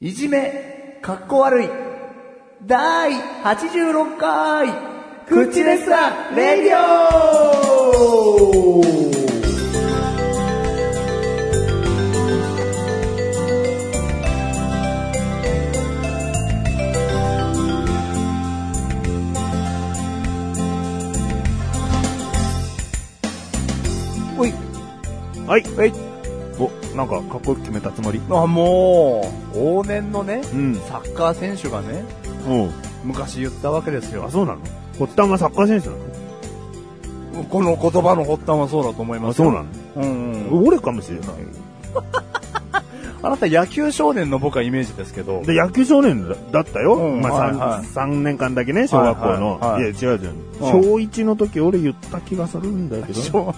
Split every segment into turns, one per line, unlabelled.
いじめ、かっこ悪い。第86回、口レスラーレディオおい、
はい。
はい。
お、なんか、かっこよく決めたつもり
あ、もう、往年のね、
うん
サッカー選手がね、
うん。
昔言ったわけですよ
あ、。そうなの発端がサッカー選手なの
この言葉の発端はそうだと思いま
あ、
す
そう
よ。
なの
うんうん。
俺かもしれない。
あなた野球少年の僕はイメージですけど。
で、野球少年だだったよ。
うん
ま
はい
あ
はい
3、三年間だけね、小学校の。
はいはい
い
はい
や、違うじゃん。小1の時俺言った気がするんだけど。
小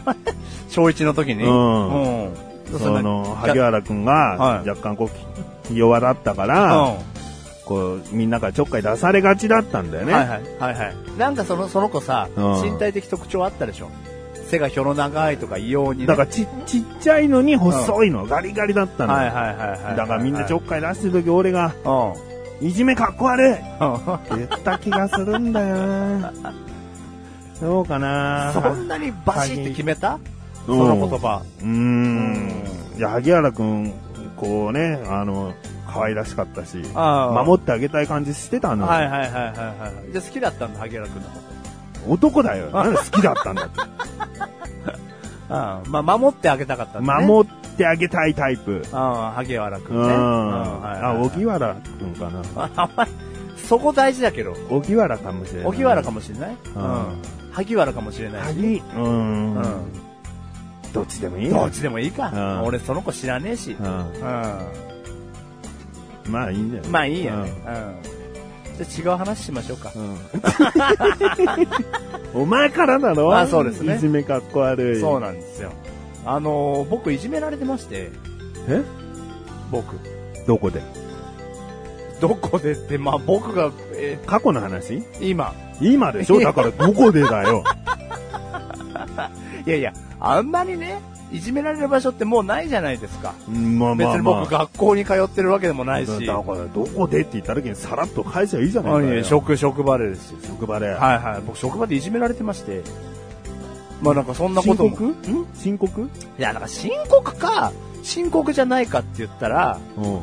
小一の時に。
うん
うん。
その、萩原くんが
は、い
若干こう、弱だったか
うん
ら、
は
こう、みんなからちょっかい出されがちだったんだよ
い
ね。
はい。はいはい。なんかその、その子さ、
うん
身体的特徴あったでしょ。背がひょろ長いとか異様にね。
だからち、ちっちゃいのに細いの、ガリガリだったの。
はいはいはいはい。
だからみんなちょ
っ
っかい出してる時俺が、
と。
いじめかっこ悪い
うん。
言った気がするんだよな。そうかな。
そんなにバシって決めたそ
うん
の言葉。
うーん。いや、萩原くん、こうね、あの、可愛らしかったし、
ああ
守ってあげたい感じしてたの。
はいはいはいはいはい。じゃあ好きだったんだ、萩原くんのこと。
男だよ。なんで好きだったん だって。
うん。まあ、守ってあげたかったんだね。
守ってあげたいタイプ。
うん、萩原く
うんん。
ね。うんはいはい
あ、
はい
荻原くんかな。
ああんまり、そこ大事だけど。
荻原かもしれない。
荻原か
も。
もしれないうんん。萩原かもしれない。
萩、う。
うんん。
どっちでもいいよ
どっちでもいいか。
うん
俺その子知らねえし。
うん。
う
まあいいんだよね。
ん。まあいいやね。うん。じゃあ違う話しましょうか。
お前からだろ
あそうですね
いじめかっこ悪い。
そうなんですよ。あのー、僕いじめられてまして。
え
僕。
どこで
どこでって、まあ僕が、え
過去の話
ー、今。
今でしょだからどこでだよ。
いやいや、あんまりね、いじめられる場所ってもうないじゃないですか。
うんまあ
別
まあ
に
まあ。
僕学校に通ってるわけでもないし。
だからどこでって言った時にさらっと返せばいいじゃないか
いや
よ。
職、職場でですよ。
職場で。
はいはい。僕、職場でいじめられてまして。まあなんかそんなこ
深
とも。
刻ん深刻
いや、なんか深刻か、深刻じゃないかって言ったら、
うん。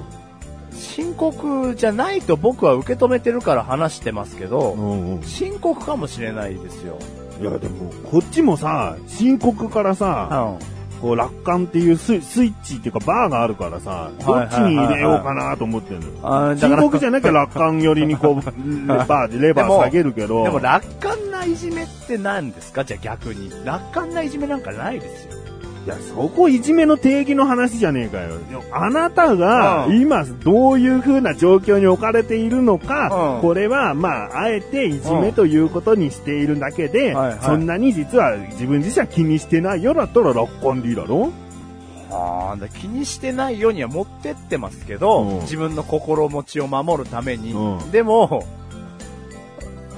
深刻じゃないと僕は受け止めてるから話してますけ
う
ど、
んうん。
深刻かもしれないですよ。
いやでも、こっちもさ、深刻からさ、
う
こう楽観っていうスイスイッチっていうかバーがあるからさ、どっちに入れようかなと思ってるのよ。
ん。
深刻じ
ゃ
ゃなきゃ楽観寄りに こう、バーでレバー下げるけど。
でも楽観ないじめって何ですかじゃあ逆に。楽観ないじめなんかないですよ。
いや、そこいじめの定義の話じゃねえかよ。でもあなたが
うん
今どういう風な状況に置かれているのか、
うん
これはまあ、あえていじめということにしているだけで、
うんはいはい
そんなに実は自分自身は気にしてないよだったら楽観でいいだろ
あーだから気にしてないようには持ってってますけど、
うん
自分の心持ちを守るために、
うん
でも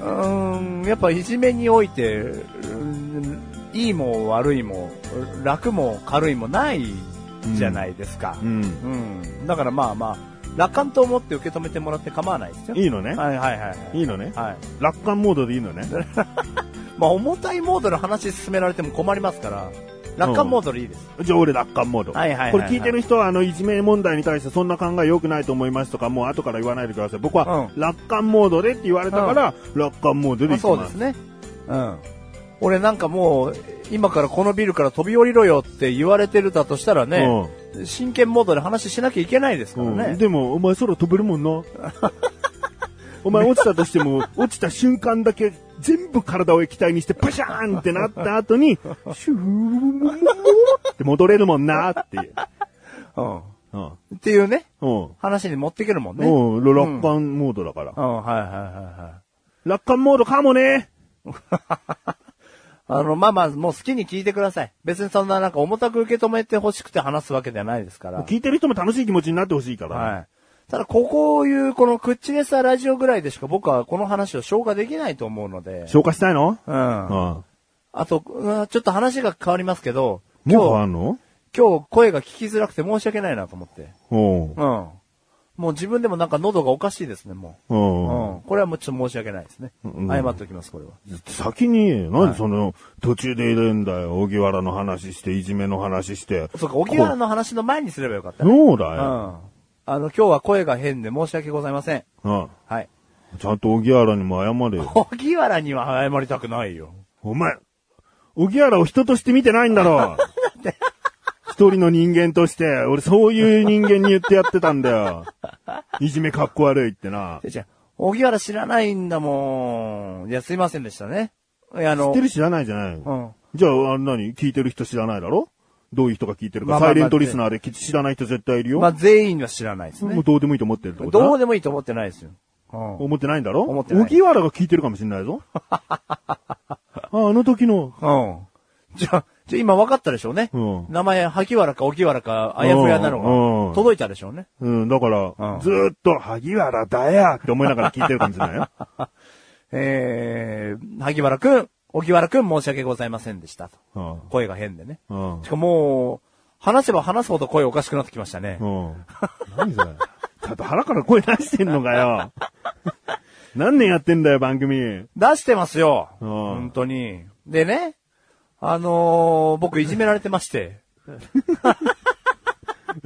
うーんやっぱいじめにおいてうーんいいも悪いも楽も軽いもないじゃないですか
う、ん。
うんだからまあまあ楽観と思って受け止めてもらって構わないですよ
いいのね。
はいはいはいはい
いいのね。
はい
楽観モードでいいのね。
まあ、重たいモードの話進められても困りますから楽観モードでいいです、
じゃあ俺楽観モード。
はいはいはいはい
これ聞いてる人は、あの、いじめ問題に対してそんな考え良くないと思いますとか、もう後から言わないでください。僕は、
う
楽観モードでって言われたから、楽観モードで
ま
い
あ
き
そう
ま
です
す。
ね。うん。俺なんかもう、今からこのビルから飛び降りろよって言われてるだとしたらね、
うん
真剣モードで話しなきゃいけないですから
うん
ね。
でも、お前空飛べるも んな。お前落ちたとしても、落ちた瞬間だけ全部体を液体にして、パシャーンってなった後に、シューって戻れるもんなっていう。
うん。っ
うん。
ていうね、
うん。
話に持ってけるもんね。うん、
うん。楽観モードだから。
はいはいはいはい。
楽観モードかもね。
あの、まあまあ、もう好きに聞いてください。別にそんななんか重たく受け止めてほしくて話すわけではないですから。
聞いてる人も楽しい気持ちになってほしいから。
はい。ただ、ここういう、このクッチレスラジオぐらいでしか僕はこの話を消化できないと思うので。
消化したいの
うん
うん。。も
あと、うんちょっと話が変わりますけど、
う変わんの
今日声が聞きづらくて申し訳ないなと思って。
うん
うん。もう自分でもなんか喉がおかしいですね、も
う
う。
ん。
うん。これはもうちょっと申し訳ないですね。
うん
謝っておきます、これは。
先に、
は
何
い
その、途中で入れんだよ。荻原の話して、いじめの話して。
そうか、沖原の話の前にすればよかったね。
そうだ
う
よ。
ん。あの、今日は声が変で申し訳ございません。
うん。
はい。
ちゃんと荻原にも謝れよ。
荻原には謝りたくないよ。
お前、荻原を人として見てないん だろう。一人の人間として、俺そういう人間に言ってやってたんだよ。いじめかっこ悪いってな。
じゃ荻原知らないんだもん。いや、すいませんでしたね。いや、あ
知
の、
ってる知らないじゃない。
うん。
じゃあ、あ何聞いてる人知らないだろどういう人が聞いてるか。
まあまあ
サイレントリスナーで知らない人絶対いるよ。
まあ、全員は知らないです
もう
ね。
どうでもいいと思ってるってことだ
どうでもいいと思ってないですよ。うん。
思ってないんだろ
思ってない
荻原が聞いてるかもしれない ぞ。ああの時の、
うん。じゃあ、じゃあ今分かったでしょうね。
うん
名前、萩原か沖原か、あやふやなの
うんうん
が、届いたでしょうね。
うん、だから、
うん
ずーっと、萩原だよって思いながら聞いてるかもしれな いよ。
えー、萩原くん、沖原くん申し訳ございませんでしたと。
うん
声が変でね。
うん
し。かも、話せば話すほど声おかしくなってきましたね。
うん。何それ。ちょっと腹から声出してんのかよ。何年やってんだよ、番組。うん。
出してますよ。
うん
本当に。でね、あのー僕いじめられてまして。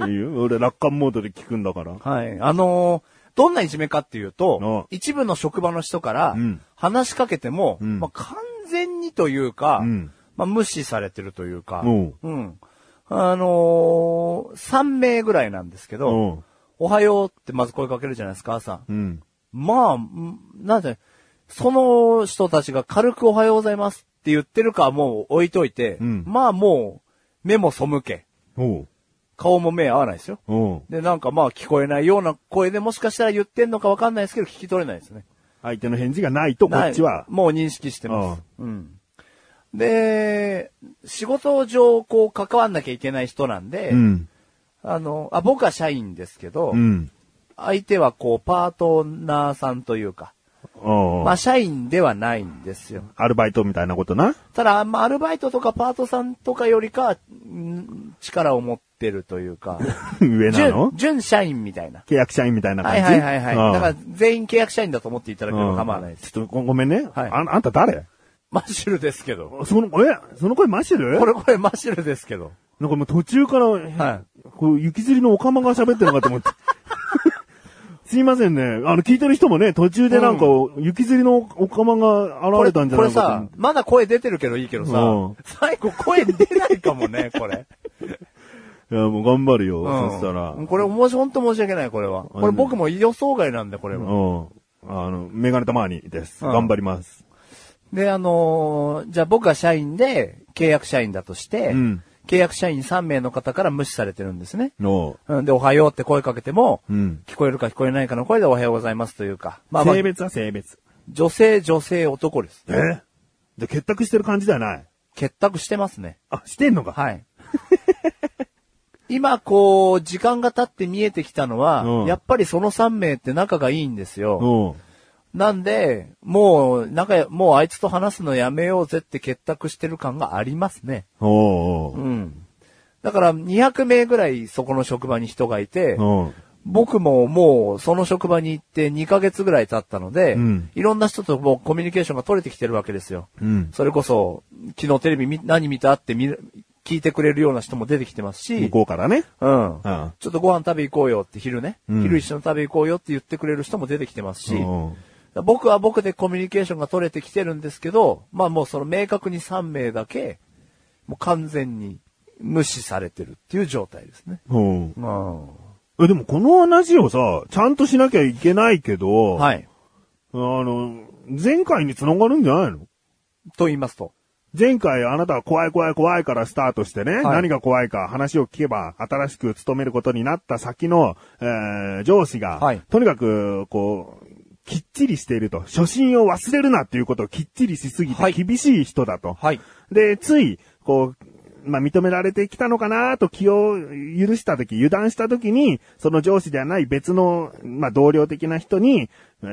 いいよ俺、楽観モードで聞くんだから。
はい。あのーどんないじめかっていうと、
う
一部の職場の人から
うん
話しかけても、
うん
まあ、完全にというか、
うん
まあ、無視されてるというか、
うん
んあのー、3名ぐらいなんですけど、
うん。
おはようってまず声かけるじゃないですか、朝。
うん。
まあ、んなんで、その人たちが軽くおはようございますって言ってるかはもう置いといて、
うん
まあもう、目も背け、
おう。
顔も目合わないですよ。
おう。
で、なんかまあ聞こえないような声でもしかしたら言ってんのかわかんないですけど、聞き取れないですね。
相手の返事がないと、こっち
ない
は。
もう認識してます。うん。で、仕事上、こう、関わんなきゃいけない人なんで、
うん。
あの、あ、僕は社員ですけど、
うん。
相手はこう、パートナーさんというか、
おう
まあ、社員ではないんですよ。
アルバイトみたいなことな。
ただ、まあ、アルバイトとかパートさんとかよりか、ん力を持ってるという か、
上な
純
の、
純社員みたいな。
契約社員みたいな感
は
じ
いはいはいはい。
うん
だから、全員契約社員だと思っていただければ構わないです。
ちょっとごごめんね。
はい
ああんた誰
マッシュルですけど。
その、えその声マシル
これこれマッシュルですけど。
なんかもう途中から、
は
こう、雪吊りのオカマが喋ってるのか と思って。すいませんね。あの、聞いてる人もね、途中でなんか、雪吊りのオカマが
こ
現
れ
れたんじゃ
こ
な
れ
いかと
さ
思って。、
まだ声出てるけどいいけど
うん
さ、最後声出ないかもね、これ。
いや、もう頑張るよ。
うん
そしたら。
これ、もし、ほんと申し訳ない、これは。これ僕も予想外なんで、これ
う
は。
ん。あの、メガネたまーにです。
うん
頑張ります。
で、あのーじゃあ僕が社員で、契約社員だとして、
うん
契約社員3名の方から無視されてるんですね。
の、
うん、で、おはようって声かけても、
うん。
聞こえるか聞こえないかの声でおはようございますというか。まあ、まあ
性、別は性別。
女性、女性、男です。
えじゃあ結託してる感じではない
結託してますね。
あ、してんのか
はい。 今、こう、時間が経って見えてきたのは、
うん
やっぱりその3名って仲がいいんですよ。
うん。
なんで、もう、仲や、もうあいつと話すのやめようぜって結託してる感がありますね。
おうお
う。
うん
だから、200名ぐらいそこの職場に人がいて、
うん。
僕ももうその職場に行って2ヶ月ぐらい経ったので、
うん
いろんな人ともうコミュニケーションが取れてきてるわけですよ。
うん。
それこそ、昨日テレビ見何見たって見る聞いてくれるような人も出てきてます
向
し、
こうからね。
うん。
うん。
ちょっとご飯食べ行こうよって昼ね、
うん
昼一緒に食べ行こうよって言ってくれる人も出てきてますし、
うん
僕は僕でコミュニケーションが取れてきてるんですけど、まあもうその明確に3名だけ、もう完全に無視されてるっていう状態ですね。
う
う
ん。
ん。
え、でもこの話をさ、ちゃんとしなきゃいけないけど、あ
はい。
の、前回に繋がるんじゃないの
と言いますと。
前回あなたは怖い怖い怖いからスタートしてね、
い
何が怖いか話を聞けば、新しく勤めることになった先の、えー上司が、
はい
とにかく、こう、きっちりしていると。初心を忘れるなっていうことをきっちりしすぎ
は
て
い
厳しい人だと。
はい。
で、つい、こう、まあ、認められてきたのかなと気を許したとき、油断したときに、その上司ではない別の、まあ、同僚的な人に、え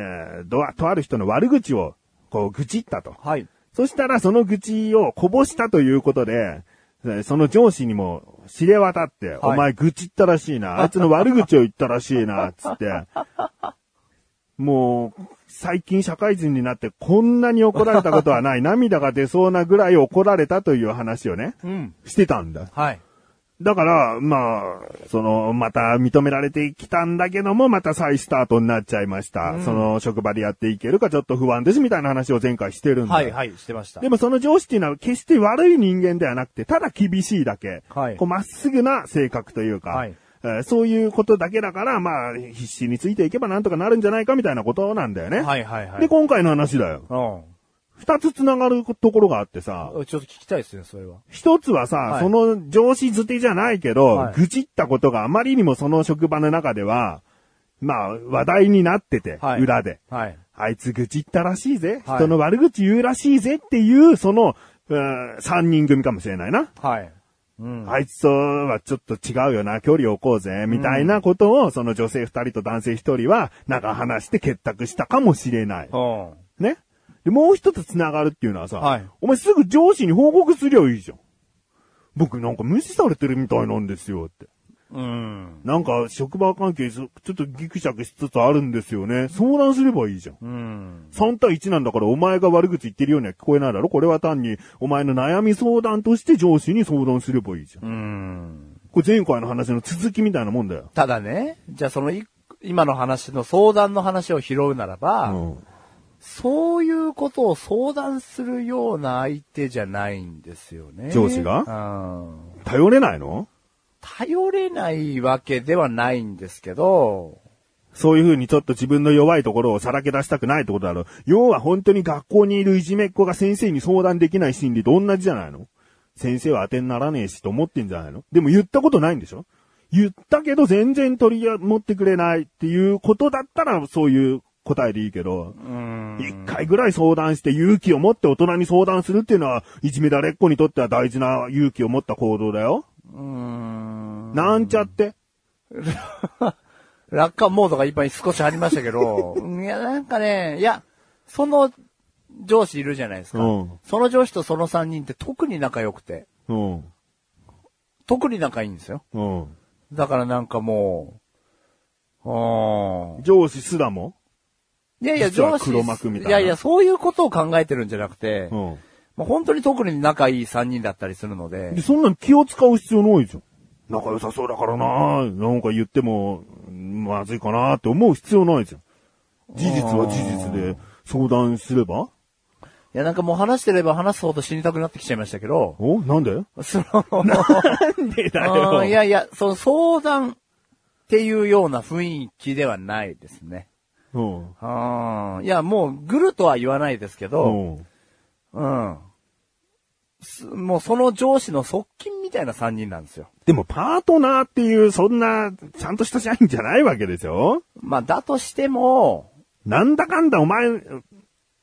ー、どあ、とある人の悪口を、こう、愚痴ったと。
はい。
そしたら、その愚痴をこぼしたということで、えその上司にも知れ渡って、お前愚痴ったらしいな、あいつの悪口を言ったらしいな、つって。もう、最近社会人になってこんなに怒られたことはない、涙が出そうなぐらい怒られたという話をね、
うん。
してたんだ。
はい。
だから、まあ、その、また認められてきたんだけども、また再スタートになっちゃいました。その、職場でやっていけるかちょっと不安ですみたいな話を前回してるんだ。
はい、はい、してました。
でもその上司っていうのは決して悪い人間ではなくて、ただ厳しいだけ。
はい
こう、まっすぐな性格というか。
はい
えーそういうことだけだから、まあ、必死についていけばなんとかなるんじゃないかみたいなことなんだよね。
はい、はい、はい。
で、今回の話だよ。
う
二つ繋がるところがあってさ。
ん。ちょっと聞きたいですね、それは。
一つはさ、
はい
その上司づてじゃないけど、
はい
愚痴ったことがあまりにもその職場の中では、まあ、話題になってて、
はい
裏で。
はい。
あいつ愚痴ったらしいぜ、
はい
人の悪口言うらしいぜっていう、その、うん三人組かもしれないな。
はい。うん。
あいつとはちょっと違うよな、距離を置こうぜ、みたいなことを、その女性二人と男性一人は、なんか話して結託したかもしれない。
うん。
ね。で、もう一つ繋がるっていうのはさ、
はい
お前すぐ上司に報告すりゃいいじゃん。僕なんか無視されてるみたいなんですよって。
うん。
なんか職場関係そちょっとギクシャクしつつあるんですよね。相談すればいいじゃん。
うん。
3対1なんだからお前が悪口言ってるようには聞こえないだろこれは単にお前の悩み相談として上司に相談すればいいじゃん。
うん。
これ前回の話の続きみたいなもんだよ。
ただね、じゃあそのい、今の話の相談の話を拾うならば、
うん
そういうことを相談するような相手じゃないんですよね。
上司が
うん。
頼れないの
頼れないわけではないんですけど、
そういう風にちょっと自分の弱いところをさらけ出したくないってことだろ。要は本当に学校にいるいじめっ子が先生に相談できない心理と同じじゃないの先生は当てにならねえしと思ってんじゃないのでも言ったことないんでしょ言ったけど全然取り持ってくれないっていうことだったらそういう答えでいいけど、
うん。
一回ぐらい相談して勇気を持って大人に相談するっていうのは、いじめられっ子にとっては大事な勇気を持った行動だよ。
うん。
なんちゃって。
楽観モードが今少しありましたけど、 うんいや、なんかね、いや、その上司いるじゃないですか。
うん
その上司とその3人って特に仲良くて、
うん。
特に仲いいんですよ。
うん。
だからなんかもう、うん。
上司すらも
いやいや、
実は
上司、
黒幕みたいな
やいや、そういうことを考えてるんじゃなくて、
ん。
もう本当に特に仲いい3人だったりするので
で、、そんなの気を使う必要ないじゃん。仲良さそうだからななんか言っても、うんまずいかなって思う必要ないじゃん。事実は事実で相談すれば
いや、なんかもう話してれば話すほど死にたくなってきちゃいましたけ ど、
おなんで
その、
なんでだ
あーいやいや、その相談っていうような雰囲気ではないですね。
うん。
あーいや、もうグルとは言わないですけど、
うん。
うん。すもうその上司の側近みたいな3人なんですよ。
でもパートナーっていう、そんな、ちゃんとした社員じゃないわけでしょ
まあ、だとしても、
なんだかんだお前、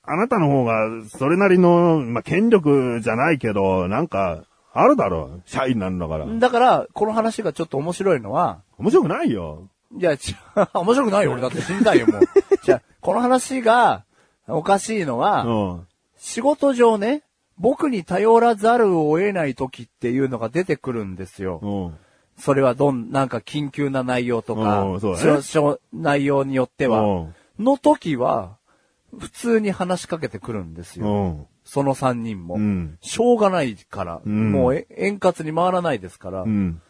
あなたの方が、それなりの、まあ、権力じゃないけど、なんか、あるだろう。社員なんだから。
だから、この話がちょっと面白いのは、
面白くないよ。
いや、ち 面白くないよ、俺だって死んだよ、もう。じゃあこの話が、おかしいのは、
うん。
仕事上ね、僕に頼らざるを得ない時っていうのが出てくるんですよ。
うん。
それはどん、なんか緊急な内容と
う
か
ん、そうだね
しょしょ内容によって
う
は
ん、
の時は、普通に話しかけてくるんですよ。
うん。
その3人も。
うん
しょうがないから、
ん
もうえ円滑に回らないですから。
うん。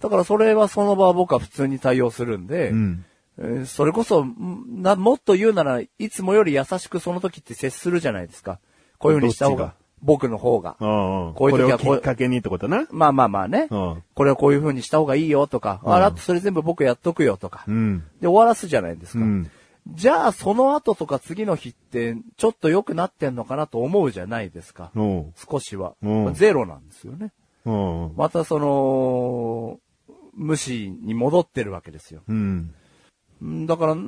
だからそれはその場は僕は普通に対応するんで、
うん。
えーそれこそ、んな、もっと言うならいつもより優しくその時って接するじゃないですか。こういう風にした方
どっ
が、
ちが
僕の方が。
うんうん
こういう時は
これをきっかけにってことな。
まあまあまあね。
うん
これはこういう風にした方がいいよとか、あら、それ全部僕やっとくよとか。
うん。
で、終わらすじゃないです
う
か。
ん。
じゃあ、その後とか次の日って、ちょっと良くなってんのかなと思うじゃないですか。
うん。
少しは
うん。
ゼロなんですよね。
うん。
またその、無視に戻ってるわけですよ。
うん。
うんだから、うー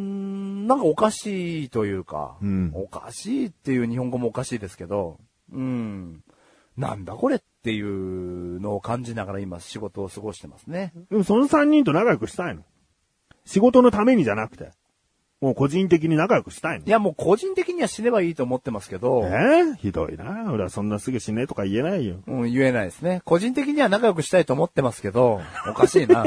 んなんかおかしいというか、
うん
おかしいっていう日本語もおかしいですけど、うん、なんだこれっていうのを感じながら今仕事を過ごしてますね。
でもその三人と仲良くしたいの。仕事のためにじゃなくて。もう個人的に仲良くしたいの
い。や、もう個人的には死ねばいいと思ってますけど、
えーひどいな。俺はそんなすぐ死ねとか言えないよ。
うん、言えないですね。個人的には仲良くしたいと思ってますけど、おかしい な。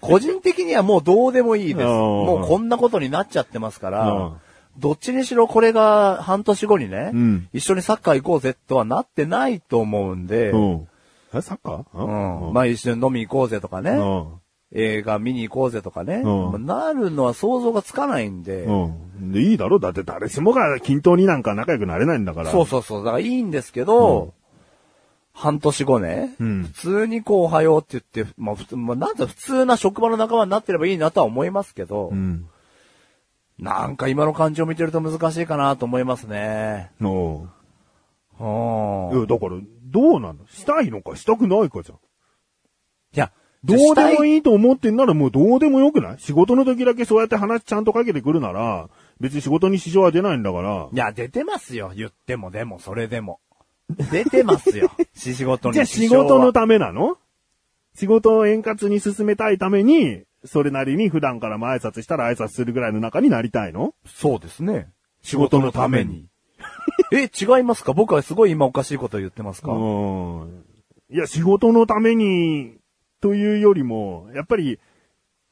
個人的にはもうどうでもいいです。
あー
もうこんなことになっちゃってますか
う
ら
ん、
どっちにしろこれが半年後にね、
うん
一緒にサッカー行こうぜとはなってないと思うんで、うん
ん。え、サッカーうん。
まあ一緒に飲み行こうぜとかね、
うん。
映画見に行こうぜとかね、
うん
まあなるのは想像がつかないんで、
うん。でいいだろだって誰しもが均等になんか仲良くなれないんだから。
そうそうそう。だからいいんですけど、
うん
半年後ね、
うん
普通にこう、おはようって言って、まあ、普通、まあ、なんか普通な職場の仲間になってればいいなとは思いますけど、
うん。
なんか今の感じを見てると難しいかなと思いますね。
お
う。
うんいや
い
だから、どうなのしたいのかしたくないかじゃん。
や、
どうでも
い。
いいと思ってんならもうどうでもよくない仕事の時だけそうやって話ちゃんとかけてくるなら、別に仕事に支障は出ないんだから。
いや、出てますよ。言っても、でも、それでも。出てます よ。し仕事に。
じゃあ仕事の
た
ためなの仕事を円滑に進めたいために、それなりに普段からも挨拶したら挨拶するぐらいの中になりたいの
そうですね。仕
事のために。
え、違いますか僕はすごい今おかしいこと言ってますか、
うん。いや、仕事のために、というよりも、やっぱり、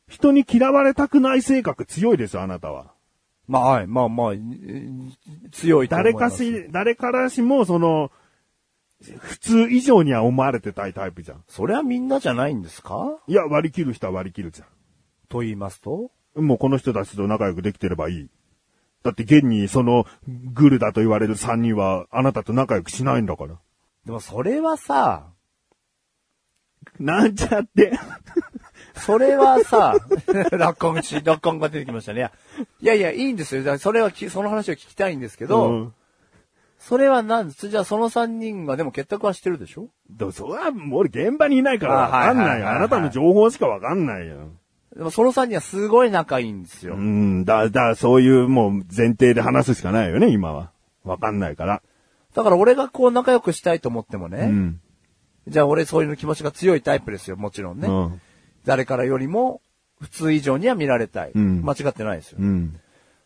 人に嫌われたくない性格強いですよ、あなたは。
まあ、はい、まあまあ、え強いと思い
誰
ま
か
す。
し、誰からしも、その、普通以上には思われてたいタイプじゃん。
それはみんなじゃないんですか
いや、割り切る人は割り切るじゃん。
と言いますと
もうこの人たちと仲良くできてればいい。だって現にそのグルだと言われる3人はあなたと仲良くしないんだから。
でもそれはさ、
なんちゃって。
それは さ、落下口、落下が出てきましたね。いやいや、いいんですよ。だからそれはき、その話を聞きたいんですけど、
うん
それはなんですじゃあその3人がでも結託はしてるでしょ
でもそれはもう俺現場にいないからわ
あ
かん
は
ない
はいは
い
い
よ。
はい
あなたの情報しかわかんないよ。
でもその3人はすごい仲いいんですよ。
うん、だ、だ、そういうもう前提で話すしかないよね、今は。わかんないから。
だから俺がこう仲良くしたいと思ってもね、
うん。
じゃあ俺そういう気持ちが強いタイプですよ、もちろんね。
うん。
誰からよりも普通以上には見られたい。
うん
間違ってないですよ。
うん。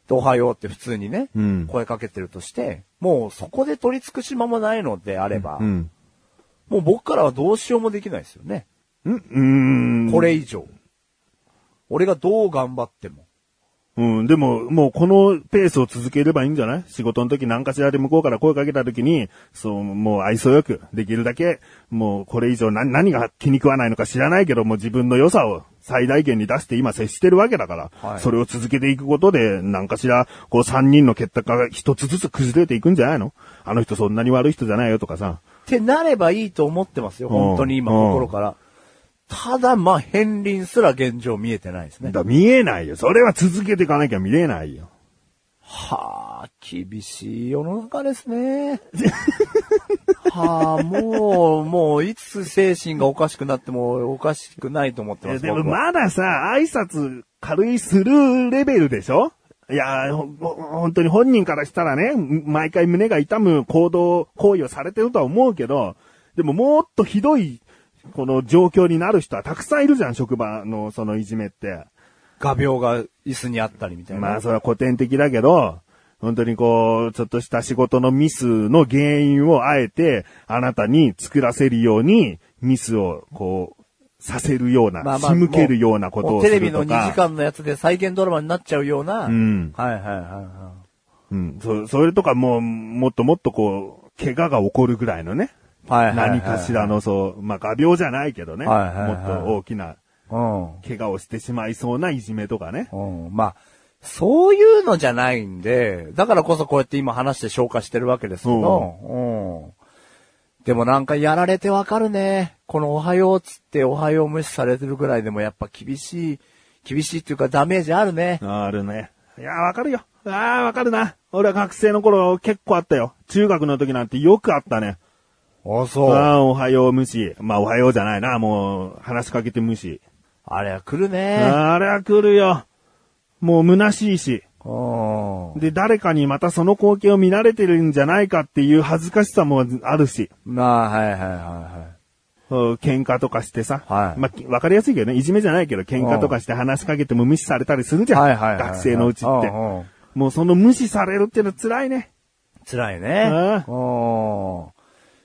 でおはようって普通にね、
うん
声かけてるとして、もうそこで取り付く島もないのであれば、
うん。
もう僕からはどうしようもできないですよね。
うん。
これ以上。俺がどう頑張っても。
うん、でも、もうこのペースを続ければいいんじゃない仕事の時何かしらで向こうから声かけた時に、そう、もう愛想よく、できるだけ、もうこれ以上何何が気に食わないのか知らないけど、もう自分の良さを最大限に出して今接してるわけだから、
はい
それを続けていくことで、何かしら、こう三人の結果が一つずつ崩れていくんじゃないのあの人そんなに悪い人じゃないよとかさ。
ってなればいいと思ってますよ。
うん
本当に今、
うん
心から。ただ、まあ、片鱗すら現状見えてないですね
だ。から見えないよ。それは続けていかなきゃ見れないよ。
はあ、厳しい世の中ですね。はあ、もう、もう、いつ精神がおかしくなってもおかしくないと思って
い
ま
や
す。
でも
僕は
まださ、挨拶軽いスルーレベルでしょいや、ほ、ほ本当に本人からしたらね、毎回胸が痛む行動、行為をされてるとは思うけど、でももっとひどい、この状況になる人はたくさんいるじゃん、職場のそのいじめって。
画鋲が椅子にあったりみたいな。
まあそれは古典的だけど、本当にこう、ちょっとした仕事のミスの原因をあえて、あなたに作らせるように、ミスをこう、させるような、
まあまあ
仕向けるようなこと
も
を
う
す
テ
るとか。
レビの2時間のやつで再現ドラマになっちゃうような。
うん
はいはいはいは
うん。そ、それとかもう、もっともっとこう、怪我が起こるぐらいのね。
い。はいはいはいはい
何かしら。の、そう、まあ、画鋲じゃないけどね。
はいはいはい
もっと大きな
う
怪我をしてしまいそうないじめとかね。
ん。うん。まあ、そういうのじゃないんで、だからこそこうやって今話して消化してるわけですけど、うん。でもなんかやられてわかるね。このおはようっつっておはよう無視されてるぐらいでもやっぱ厳しい、厳しいっていうかダメージあるね。
あるね。いや、わかるよ。ああ、わかるな。俺は学生の頃結構あったよ。中学の時なんてよくあったね。
あ、
あ
そ
あー、おはよう無視。まあ、おはようじゃないな。もう、話しかけて無視。
あれは来る
あ
ね。
ーあれは来るよ。もう虚しいし。
うん。
で、誰かにまたその光景を見られてるんじゃないかっていう恥ずかしさもあるし。
まあ、はいはいはいはい。
うん喧嘩とかしてさ、
はい
まあ、わかりやすいけどね、いじめじゃないけど、喧嘩とかして話しかけても無視されたりするじゃん。
はいはいはいはい
学生のうちって。
うんうん
もうその無視されるっていうのは辛いね。
辛いね。うん。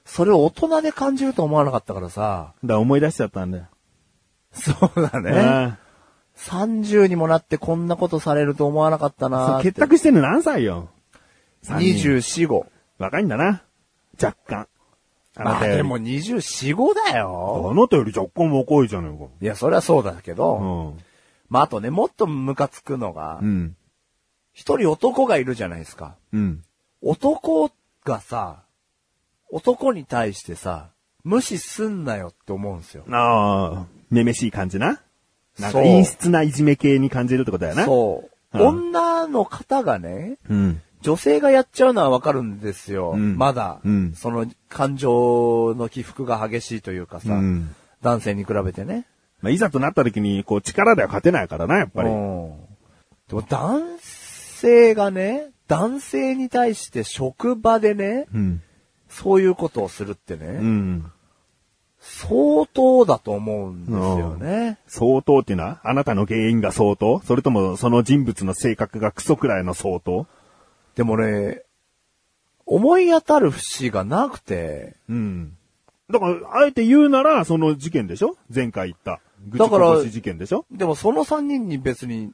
それを大人で感じると思わなかったからさ。
だから思い出しちゃったんだよ。
そうだね。
あ
30にもなってこんなことされると思わなかった
あ
な
そ
ーっ
う
て。
結託してるの何歳よ。三人。
24、5。
若いんだな。若干。あな
まあ
たよ
で
り。
も24、5だよ。
あなたより若干若いじゃないか。
いや、それはそうだけど。
うん。
まああとね、もっとムカつくのが
う、ん。
一、人男がいるじゃないですか。
うん。
男がさ、男に対してさ、無視すんなよって思うんですよ。
ああ、めめしい感じな。なんか
そう
陰湿ないじめ系に感じるってことだよな。
そう。
うん
女の方がね、
う。うん。
女性がやっちゃうのはわかるんですよ。
うん
まだ、
うん
その感情の起伏が激しいというかさ、
うん
男性に比べてね。
まあ、いざとなった時に、こう、力では勝てないからな、やっぱり
う。んでも男性がね、男性に対して職場でね、
うん。
そういうことをするってね、
うん。
相当だと思うんですよね。
相当っていうのは、あなたの原因が相当それとも、その人物の性格がクソくらいの相当
でもね、思い当たる節がなくて、
うん。だから、あえて言うなら、その事件でしょ前回言った。愚痴
だから
こぼし事件でしょ
でもその三人に別に、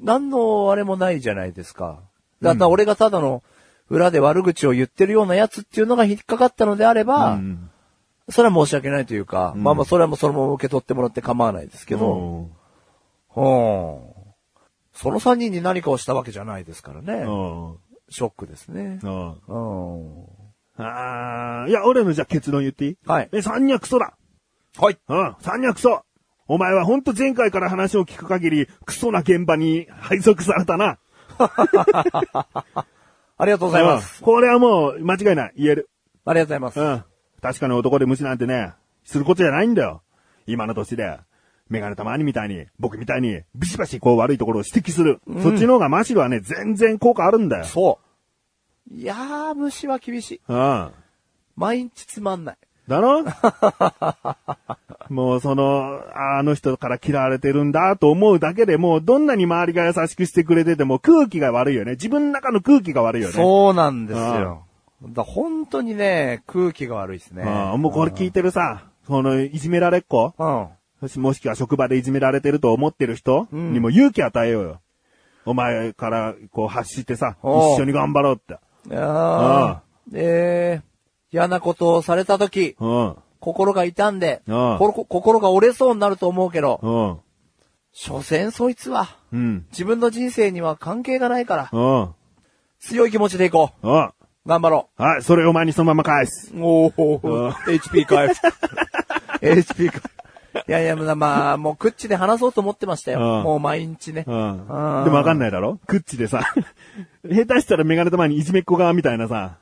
何のあれもないじゃないですか。だから俺がただの裏で悪口を言ってるようなやつっていうのが引っかかったのであれば、
うん
それは申し訳ないというか、まあまあそれはもうそのまま受け取ってもらって構わないですけど、うんその三人に何かをしたわけじゃないですから
う
ね。
ん。うん。
ショックですね。
うん。
うん
あーいや、俺のじゃあ結論言っていい
はい
え、三人はクソだ
はい。
うん、三人はクソお前はほんと前回から話を聞く限り、クソな現場に配属されたな。
ありがとうございます。
うんこれはもう間違いない。言える。
ありがとうございます。
うん。確かに男で無視なんてね、することじゃないんだよ。今の年で。メガネたまにみたいに、僕みたいに、ビシバシこう悪いところを指摘する。そっちの方がマシルはね、全然効果あるんだよ。
そう。いやー、虫は厳しい。
うん。
毎日つまんない。
だろ もうその、ああの人から嫌われてるんだと思うだけでもうどんなに周りが優しくしてくれてても空気が悪いよね。自分の中の空気が悪いよね。
そうなんですよ。だ本当にね、空気が悪いですね。
ああもうこれ聞いてるさ、その、いじめられっ子
うん。
もしもしくは職場でいじめられてると思ってる人
ん
にも勇気与えようよ。お前からこう発してさ、
おう
一緒に頑張ろうって。
あーえー、嫌なことをされたとき、
うん。
心が痛んで、
ああ
ここ心が折れそうになると思うけど、
うん。
所詮そいつは、
うん。
自分の人生には関係がないから、
うん。
強い気持ちでいこ
うん。
う。頑張ろ
はい、それをお前にそのまま返す。
う。おお HP 回復。HP 回復。いやいや、まあ、もう、クッチで話そうと思ってましたよ。
ああ
もう毎日ね。
うん。で
あー
もわかんないだろクッチでさ、 下手したらメガネと前にいじめっ子側みたいなさ、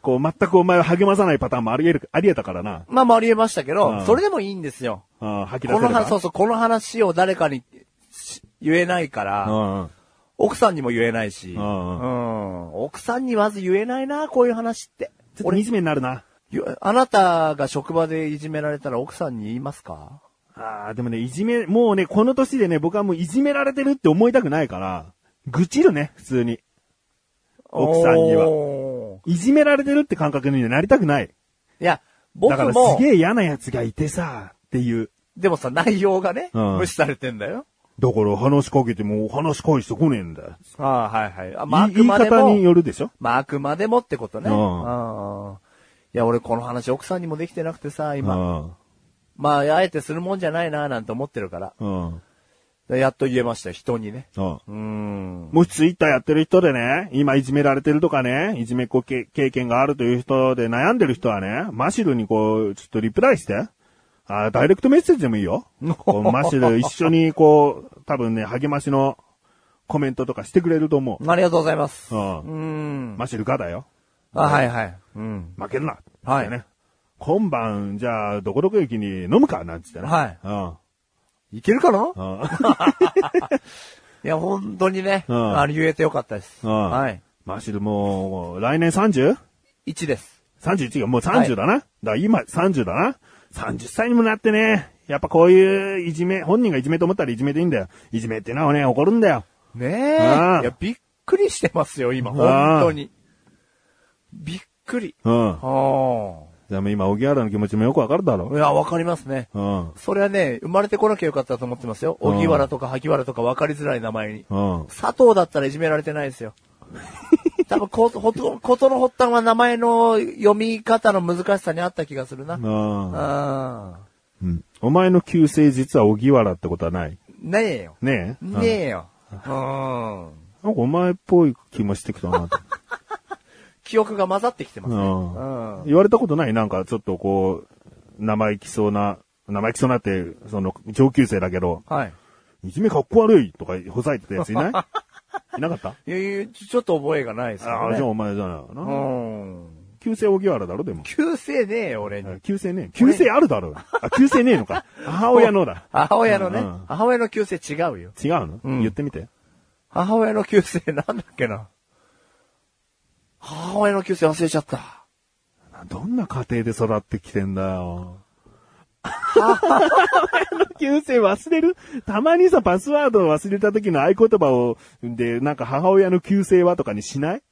こう全くお前を励まさないパターンもあり得る、あり得たからな。
まあまあありえましたけ
う
ど、
ん
それでもいいんですよ。
うん、吐き出
こ
せ
の
るか
話、そうそう、この話を誰かにし言えないから、
うんうん。
奥さんにも言えないし、
う
うん
うん
奥さんにまず言えないな、こういう話って。
ちょっと
俺、
惨めになるな。
ゆあなたが職場でいじめられたら奥さんに言いますか
ああ、でもね、いじめ、もうね、この年でね、僕はもういじめられてるって思いたくないから、愚痴るね、普通に。奥さんには。
お
いじめられてるって感覚になりたくない。
ーいや、僕
だからす
も、
げえ嫌な奴がいてさ、っていう。
でもさ、内容がね、
うん
無視されてんだよ。
だから話しかけても話し返してこねえんだ。
ああ、はいはい。あまあ、あ
言
く
い
まで
方に
も、
よるでしょ
まあ、あくまでもってことね。
う
うんんいや、俺この話奥さんにもできてなくてさ、今。
うん
まあ、あえてするもんじゃないな、なんて思ってるから。
うん。
やっと言えましたよ、人にね。
うん。
うーん。
もしツイッターやってる人でね、今いじめられてるとかね、いじめっ子け経験があるという人で悩んでる人はね、マシルにこう、ちょっとリプライして。あダイレクトメッセージでもいい よ。こうマシル一緒にこう、多分ね、励ましのコメントとかしてくれると思
ありがとうございます。
う。
う
う
ー
ん。
ん。
マシルがだよ。
あ、はいはい。うん。
負けるな。
はい
ってね。今晩、じゃあ、どこどこ駅に飲むかなんつってね。
はい
うん。
いけるかな
うん。
いや、本当にね。
うん
あれ言えてよかったです。
うん
はい。
マシルもう、来年 30?31
1です。
がもう30だな。だから今30だな。 30歳にもなってね、やっぱこういういじめ、本人がいじめと思ったらいじめでいいんだよ。いじめってのはね、怒るんだよ。
ね
あ
え
あ。
いや、びっくりしてますよ、今。
ああ
本当に。びっくり。
うん。
あ
でも今、荻原の気持ちもよくわかるだ
あ。
ろ。
いや、わかりますね。
うん。
それはね、生まれてこなきゃよかったと思ってますよ。
うん
荻原とか萩原とかわかりづらい名前に。
うん。
佐藤だったらいじめられてない ですよ。多分こ、ほと、ことの発端は名前の読み方の難しさにあった気がするな。
うん。
ああ。
うん。お前の旧姓実は荻原ってことはない
ねえよ。
ねえ
ねえよ。うん。
うんなんかお前っぽい気もしてき たなと。
記憶が混ざってきてます
う
ね。
ん
うん。
言われたことないなんかちょっとこう、生意気そうな、生意気そうなって、その、上級生だけど、
はい。
いじめかっこ悪いとかほざいてたやついない いなかった
いやいや、ちょっと覚えがないですけ
あ
ど
あ、じゃあ
ね。
お前じゃないか
う
な。
ん。
旧姓荻原だろ、でも。
旧姓ねえよ、俺に。
旧姓ねえ。旧姓あるだ ろ。あ、旧姓ねえのか。母親のだ。
母親のね、
うんうん
母親の旧姓違うよ。
違うの、
うん
言ってみて。
母親の旧姓なんだっけな。母親の旧姓忘れちゃった。
どんな家庭で育ってきてんだよ。旧姓忘れるたまにさ、パスワードを忘れた時の合言葉を、で、なんか母親の旧姓はとかにしない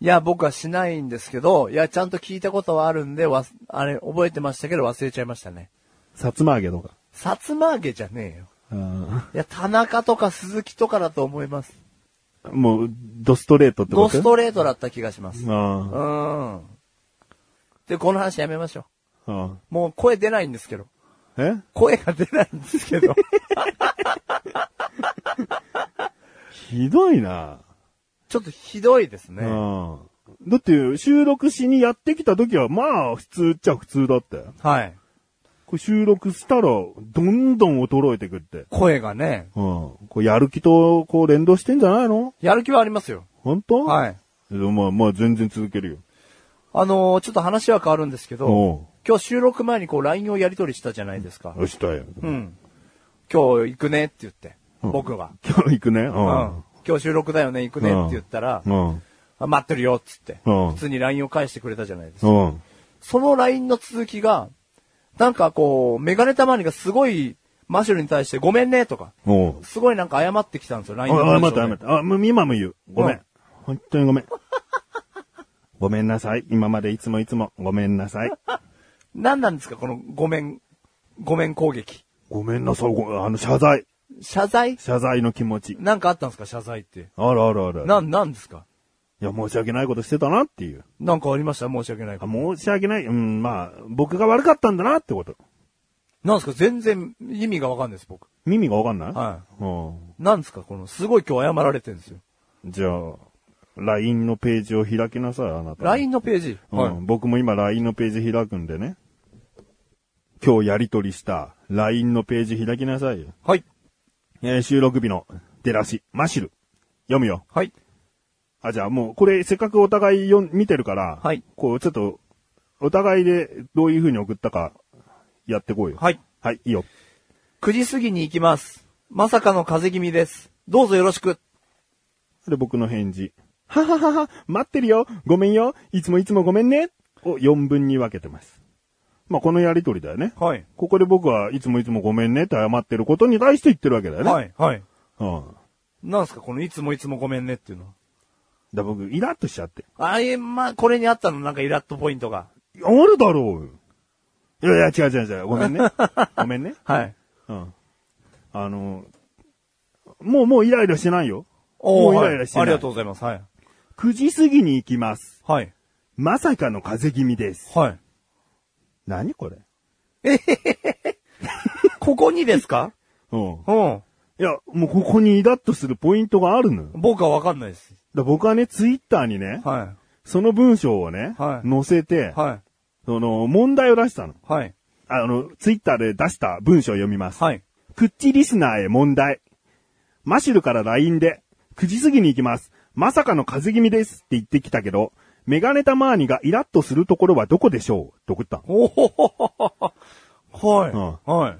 いや、僕はしないんですけど、いや、ちゃんと聞いたことはあるんで、わす、あれ、覚えてましたけど忘れちゃいましたね。
さつま揚げとか。
さつま揚げじゃねえよ。
うん
いや、田中とか鈴木とかだと思います。
もう、ドストレートってこ
ド
と
ストレートだった気がします。
あ
うん。で、この話やめましょう。
ああ
もう声出ないんですけど。
あえ
声が出ないんですけ ど。
ひどいな。
ちょっとひどいですね。
うんだって、収録しにやってきた時は、まあ、普通っちゃ普通だったよ。
はい。
これ収録したら、どんどん衰えてくって。
声がね、
うん。これやる気と、こう、連動してんじゃないの
やる気はありますよ。
本当。
はいい。
でもまあ、まあ、全然続けるよ。
あのーちょっと話は変わるんですけど、
お
今日収録前にこう LINE をやり取りしたじゃないですか
う。。よしたよ。
うん。今日行くねって言って、
うん
僕が。
今日行くね。う。
うんん。今日収録だよね、行くねって言ったら、
うん。
あ待ってるよっつって、
うん
普通に LINE を返してくれたじゃないですか。
うん。
その LINE の続きが、なんかこう、メガネたまりがすごいマシュルに対してごめんねとか、
おう。
すごいなんか謝ってきたんですよ、
あ、
LINE の文章で。
あ待って、待って。あ、もう今も言う。ごめ
うん
ん。本当にごめ ん。ごめんなさい。今までいつもいつも。ごめんなさい。
何なんですか、このごめん、ごめん攻撃。
ごめんなさい。ごあの、謝罪。
謝罪
謝罪の気持ち。
なんかあったんですか謝罪って。
あるあるある。
なん、なんですか
いや、申し訳ないことしてたなっていう。
なんかありました申し訳ない
あ
こと。
申し訳ない。うん、まあ、僕が悪かったんだなってこと。
なんですか全然意味がわかんないです、僕。
耳がわかんない
は
う
なんですかこの、すごい今日謝られてるんですよ。
ん。じゃあ、LINE のページを開きなさい、あなた。
LINE のページ。
うん、
はい。
僕も今 LINE のページ開くんでね。今日やりとりした LINE のページ開きなさいよ。
はい。
えー収録日の出だし、マシル。読むよ。
はい。
あ、じゃあもう、これせっかくお互い読ん見てるから、
はい
こう、ちょっと、お互いでどういう風に送ったか、やってこうよ。
はい。
はい、いいよ。
9時過ぎに行きます。まさかの風邪気味です。どうぞよろしく。
で、僕の返事。はははは、待ってるよ。ごめんよ。いつもいつもごめんね。を4分に分けてます。まあ、このやりとりだよね。
はい。
ここで僕はいつもいつもごめんねって謝ってることに対して言ってるわけだよね。
はい。はい。
うん。
なんですかこの、いつもいつもごめんねっていうのは。
だ、僕、イラッとしちゃって。
あえ、まあ、これにあったの、なんかイラッとポイントが。
あるだろうよ。いやいや、違う違う違う。ごめ んね。ごめんね。
はい。
うん。あの、もうもうイライラしてないよ。
おー
もうイ
は
ライラしてない
ありがとうございます。はい。
9時過ぎに行きます。
はい。
まさかの風邪気味です。
はい。
何これ
ここにですか
うん。
うん。
いや、もうここにイラッとするポイントがあるのよ。
僕はわかんないです。
だ僕はね、ツイッターにね、
は
その文章をね、
はい
載せ
い
て、
は
その、問題を出したの。
い。はい。
あの、ツイッターで出した文章を読みます。
はい。
クッチリスナーへ問題。マシュルから LINE で、9時過ぎに行きます。まさかの風邪気味ですって言ってきたけど、メガネタマーニがイラッとするところはどこでしょうって送ったの
おほほほほほはい。
う
はい。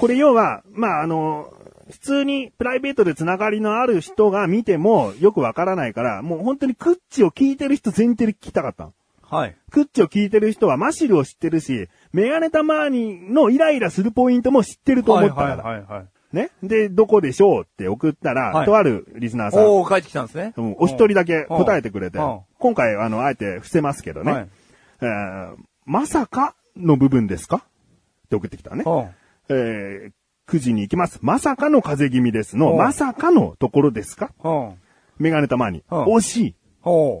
これ要は、まあ、あの、普通にプライベートでつながりのある人が見てもよくわからないから、もう本当にクッチを聞いてる人前提で聞きたかったの
はい。
クッチを聞いてる人はマシルを知ってるし、メガネたまーにのイライラするポイントも知ってると思ったか
は
ら。
いはいはい。
ね。で、どこでしょうって送ったら、
はい
とあるリスナーさん、
おー、帰ってきたんですね。
うんお一人だけ答えてくれて、
うんうん
今回、あの、あえて伏せますけどね、
はい
えーまさかの部分ですかって送ってきたね。
うん。
えー9時に行きます。まさかの風邪気味ですの、
うん
まさかのところですか
うん。
メガネたまに、
うん
惜しい。
おー。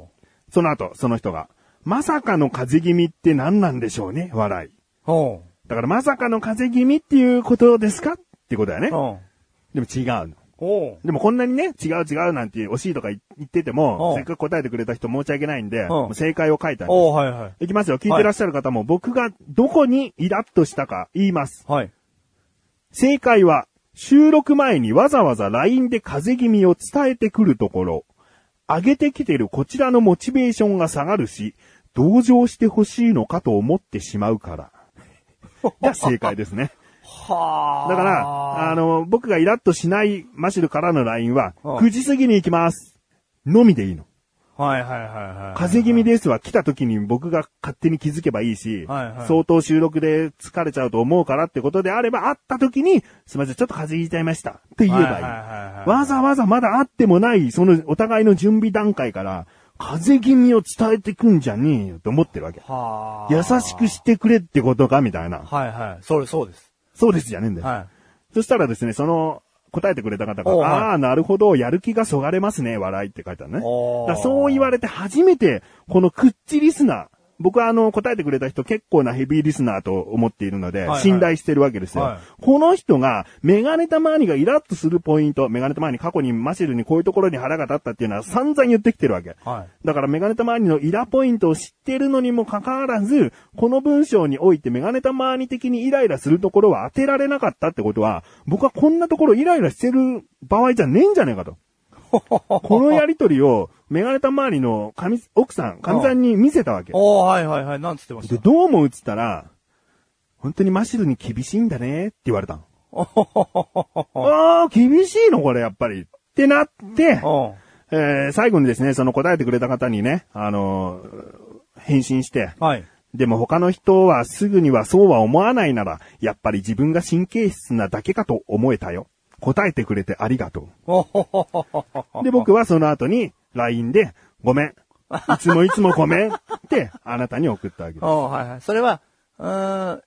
その後、その人が、まさかの風邪気味って何なんでしょうね笑い。
お
だから、まさかの風邪気味っていうことですかってことだよね
ー。。うん。
でも違うの。
おー。
でもこんなにね、違う違うなんて惜しいとか言ってて
う
も
ん、
せっかく答えてくれた人申し訳ないんで、
ん
もう正解を書いたんです。
おー、はいはい。
いきますよ。聞いてらっしゃる方も、僕がどこにイラッとしたか言います。
はい。
正解は、収録前にわざわざ LINE で風邪気味を伝えてくるところ、上げてきてるこちらのモチベーションが下がるし、同情してほしいのかと思ってしまう から。が正解ですね。
はー。
だから、あの、僕がイラッとしないマシルからの LINE は、
うん
9時過ぎに行きます。のみでいいの。
はいはいはいはい。
風邪気味ですは来た時に僕が勝手に気づけばいいし、
はいはい
相当収録で疲れちゃうと思うからってことであれば、会った時に、すみません、ちょっと風邪ひいちゃいました。って言えばいい。
はいはいはいはい
わざわざまだ会ってもない、そのお互いの準備段階から、風邪気味を伝えてくんじゃねえよと思ってるわけ。
はー。
優しくしてくれってことか、みたいな。
はいはい。それそうです。
そうですじゃねえんだよ。
は
そしたらですね、その、答えてくれた方が、
おうはい
ああ、なるほど、やる気がそがれますね、笑いって書いてあるね。
おう
だからそう言われて初めて、このくっちリスナー、僕はあの、答えてくれた人結構なヘビーリスナーと思っているので、
はいはい
信頼してるわけですよ。
は
この人が、メガネたまーにがイラッとするポイント、メガネたまーに過去にマシルにこういうところに腹が立ったっていうのは散々言ってきてるわけ。
い。はい。
だからメガネたまーにのイラポイントを知ってるのにもかかわらず、この文章においてメガネたまーに的にイライラするところは当てられなかったってことは、僕はこんなところイライラしてる場合じゃねえんじゃねえかと。このやりとりをメガネたまーにの神奥さん、神さんに見せたわけ。
おー、はいはいはい。なんつってまし
で、
た
どう思うっつったら、本当にマシルに厳しいんだねって言われたの。ああ、厳しいのこれやっぱり。ってなって、
おー。
えー最後にですね、その答えてくれた方にね、あのー返信して、
はい。
でも他の人はすぐにはそうは思わないなら、やっぱり自分が神経質なだけかと思えたよ。答えてくれてありがと
おー
う。で、僕はその後に LINE で、ごめん。いつもいつもごめんって、あなたに送ったわけです。
おーはいはい。それは、うーん、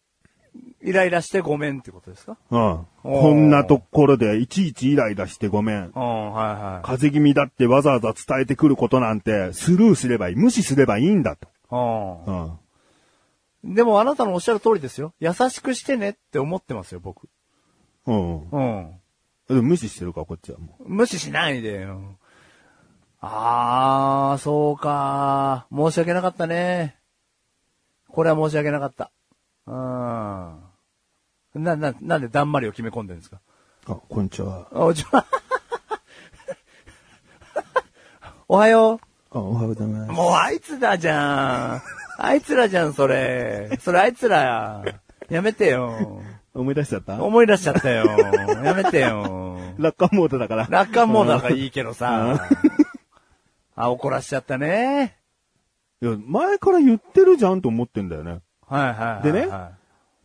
イライラしてごめんってことですか
うん。こんなところでいちいちイライラしてごめん。
うん、はいはい。
風邪気味だってわざわざ伝えてくることなんて、スルーすればいい。無視すればいいんだと。
うん
うん。
でもあなたのおっしゃる通りですよ。優しくしてねって思ってますよ、僕。
うんうん。
うん。
でも無視してるから、こっちはも
無視しないでよ。あー、そうか。申し訳なかったね。これは申し訳なかった。うん。な、な、なんでだんまりを決め込んでるんですか
う。あ、こんにちは。
あおじゃ おはよ
あ、おはようございま
う。。もうあいつらじゃん。あいつらじゃん、それ。それあいつらや。やめてよ。
思い出しちゃった
思い出しちゃったよ。やめてよ。
楽観モードだから。
楽観モードだからいいけどさ。あ、怒らしちゃったね。
いや、前から言ってるじゃんと思ってんだよね。
はいはいはいはい。
でね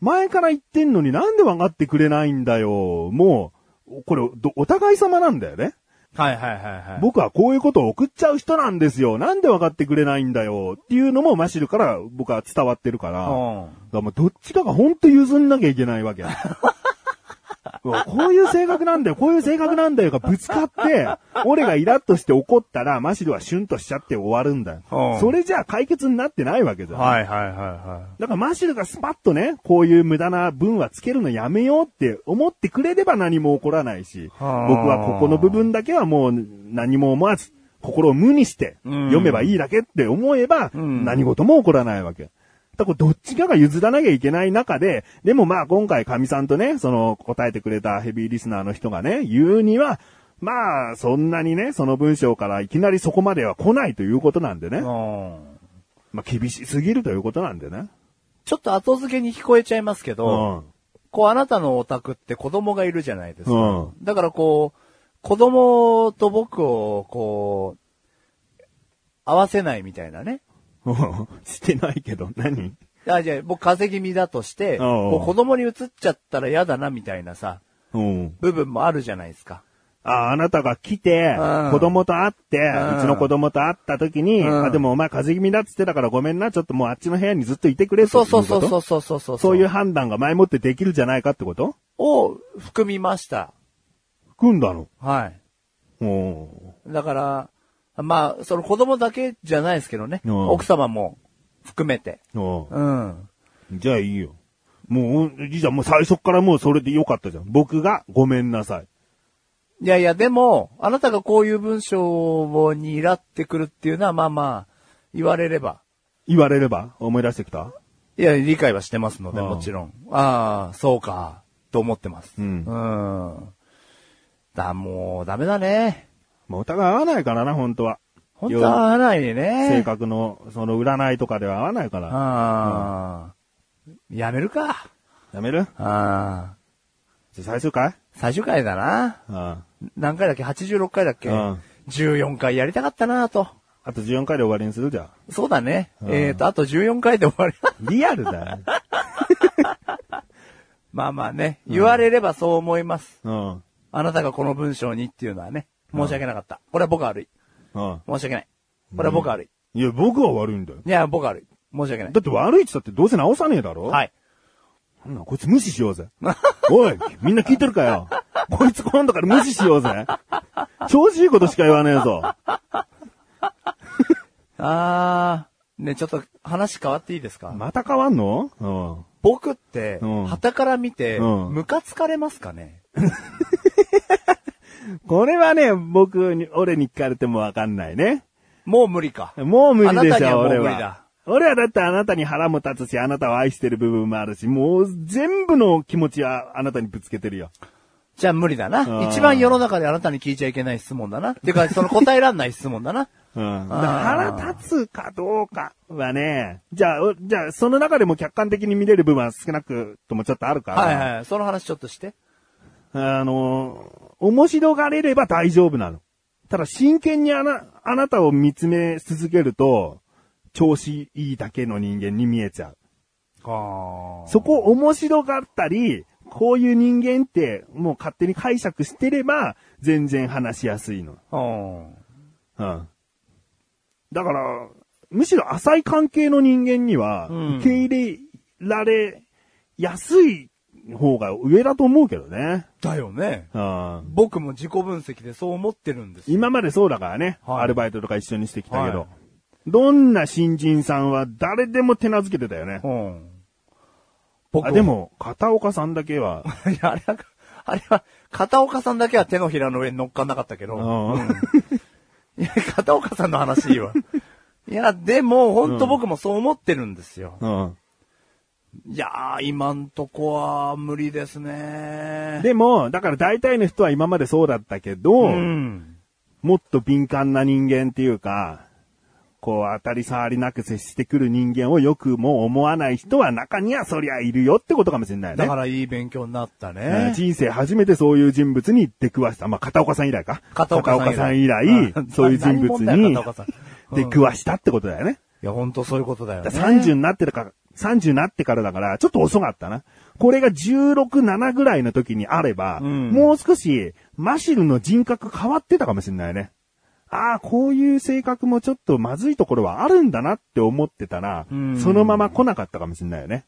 前から言ってんのになんで分かってくれないんだよ。もう、これ、どお互い様なんだよね。
はいはいはいはい。
僕はこういうことを送っちゃう人なんですよ。なんで分かってくれないんだよ。っていうのもマシルから僕は伝わってるから。だ
うん
からもうどっちかがほんと譲んなきゃいけないわけ。 うわこういう性格なんだよ、こういう性格なんだよがぶつかって、俺がイラッとして怒ったら、マシルはシュンとしちゃって終わるんだ
う
よ
ん。
それじゃあ解決になってないわけじゃん。
はいはいはいは
だからマシルがスパッとね、こういう無駄な分はつけるのやめようって思ってくれれば何も起こらないし、僕
はあ
はここの部分だけはもう何も思わず、心を無にして、
うん
読めばいいだけって思えば、
うん
何事も起こらないわけ。だからどっちかが譲らなきゃいけない中で、でもまあ今回神さんとね、その答えてくれたヘビーリスナーの人がね、言うには、まあそんなにね、その文章からいきなりそこまでは来ないということなんで
い。
ね、
うん
まあ厳しすぎるということなんでね。
ちょっと後付けに聞こえちゃいますけど、
うん
こうあなたのお宅って子供がいるじゃないですか。
うん
だからこう、子供と僕をこう、合わせないみたいなね。
うん してないけど、何
あ、じゃあ、僕風邪気味だとして、
おうおう
こう子供に移っちゃったら嫌だなみたいなさ、
うん。
部分もあるじゃないですか。
あ、あなたが来て
うん、
子供と会って、
ん
うちの子供と会った時に、
うん
あ、でもお前風邪気味だっつってたからごめんな、ちょっともうあっちの部屋にずっといてくれって
そう
こと
そうそうそうそうそうそう。
そういう判断が前もってできるじゃないかってこと
を含みました。
含んだの。
はい。
うん。
だから、まあ、その子供だけじゃないですけどね。
うん
奥様も含めて。
うん
うん。
じゃあいいよ。もう、じいちゃんもう最初からもうそれでよかったじゃん。僕がごめんなさい。
いやいや、でも、あなたがこういう文章にイラってくるっていうのは、まあまあ、言われれば。
言われれば思い出してきた
いや、理解はしてますので、
うん
もちろん。ああ、そうか、と思ってます。
うん
うん。だ、もう、ダメだね。
まあ、お互い合わないからな、本当は。
本当は合わないね。
性格の、その占いとかでは合わないから。
ああ、やめるか。
やめる
ああ、
じゃあ最終回
最終回だな。
うん。あ
何回だっけ ?86 回だっけ、
うん
?14 回やりたかったなと。
と14回で終わりにするじゃん。
そうだね。
うん
えっ、と、あと14回で終わり。
リアルだよ。
まあまあね、言われればそう思い ます。
うん。
あなたがこの文章にっていうのはね、申し訳なかった。これは僕が悪い。
うん。
申し訳ない。これは僕が悪い。
いや、僕は悪いんだよ。
いや、僕が悪い。申し訳ない。
だって悪いって言ったってどうせ直さねえだろ
はい。
なんだこいつ無視しようぜ。おい、みんな聞いてるかよ。こいつ今度から無視しようぜ。調子いいことしか言わねえぞ。
あー、ね、ちょっと話変わっていいですか、
また変わんのうん。
僕って、
うん
旗から見て、
うん
ムカつかれますかね
これはね、僕に、俺に聞かれてもわかんないね。
もう無理か。
もう無理で
あなた
し
には
ょ、
もう
俺
無理だ
は。俺はだってあなたに腹も立つし、あなたを愛してる部分もあるし、もう全部の気持ちはあなたにぶつけてるよ。
じゃあ無理だ
う
な。
ん
一番世の中であなたに聞いちゃいけない質問だな。っていうか、その答えらんない質問だな。
うん。
あー
腹立つかどうかはね、じゃあ、おじゃあ、その中でも客観的に見れる部分は少なくともちょっとあるか ら、
はいはい。その話ちょっとして。
あの、面白がれれば大丈夫なの。ただ真剣にあな、あなたを見つめ続けると、調子いいだけの人間に見えちゃう。
あ
そこを面白がったり、こういう人間ってもう勝手に解釈してれば、全然話しやすいの。
うん。
うん。だから、むしろ浅い関係の人間には、
うん
受け入れられやすい方が上だと思うけどね。
だよね。
うん。
僕も自己分析でそう思ってるんですよ。
今までそうだからね、
はい
アルバイトとか一緒にしてきたけど、
はい
どんな新人さんは誰でも手なずけてたよね。
うん。僕
あで、も、片岡さんだけは、
いや、あれは、あれは、片岡さんだけは手のひらの上に乗っかんなかったけど、
うん
いや、 片岡さんの話い いわ。いや、でも、本当
うん
僕もそう思ってるんですよ。
うん
いやー、今んとこは無理です ね。
でも、だから大体の人は今までそうだったけど、
うん。
もっと敏感な人間っていうか、こう当たり障りなく接してくる人間をよくも思わない人は中にはそりゃいるよってことかもしれないよね。
だからいい勉強になった
うん
ね。
人生初めてそういう人物に出くわした。まあ、片岡さん以来か。
片岡さん以来
片岡さん以来
うん
そういう人
何
物
者だよ
に
片岡さんうん
出くわしたってことだよね。
いや、本当そういうことだよね。
だから30になってるから、30になってからだから、ちょっと遅かったな。これが16、7ぐらいの時にあれば、
うん
もう少し、マシルの人格変わってたかもしれないね。ああ、こういう性格もちょっとまずいところはあるんだなって思ってたら、
うん
そのまま来なかったかもしれないよね。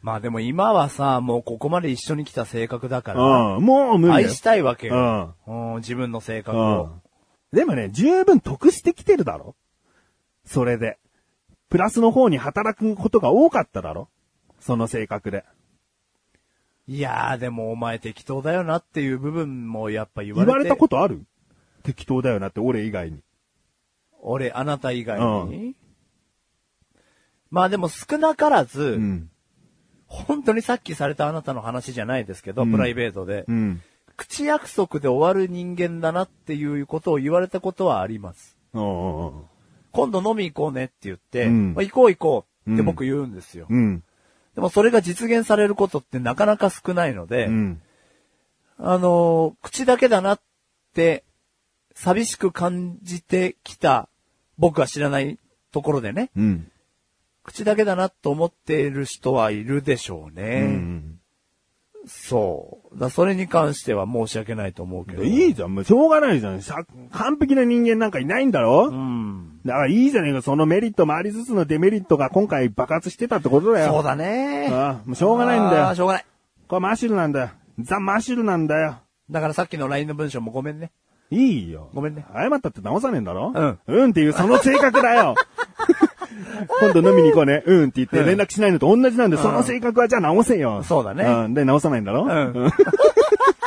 まあでも今はさ、もうここまで一緒に来た性格だから、
うん、もう無理だよ
愛したいわけよ。
うん。
うん自分の性格
う
を
ん。。でもね、十分得してきてるだろそれで。プラスの方に働くことが多かっただろその性格で。
いやー、でもお前適当だよなっていう部分もやっぱ言わ
言
れて。
われたことある適当だよなって、俺以外に。
俺、あなた以外に、まあでも少なからず、
うん。
本当にさっきされたあなたの話じゃないですけど、
うん
プライベートで、
うん。
口約束で終わる人間だなっていうことを言われたことはあります。
うん。
今度飲み行こうねって言って、
うん
まあ行こう行こうって
うん
僕言うんですよ、
うん。
でもそれが実現されることってなかなか少ないので、
うん。
あのー口だけだなって、寂しく感じてきた、僕は知らないところでね、
うん。
口だけだなと思っている人はいるでしょう
う
ね。
ん。
そう。だそれに関しては申し訳ないと思うけど。
いいじゃん、もうしょうがないじゃん。さ、完璧な人間なんかいないんだろ
うん。
だからいいじゃねえか、そのメリットもありつつのデメリットが今回爆発してたってことだよ。
そうだね。
ああもうしょうがないんだ
あー
よ。
しょうがない。
これマシルなんだよ。ザ・マシルなんだよ。
だからさっきの LINE の文章もごめんね。
いいよ。
ごめんね。
謝ったって直さねえんだろ
うん。
うんっていうその性格だ よ。今度飲みに行こうね。うんって言って連絡しないのと同じなんで、その性格はじゃあ直せよ。
そうだね
ん。で、直さないんだろ
うん。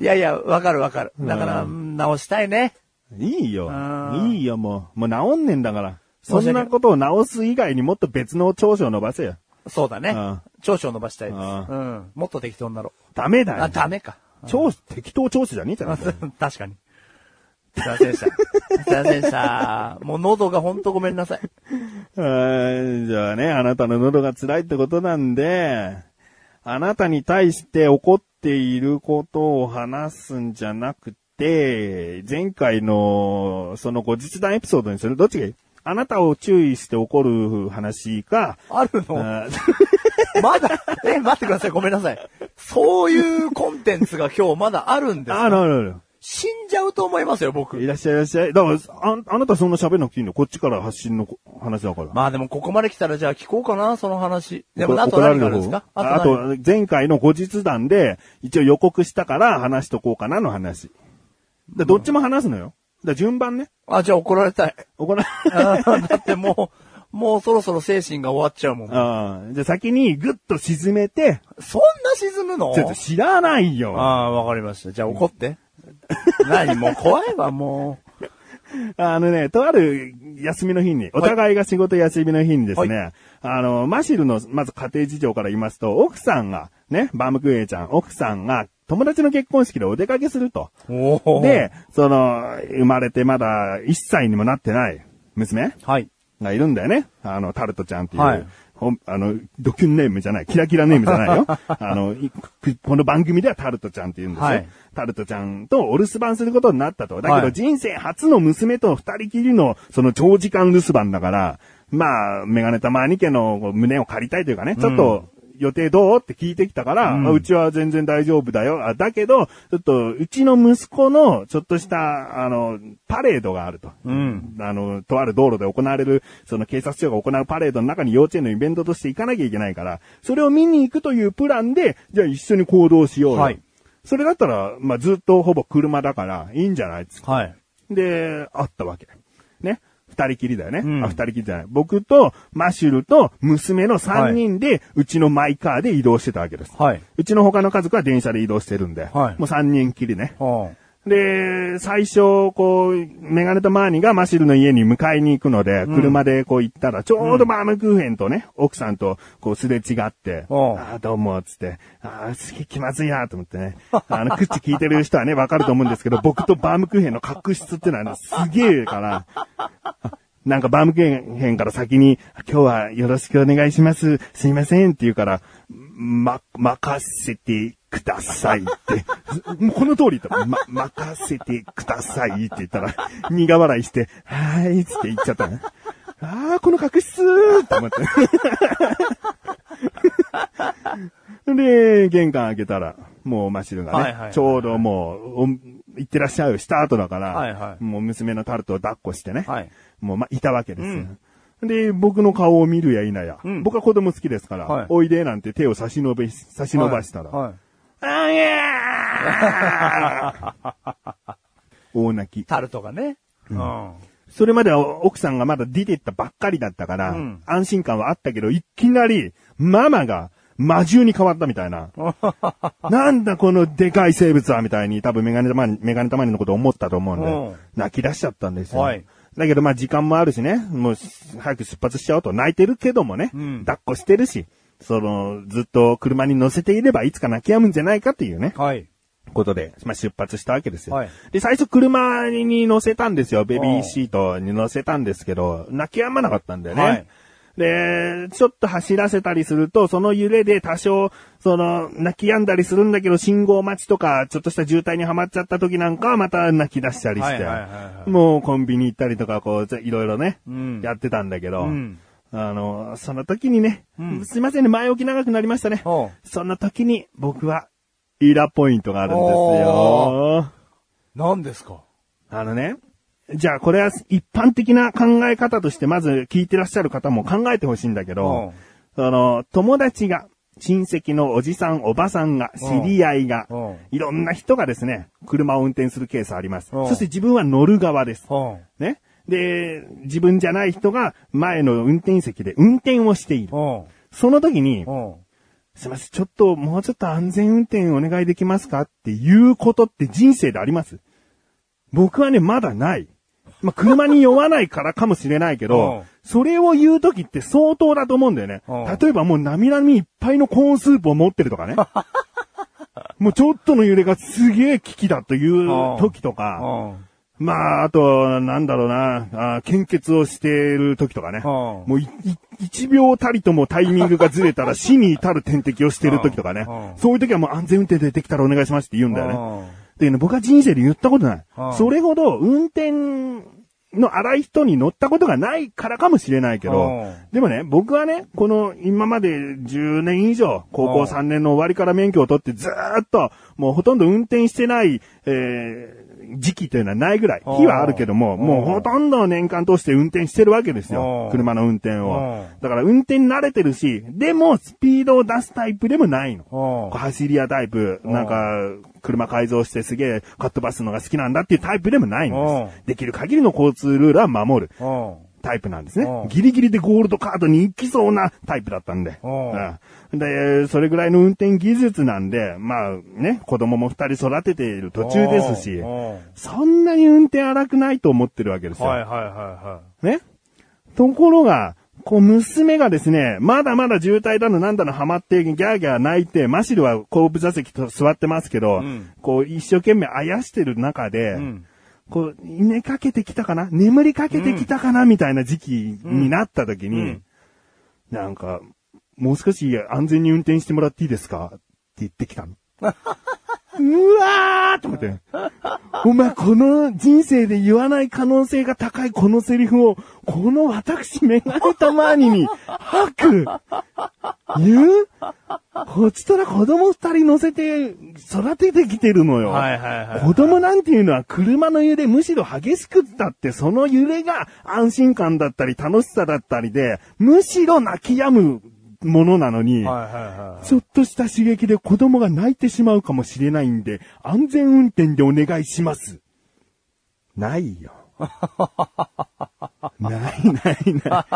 いやいや、わかるわかる。だから、うん直したいね。
いいよ
あ。ー
いいよ、もう。もう直んねえんだから。そ
申し訳
んなことを直す以外にもっと別の長所を伸ばせよ。
そうだね
うん。
長所を伸ばしたいです。う
うん
ん。もっと適当になろ
ダメ
う。
だ
あ、
よ。
ダメか。
長所、適当長所じゃねえじゃん。
確かに。すいませんでした。すいませんでした。もう喉がほんとごめんなさい。
はいじゃあね、あなたの喉が辛いってことなんで、あなたに対して怒っていることを話すんじゃなくて、前回の、その後日談エピソードにする。どっちがいいあなたを注意して怒る話か、
あるの
あ
まだ、え、待ってください。ごめんなさい。そういうコンテンツが今日まだあるんです
あ
か
るある
死んじゃうと思いますよ、
あ
僕
る。い。らっしゃいいらっしゃい。だから、ああなたそんな喋んなくていいのこっちから発信の話だから。
まあでもここまで来たらじゃあ聞こうかな、その話。で
こ
も
れ
あと
怒られ
何
る
があ
方
るんですか
ああ
何
と、前回の後日談で、一応予告したから話しとこうかなの話。だどっちも話すのよ。だ順番ね。
あ、じゃあ怒られたい。
行な、
あーだってもう、もうそろそろ精神が終わっちゃうもん。
あーじゃあ先にグッと沈めて、
そんな沈むの
ちょっと知らな
あ
いよ。あ
あー、わかりました。じゃあ怒って。何もう怖いわ、も
のね、とある休みの日に、お互いが仕事休みの日にですね、あの、マシルの、まず家庭事情から言いますと、奥さんが、ね、バームクーヘンちゃん、奥さんが、友達の結婚式でお出かけすると。
う。おー、
で、その、生まれてまだ1歳にもなってない娘
はい。
がいるんだよね。あの、タルトちゃんっていう。
はい
ほんあの、ドキュンネームじゃない、キラキラネームじゃな いよ。あの、いくこの番組ではタルトちゃんって言うんですよ。
はい
タルトちゃんとお留守番することになったと。だけ
は
ど
い
人生初の娘と二人きりの、その長時間留守番だから、まあ、メガネたまに家のこう胸を借りたいというかね、ちょっと、予定どうって聞いてきたから、
うん
あうちは全然大丈夫だよ。あだけど、ちょっと、うちの息子の、ちょっとした、あの、パレードがあると。
うん
あの、とある道路で行われる、その警察庁が行うパレードの中に幼稚園のイベントとして行かなきゃいけないから、それを見に行くというプランで、じゃあ一緒に行動しようよ。
はい
それだったら、まあ、ずっとほぼ車だから、いいんじゃないですか。
はい。
で、あったわけ。ね。二人きりだよね。
うん
あ、二人きりじゃない。僕と、マシュルと、娘の三人で、うちのマイカーで移動してたわけです。
はい。
うちの他の家族は電車で移動してるんで、
はい
もう三人きりね。
は
で、最初、こう、メガネとマーニがマシルの家に迎えに行くので、車でこう行ったら、ちょうどバームクーヘンとね、奥さんとこうすれ違って、
おう
ああ、どうも、つって、ああ、すげえ気まずいな、と思ってね。 あの、口聞いてる人はね、わかると思うんですけど、僕とバームクーヘンの確執ってのはね、すげえから、なんかバームクーヘンから先に、今日はよろしくお願いします。すいませんって言うから、ま、任せてくださいって。 もうこの通りと、ま、任せてくださいって言ったら、苦笑いして、はーいっつって言っちゃったね。あー、この確執ーって思って。で、 玄関開けたら、もうマシルがね、
はいはいはい
ちょうどもう、お行ってらっしゃいした後だから、
はいはい
もう娘のタルトを抱っこしてね、
はい
もう、ま、いたわけですよ。で、僕の顔を見るや否や、
うん
僕は子供好きですから、
はい
おいでなんて手を差し伸べ、差
い。
し伸ばしたら、
はい。
あいやー 大泣き。
タルトがね。うん。
それまでは奥さんがまだ出てったばっかりだったから、
うん
安心感はあったけど、いきなり、ママが、魔獣に変わったみたいな。なんだこのでかい生物はみたいに、多分メガネたまに、メガネたまにのこと思ったと思うんで、
うん
泣き出しちゃったんですよ。
はい
だけどまあ時間もあるしね、もう早く出発しちゃおうと泣いてるけどもね、
うん
抱っこしてるし、その、ずっと車に乗せていればいつか泣き止むんじゃないかっていうね。
はい。
ことで、まあ、出発したわけですよ。
はい
で、最初車に乗せたんですよ。ベビーシートに乗せたんですけど、泣き止まなかったんだよね。
はい
で、ちょっと走らせたりすると、その揺れで多少、その、泣き止んだりするんだけど、信号待ちとか、ちょっとした渋滞にはまっちゃった時なんかはまた泣き出したりし
はいはいはいは
て、もうコンビニ行ったりとか、こう、ちょいろいろね、
うん
やってたんだけど、
うん
あの、その時にね、
うん
すいませんね、前置き長くなりましたね。
おう
その時に僕は、イラポイントがあるんです
お
よ。
何ですか
あのね、じゃあこれは一般的な考え方としてまず聞いてらっしゃる方も考えてほしいんだけど、その、友達が、親戚のおじさん、おばさんが、知り合いが
うん、
いろんな人がですね、車を運転するケースあります。
うん
そして自分は乗る側です。
うん。
ね。で、自分じゃない人が前の運転席で運転をしている
う。ん。
その時に、
うん。
すいません、ちょっと、もうちょっと安全運転お願いできますかっていうことって人生であります僕はね、まだない。まあ、車に酔わないからかもしれない け
う
ど
ん、
それを言うときって相当だと思うんだよね
うん。
例えばもう並々いっぱいのコーンスープを持ってると かね。もうちょっとの揺れがすげえ危機だという時とか、
うん。
まあ、あと、なんだろうな、あー献血をしている時とかね。
うん
もうい、い一秒たりともタイミングがずれたら死に至る点滴をしてる時とかね
うんう。ん
そういう時はもう安全運転でできたらお願いしますって言うんだよ
うん
ね。っていうの僕は人生で言ったことない
うん。
それほど運転の荒い人に乗ったことがないからかもしれないけ
う
ど
ん、
でもね、僕はね、この今まで10年以上、高校
うん
3年の終わりから免許を取ってずーっと、もうほとんど運転してない、えー時期というのはないぐらい。
うん
日はあるけども、もうほとんど年間通して運転してるわけです
う
よ
ん。
車の運転を
う。
だから運転慣れてるし、でもスピードを出すタイプでもないの。
うん
こう走り屋タイプ、なんか、車改造してすげえかっ飛ばすのが好きなんだっていうタイプでもないんです。できる限りの交通ルールは守る
うん。
タイプなんですね
うん。
ギリギリでゴールドカードに行きそうなタイプだったんで。
うん
うんで、それぐらいの運転技術なんで、まあね、子供も二人育てている途中ですし
うん、うん
そんなに運転荒くないと思ってるわけですよ。
はいはいは
ね。ところが、こう、娘がですね、まだまだ渋滞だのなんだのハマって、ギャーギャー泣いて、マシルは後部座席と座ってますけ
う
ど、
ん
こう、一生懸命あやしてる中で、
いはい。うん。
こう、寝かけてきたかな眠りかけてきたかな、みたいな時期になった時に、
うん
なんか、もう少し安全に運転してもらっていいですかって言ってきた の。うわーと思って。お前、この人生で言わない可能性が高いこのセリフを、この私メガネたまにに吐く言うこっちとら子供二人乗せて育ててきてるのよ。
はいはいはい
子供なんていうのは車の揺れむしろ激しくったって、その揺れが安心感だったり楽しさだったりで、むしろ泣き止むものなのに、
はいはいはい。
ちょっとした刺激で子供が泣いてしまうかもしれないんで、安全運転でお願いします。ないよ。 ないないな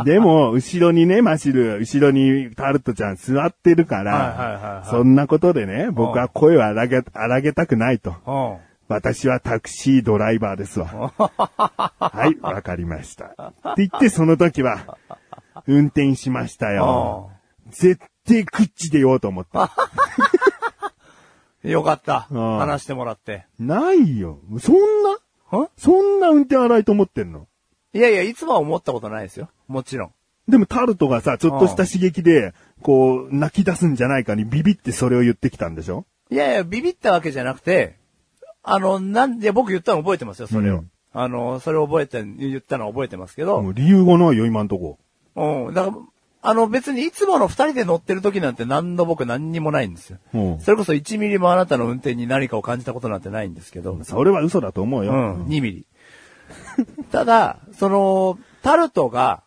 い。でも、後ろにね、マシル、後ろにタルトちゃん座ってるか
はいはいはいは
ら
い、
そんなことでね、僕は声を荒げ、荒げたくないと。
うん。
私はタクシードライバーですわ。はい、わかりました。って言って、その時は、運転しましたよ。絶対口で言おうと思った。
よかった。
うん
話してもらって。
ないよ。そんなんそんな運転荒いと思ってんの
いやいや、いつもは思ったことないですよ。もちろん。
でもタルトがさ、ちょっとした刺激で、こう、泣き出すんじゃないかにビビってそれを言ってきたんでしょ
いやいや、ビビったわけじゃなくて、あの、なんで僕言ったの覚えてますよ、それを。
うん
あの、それを覚えて、言ったのは覚えてますけど。
もう理由がないよ、今んとこ。
うん。だから、あの別にいつもの二人で乗ってる時なんて何の僕何にもないんですよ。
うん
それこそ1ミリもあなたの運転に何かを感じたことなんてないんですけど、う
それは嘘だと思うよ。
ん、2ミリ。 ただ、その、タルトが、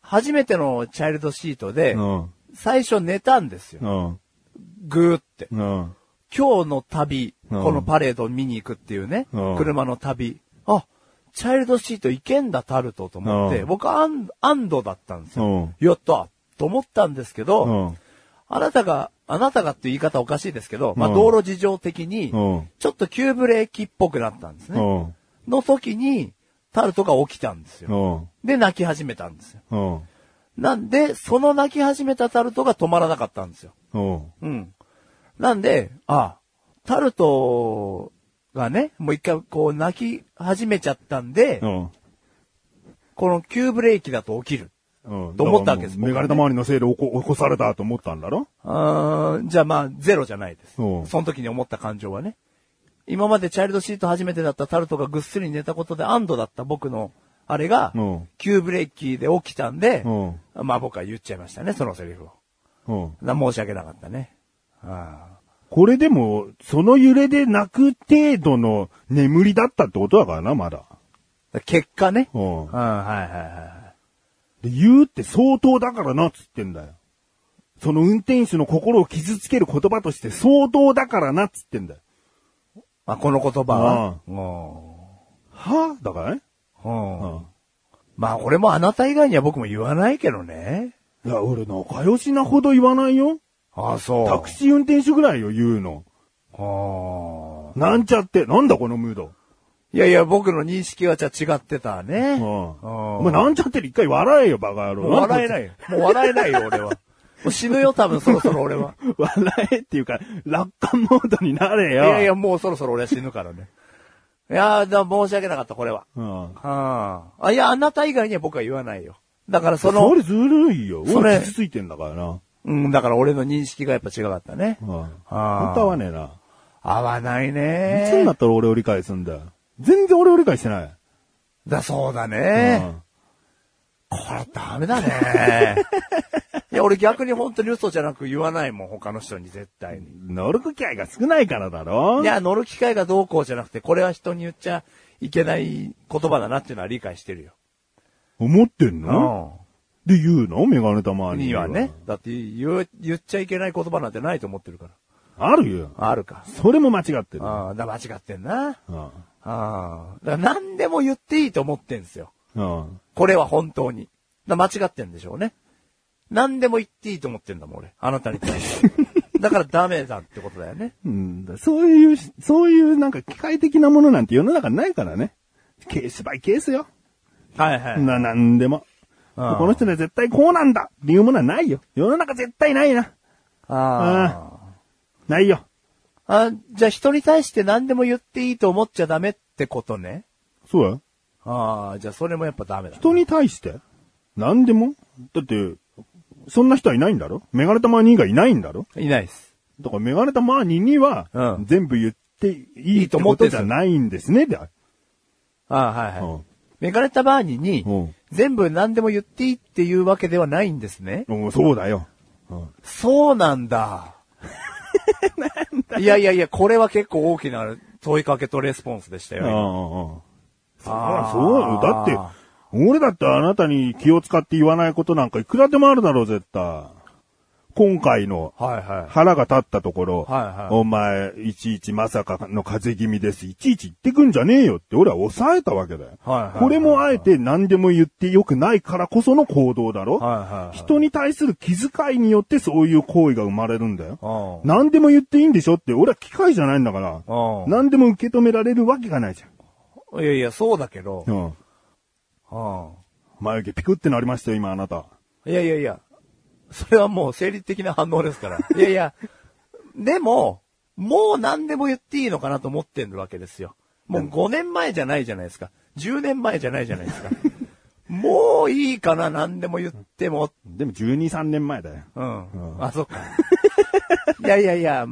初めてのチャイルドシートで
う、ん。
最初寝たんですよ。
うん。
ぐーって。
うん。
今日の旅、
うん
このパレードを見に行くっていうね、
うん
車の旅。あ、チャイルドシート行けんだ、タルトと思って、
うん
僕安、安堵だったんですよ。
うん
やったと思ったんですけど、
うん。
あなたが、あなたがっていう言い方おかしいですけど、まあ、
うん
道路事情的に
うん、
ちょっと急ブレーキっぽくなったんです
う
ね。
ん。
の時に、タルトが起きたんですよ。
うん。
で、泣き始めたんですよ。
うん。
なんで、その泣き始めたタルトが止まらなかったんですよ。
うん。
うん。なんで、あ、タルトがね、もう一回こう泣き始めちゃったんで、
うん。
この急ブレーキだと起きる
うん。
と思ったわけです
メガネ玉周りのせいで起こ起こされたと思ったんだろ
あーじゃあまあ、ゼロじゃないです。
うん
その時に思った感情はね。今までチャイルドシート初めてだったタルトがぐっすり寝たことで安堵だった僕の、あれが
うん、
急ブレーキで起きたんで、
う
まあ僕は言っちゃいましたね、そのセリフを。
うん。
な申し訳なかったね。あ
これでも、その揺れで泣く程度の眠りだったってことだからな、まだ。
ー結果ね。
う
うんん、。はいはいはい。
で、言うって相当だからな、つってんだよ。その運転手の心を傷つける言葉として相当だからな、つってんだよ。
まあこの言葉は。うん
はぁだからね。
うん
うん。
まあこれもあなた以外には僕も言わないけどね。
いや、俺仲良しなほど言わないよ。
ああ、そう。
タクシー運転手ぐらいよ、言うの。
はあ
なんちゃって、なんだこのムード。
いやいや、僕の認識はじゃあ違ってたね。う
うん。
ん
お前なんちゃってで一回笑えよ、バカ野郎。。
もう笑えないいよ。 もう笑えないよ、俺は。もう死ぬよ、多分そろそろ俺は。
笑えっていうか、楽観モードになれ
い
よ。
やいや、もうそろそろ俺は死ぬからね。いやー、だ申し訳なかった、これは。
うん。
はあ、あ。いや、あなた以外には僕は言わないよ。だからそ
そ
の、
れずるいよ。
それ
俺傷ついてんだからな。
うん、だから俺の認識がやっぱ違かったね
う。ん。本
あ
当は合わねえな。
合わない
いつに
ね
なったら俺を理解すんだよ。全然俺を理解してない。
だ、そうだ
え
ね。これダメだ ね。いや、俺逆に本当に嘘じゃなく言わないもん、他の人に絶対に。
乗る機会が少ないからだろ
いや、乗る機会がどうこうじゃなくて、これは人に言っちゃいけない言葉だなっていうのは理解してるよ。
思ってんので言うのメガネたま
うん。
に。
にはね。。だって言う、言っちゃいけない言葉なんてないと思ってるから。
あるよ。
あるか。
それも間違ってる。
ああ、だ、間違ってんな。
うん。
ああ。だから何でも言っていいと思ってんですよ。
うん。
これは本当に。だ間違ってんでしょうね。何でも言っていいと思ってんだもん、俺。あなたに対して。 だからダメだってことだよね。
うん、そういう、そういうなんか機械的なものなんて世の中ないからね。ケースバイケースよ。
はいは
な、なんでも。
ああ
この人には絶対こうなんだっていうものはないよ。世の中絶対ないな。
あ
ないよ。
あ。あ、じゃあ人に対して何でも言っていいと思っちゃダメってことね。
そうや。
ああ、じゃあそれもやっぱダメだ。
人に対して何でもだって、そんな人はいないんだろメガネタマーニーがいないんだろ
いないです。
だからメガネタマーニーには、
うん
全部言っていい
い
と
と
思
思
っ
ってて
こと
ん
じ
す
ゃ
よ
ないんですね。で
ああ、はいはい。
うん
メガネタバーニに
うん、
全部何でも言っていいっていうわけではないんですね。
うんそうだよ。うん
そうなん だ。いやいやいや、これは結構大きな問いかけとレスポンスでした
うんう
よ。
んうん
あー
そうだよ。だって、俺だってあなたに気を使って言わないことなんかいくらでもあるだろう、絶対。今回の
はいはい。
腹が立ったところ、
はいはい
お前、いちいちまさかの風邪気味です。いちいち言ってくんじゃねえよって俺は抑えたわけだよ。
はいはいはい
これもあえて何でも言ってよくないからこその行動だろ、
はいはいはい。
人に対する気遣いによってそういう行為が生まれるんだよ。
うん
何でも言っていいんでしょって俺は機械じゃないんだから、
うん
何でも受け止められるわけがないじ
いやいや、そうだけど
ゃん。。うん。
うん
眉毛ピクってなりましたよ、今あなた。
いやいやいや、それはもう生理的な反応ですから。いやいや、でも、もう何でも言っていいのかなと思ってるわけですよ。もう5年前じゃないじゃないですか。10年前じゃないじゃないですか。もういいかな、何でも言っても。
でも12、3年前だよ。
うん。あ、そっか。いやいやいや、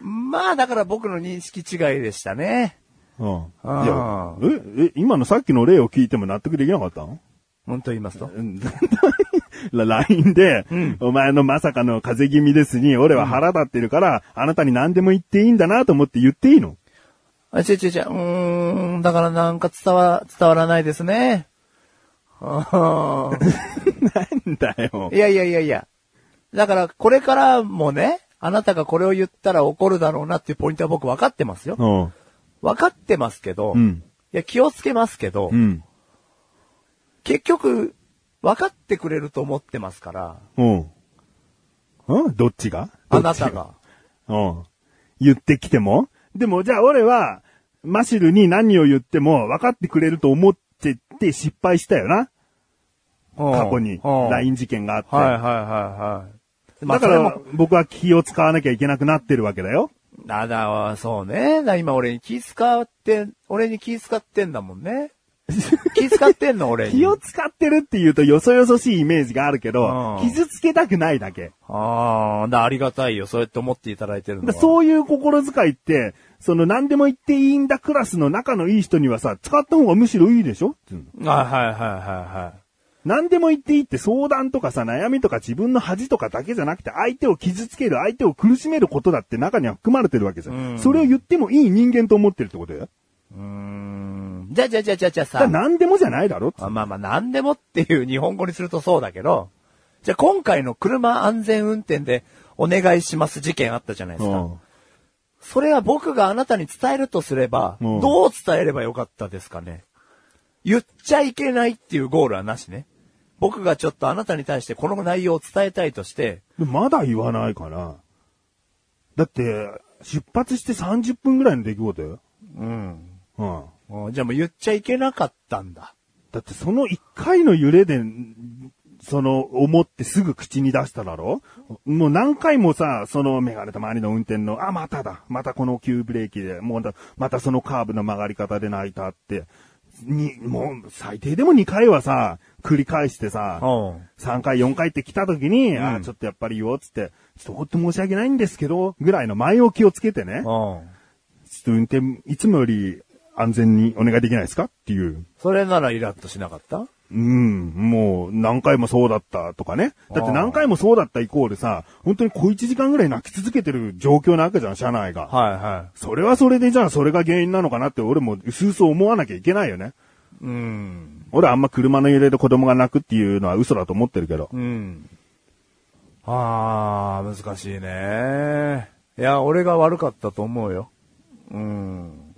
まあだから僕の認識違いでしたね。
うん。いや
あ、
え、え、今のさっきの例を聞いても納得できなかったの
本当言いますと。
ラ LINE で、お前のまさかの風邪気味ですに、俺は腹立ってるから、あなたに何でも言っていいんだなと思って言っていいの
あ、違う違う違う。うーん、だからなんか伝わ、伝わらないですね。あー
なんだよ
い。やいやいやいや。だから、これからもね、あなたがこれを言ったら怒るだろうなっていうポイントは僕分かってますよ。
うん。
分かってますけど、
うん
いや、気をつけますけど、
うん。
結局、分かってくれると思ってますから、
うん。うんどっちが
あなた。が。
うん。言ってきてもでも、じゃあ俺は、マシルに何を言っても分かってくれると思ってて失敗したよな。過去に
うん
LINE 事件があって。
はいはいはいはい。
だから、僕は気を使わなきゃいけなくなってるわけだよ。
だだわ、そうね。だ今俺に気使って、俺に気使ってんだもんね。気遣ってんの俺に。
気を使ってるって言うとよそよそしいイメージがあるけど、
うん
傷つけたくないだけ。
ああ、だありがたいよ。そうやって思っていただいてるの
だ
は。
そういう心遣いって、その何でも言っていいんだクラスの仲のいい人にはさ、使った方がむしろいいでしょっていうの
う。はいはいはいはいはい。
何でも言っていいって相談とかさ、悩みとか自分の恥とかだけじゃなくて、相手を傷つける、相手を苦しめることだって中には含まれてるわけじゃん。
うん
それを言ってもいい人間と思ってるってことだよ。
うーん。じゃあじゃあじゃあじゃあじゃあ
だから
さ。
何でもじゃないだろっつう
あまあまあ、なんでもっていう日本語にするとそうだけど、じゃあ今回の車安全運転でお願いします事件あったじゃないですか。
うん
それは僕があなたに伝えるとすれば、
うん
どう伝えればよかったですかね。言っちゃいけないっていうゴールはなしね。僕がちょっとあなたに対してこの内容を伝えたいとして、
でまだ言わないから。だって、出発して30分ぐらいの出来事よ。
うん。
うん。
じゃあもう言っちゃいけなかったんだ。
だってその一回の揺れで、んその、思ってすぐ口に出しただろもう何回もさ、そのメガネと周りの運転の、あ、まただ。またこの急ブレーキで、もうだ、またそのカーブの曲がり方で泣いたって、に、もう最低でも2回はさ、繰り返してさ、
うん。
3回、4回って来た時に、あ
う
ー
ん
ちょっとやっぱり言おうっつって、ちょっとほんと申し訳ないんですけど、ぐらいの前置きをつけてね、ちょっ
うん。
と運転、いつもより安全にお願いできないですかっていう。
それならイラッとしなかった
うん、もう何回もそうだったとかね。だって何回もそうだったイコールさ、本当に小1時間ぐらい泣き続けてる状況なわけじゃん、車内が。
はいは
それはそれでじゃあそれが原因なのかなって俺もうすうす思わなきゃいけないよね。
い。うん。
俺あんま車の揺れで子供が泣くっていうのは嘘だと思ってるけど。
うん。あー、難しいね。いや、俺が悪かったと思うよ。うん。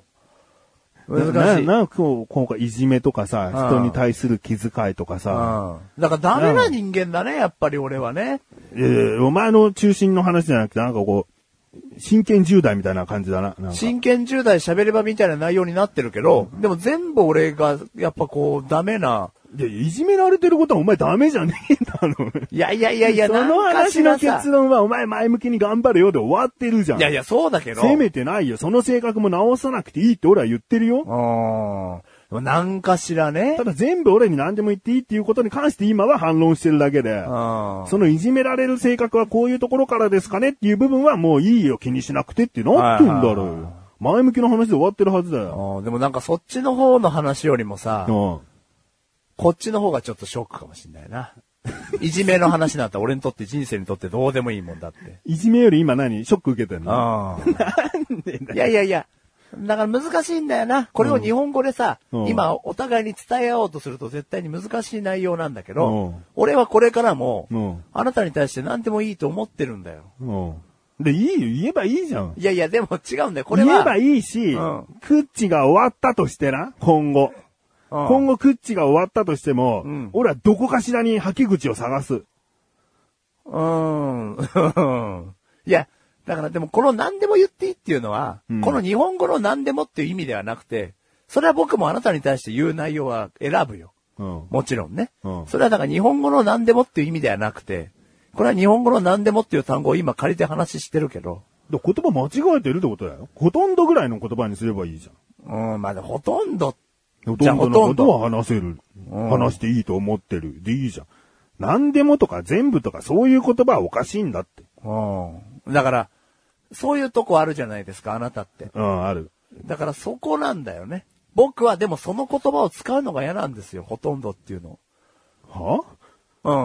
難しい。
な、な、今日、今回いじめとかさ、
うん
人に対する気遣いとかさ、
うん。だからダメな人間だね、やっぱり俺はね。
えーお前の中心の話じゃなくて、なんかこう、真剣10代みたいな感じだな。なんか
真剣10代喋ればみたいな内容になってるけど、でも全部俺が、やっぱこう、ダメな。
いや、いじめられてることはお前ダメじゃねえんだろ。
いやいやいやいや、
その
なんかし
話
ら
の
さ
結論はお前前向きに頑張れよで終わってるじゃん。
いやいや、そうだけど。
せめてないよ。その性格も直さなくていいって俺は言ってるよ。
うん。なんかしらね
た。だ全部俺に何でも言っていいっていうことに関して今は反論してるだけで。
うん。
そのいじめられる性格はこういうところからですかねっていう部分はもういいよ気にしなくてってなってんだろ
はいはいはいう
よ。前向きの話で終わってるはずだよ。
うんでもなんかそっちの方の話よりもさ、
うん。
こっちの方がちょっとショックかもしんないな。 いじめの話なんて俺にとって人生にとってどうでもいいもんだって。
いじめより今何ショック受けてんの
うん。いやいやいや。だから難しいんだよな。これを日本語でさ、
うん
今お互いに伝え合おうとすると絶対に難しい内容なんだけど、
うん
俺はこれからも、
うん
あなたに対して何でもいいと思ってるんだよ。
うん。で、いいよ。言えばいいじゃん。
いやいや、でも違うんだよ。これ
言
は。
えばいいし、
うん
クッチが終わったとしてな、今後。
うん
今後クッチが終わったとしても、
うん
俺はどこかしらに吐き口を探す。
うーん。 いや、だからでもこの何でも言っていいっていうのは、
うん
この日本語の何でもっていう意味ではなくて、それは僕もあなたに対して言う内容は選ぶよ。
うん。
もちろんね。
うん
それはだから日本語の何でもっていう意味ではなくて、これは日本語の何でもっていう単語を今借りて話してるけど、
で言葉間違えてるってことだよ。ほとんどぐらいの言葉にすればいいじゃん。
うん、まあでもほとんど、
ほ
じゃ
と
あ
ん
ほ
ど
と
の
ん
こ
ど
とは話せる。話していいと思ってる。でいいじゃん。何でもとか全部とかそういう言葉はおかしいんだって。
うん。だから、そういうとこあるじゃないですか、あなたって。
うん、ある。
だからそこなんだよね。僕はでもその言葉を使うのが嫌なんですよ、ほとんどっていうのを。
は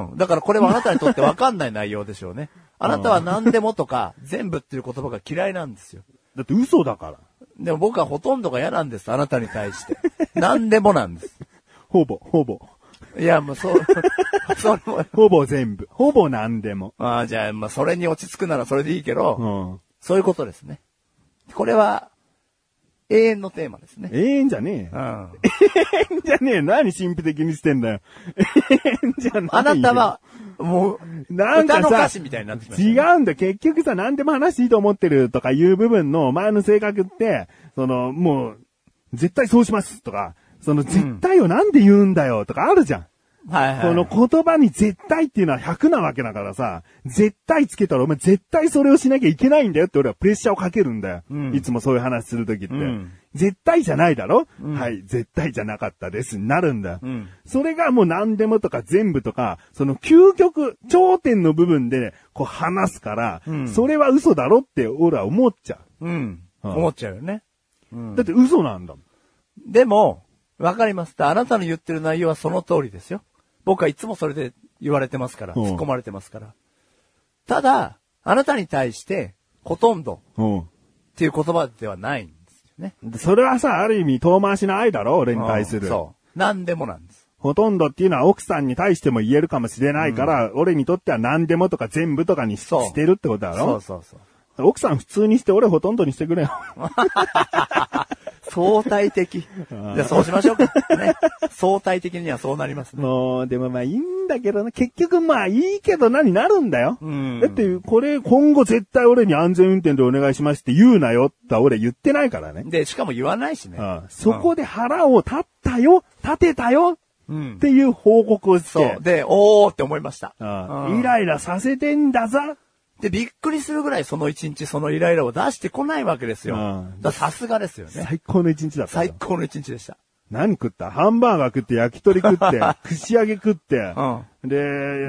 うん。だからこれはあなたにとって分かんない内容で しょうね。あなたは何でもとか、全部っていう言葉が嫌いなんですよ。
だって嘘だから。
でも僕はほとんどが嫌なんです、あなたに対 して。何でもなんです。
ほぼ、ほぼ。
いや、もうそう、 それも、
ほぼ全部。ほぼ何でも。
ああ、じゃあ、まあ、それに落ち着くならそれでいいけど、
うん。
そういうことですね。これは、永遠のテーマですね。
永遠じゃねえ
う。ん。
永 遠じゃねえ。何神秘的にしてんだよ。 永遠じゃないよ
あなた、は、もう、
なんかさ
歌の歌詞みたいになってきましたね
違うんだ。結局さ、何でも話していいと思ってるとかいう部分のお前の性格って、その、もう、絶対そうしますとか、その、絶対をなんで言うんだよとかあるじゃん。
はいはい。
この言葉に絶対っていうのは100なわけだからさ、絶対つけたらお前絶対それをしなきゃいけないんだよって俺はプレッシャーをかけるんだよ。
うん
いつもそういう話するときって、
うん
絶対じゃないだろ、
ん
はい、絶対じゃなかったですになるんだよ、
うん
それがもう何でもとか全部とか、その究極、頂点の部分で、こう話すから、
うん
それは嘘だろって俺は思っちゃ
うん。
はい
思っちゃうよね。
う。だって嘘なんだもん。
でも、わかります。あなたの言ってる内容はその通りですよ。僕はいつもそれで言われてますから、
うん
突っ込まれてますから。ただ、あなたに対して、ほとんどっていう言葉ではないんですよね。
でそれはさ、ある意味遠回しの愛だろ俺に対する。
うんそう。何でもなんです。
ほとんどっていうのは奥さんに対しても言えるかもしれないから、俺にとっては何でもとか全部とかにし
そう
してるってことだ
そう
ろ
そうそう。
奥さん普通にして俺ほとんどにしてくれよ。
相対的。じゃあそうしましょうか。ね。相対的にはそうなりますね。
もう、でもまあいいんだけどな。結局まあいいけどなになるんだよ。
うん
だってこれ今後絶対俺に安全運転でお願いしますって言うなよって俺言ってないからね。
で、しかも言わないしね。
ああそこで腹を立ったよ立てたよ
うん
っていう報告をして。
そう。で、おーって思いました。
ああ
うん
イライラさせてんだざ
で、びっくりするぐらいその一日そのイライラを出してこないわけですよ。
うん
だからさすがですよね。
最高の一日だったよ。
最高の一日でした。
何食ったハンバーガー食って、焼き鳥食って、 串揚げ食って、で、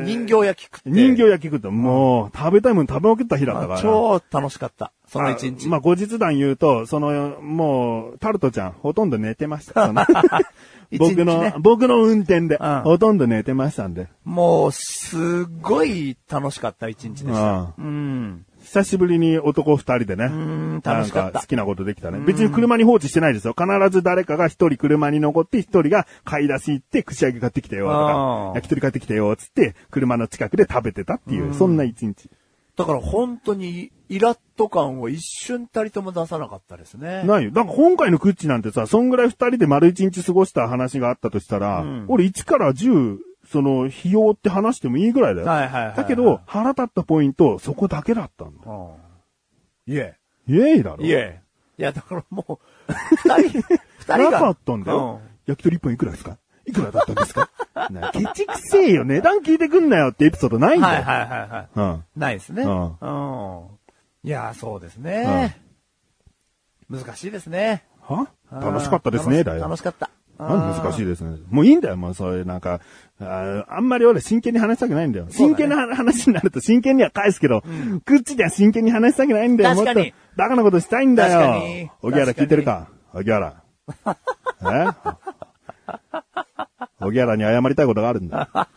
人形焼き食って。
人形焼き食った。もう、食べたいもの食べまくった日だったから
まあ
な。
超楽しかった。その一日。
まあ、後日談言うと、その、もう、タルトちゃん、ほとんど寝てました。その
一日ね
僕の、僕の運転で、
うん
ほとんど寝てましたんで。
もう、すごい楽しかった一日でした。うん。
久しぶりに男二人でね。
ん楽しかった
なん好きなことできたね。別に車に放置してないですよ。必ず誰かが一人車に残って、一人が買い出し行って、串揚げ買ってきてよ、と
あ
か
ー、
焼き鳥買ってきてよ、つって、車の近くで食べてたっていう、そんな一日。
だから本当にイラッと感を一瞬たりとも出さなかったですね。
ないよ。だから今回のクッチなんてさ、そんぐらい二人で丸一日過ごした話があったとしたら、
ん
俺1から10、その、費用って話してもいいぐらいだよ。
はいはいはいはい
だけど、腹立ったポイント、そこだけだったんだ。
いえ。
イエーイだろ
いえ。いや、だからもう、二人、二人
な
が。
かったんだよ。
う
焼き鳥1本いくらですかいくらだったんですか なケチくせえよ、値段聞いてくんなよってエピソードないん
んは
だ
い
よ。
はいはいはい。
うん。
ないですね。
う
うんん。いやー、そうですね。難しいですね。
は
あー
楽しかったですね、
楽
だ
し
よ
楽。しかった。
なんで難し
い
いですね。もういいんだよ、もうそういうなんか、あーあんまり俺真剣に話したくないんだよ。真剣な話になると真剣には返すけど、グッチでは真剣に話したくないんだよ。もっ
確
と
かに
バカなことしたいんだ
確かに
よ。小木原聞いてるか小 木原。え小木原に謝りたいことがあるんだ。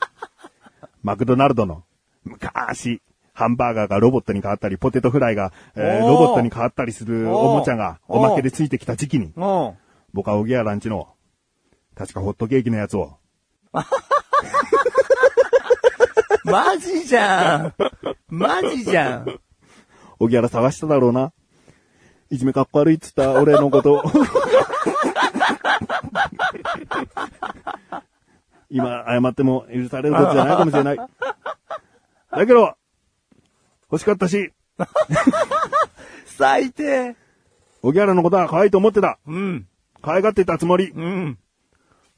マクドナルドの昔、ハンバーガーがロボットに変わったり、ポテトフライが、えー
おー
ロボットに変わったりするおもちゃが
おー
おまけでついてきた時期に、
うん。
僕はおぎやランチの、確かホットケーキのやつを、
マジじゃん。マジじゃん。
おぎやら探しただろうな。いじめかっこ悪いっつった俺のこと。今、謝っても許されることじゃないかもしれない。だけど、欲しかったし、
最低。
おぎやらのことは可愛いと思ってた。
うん。
可愛がってたつもり。
うん。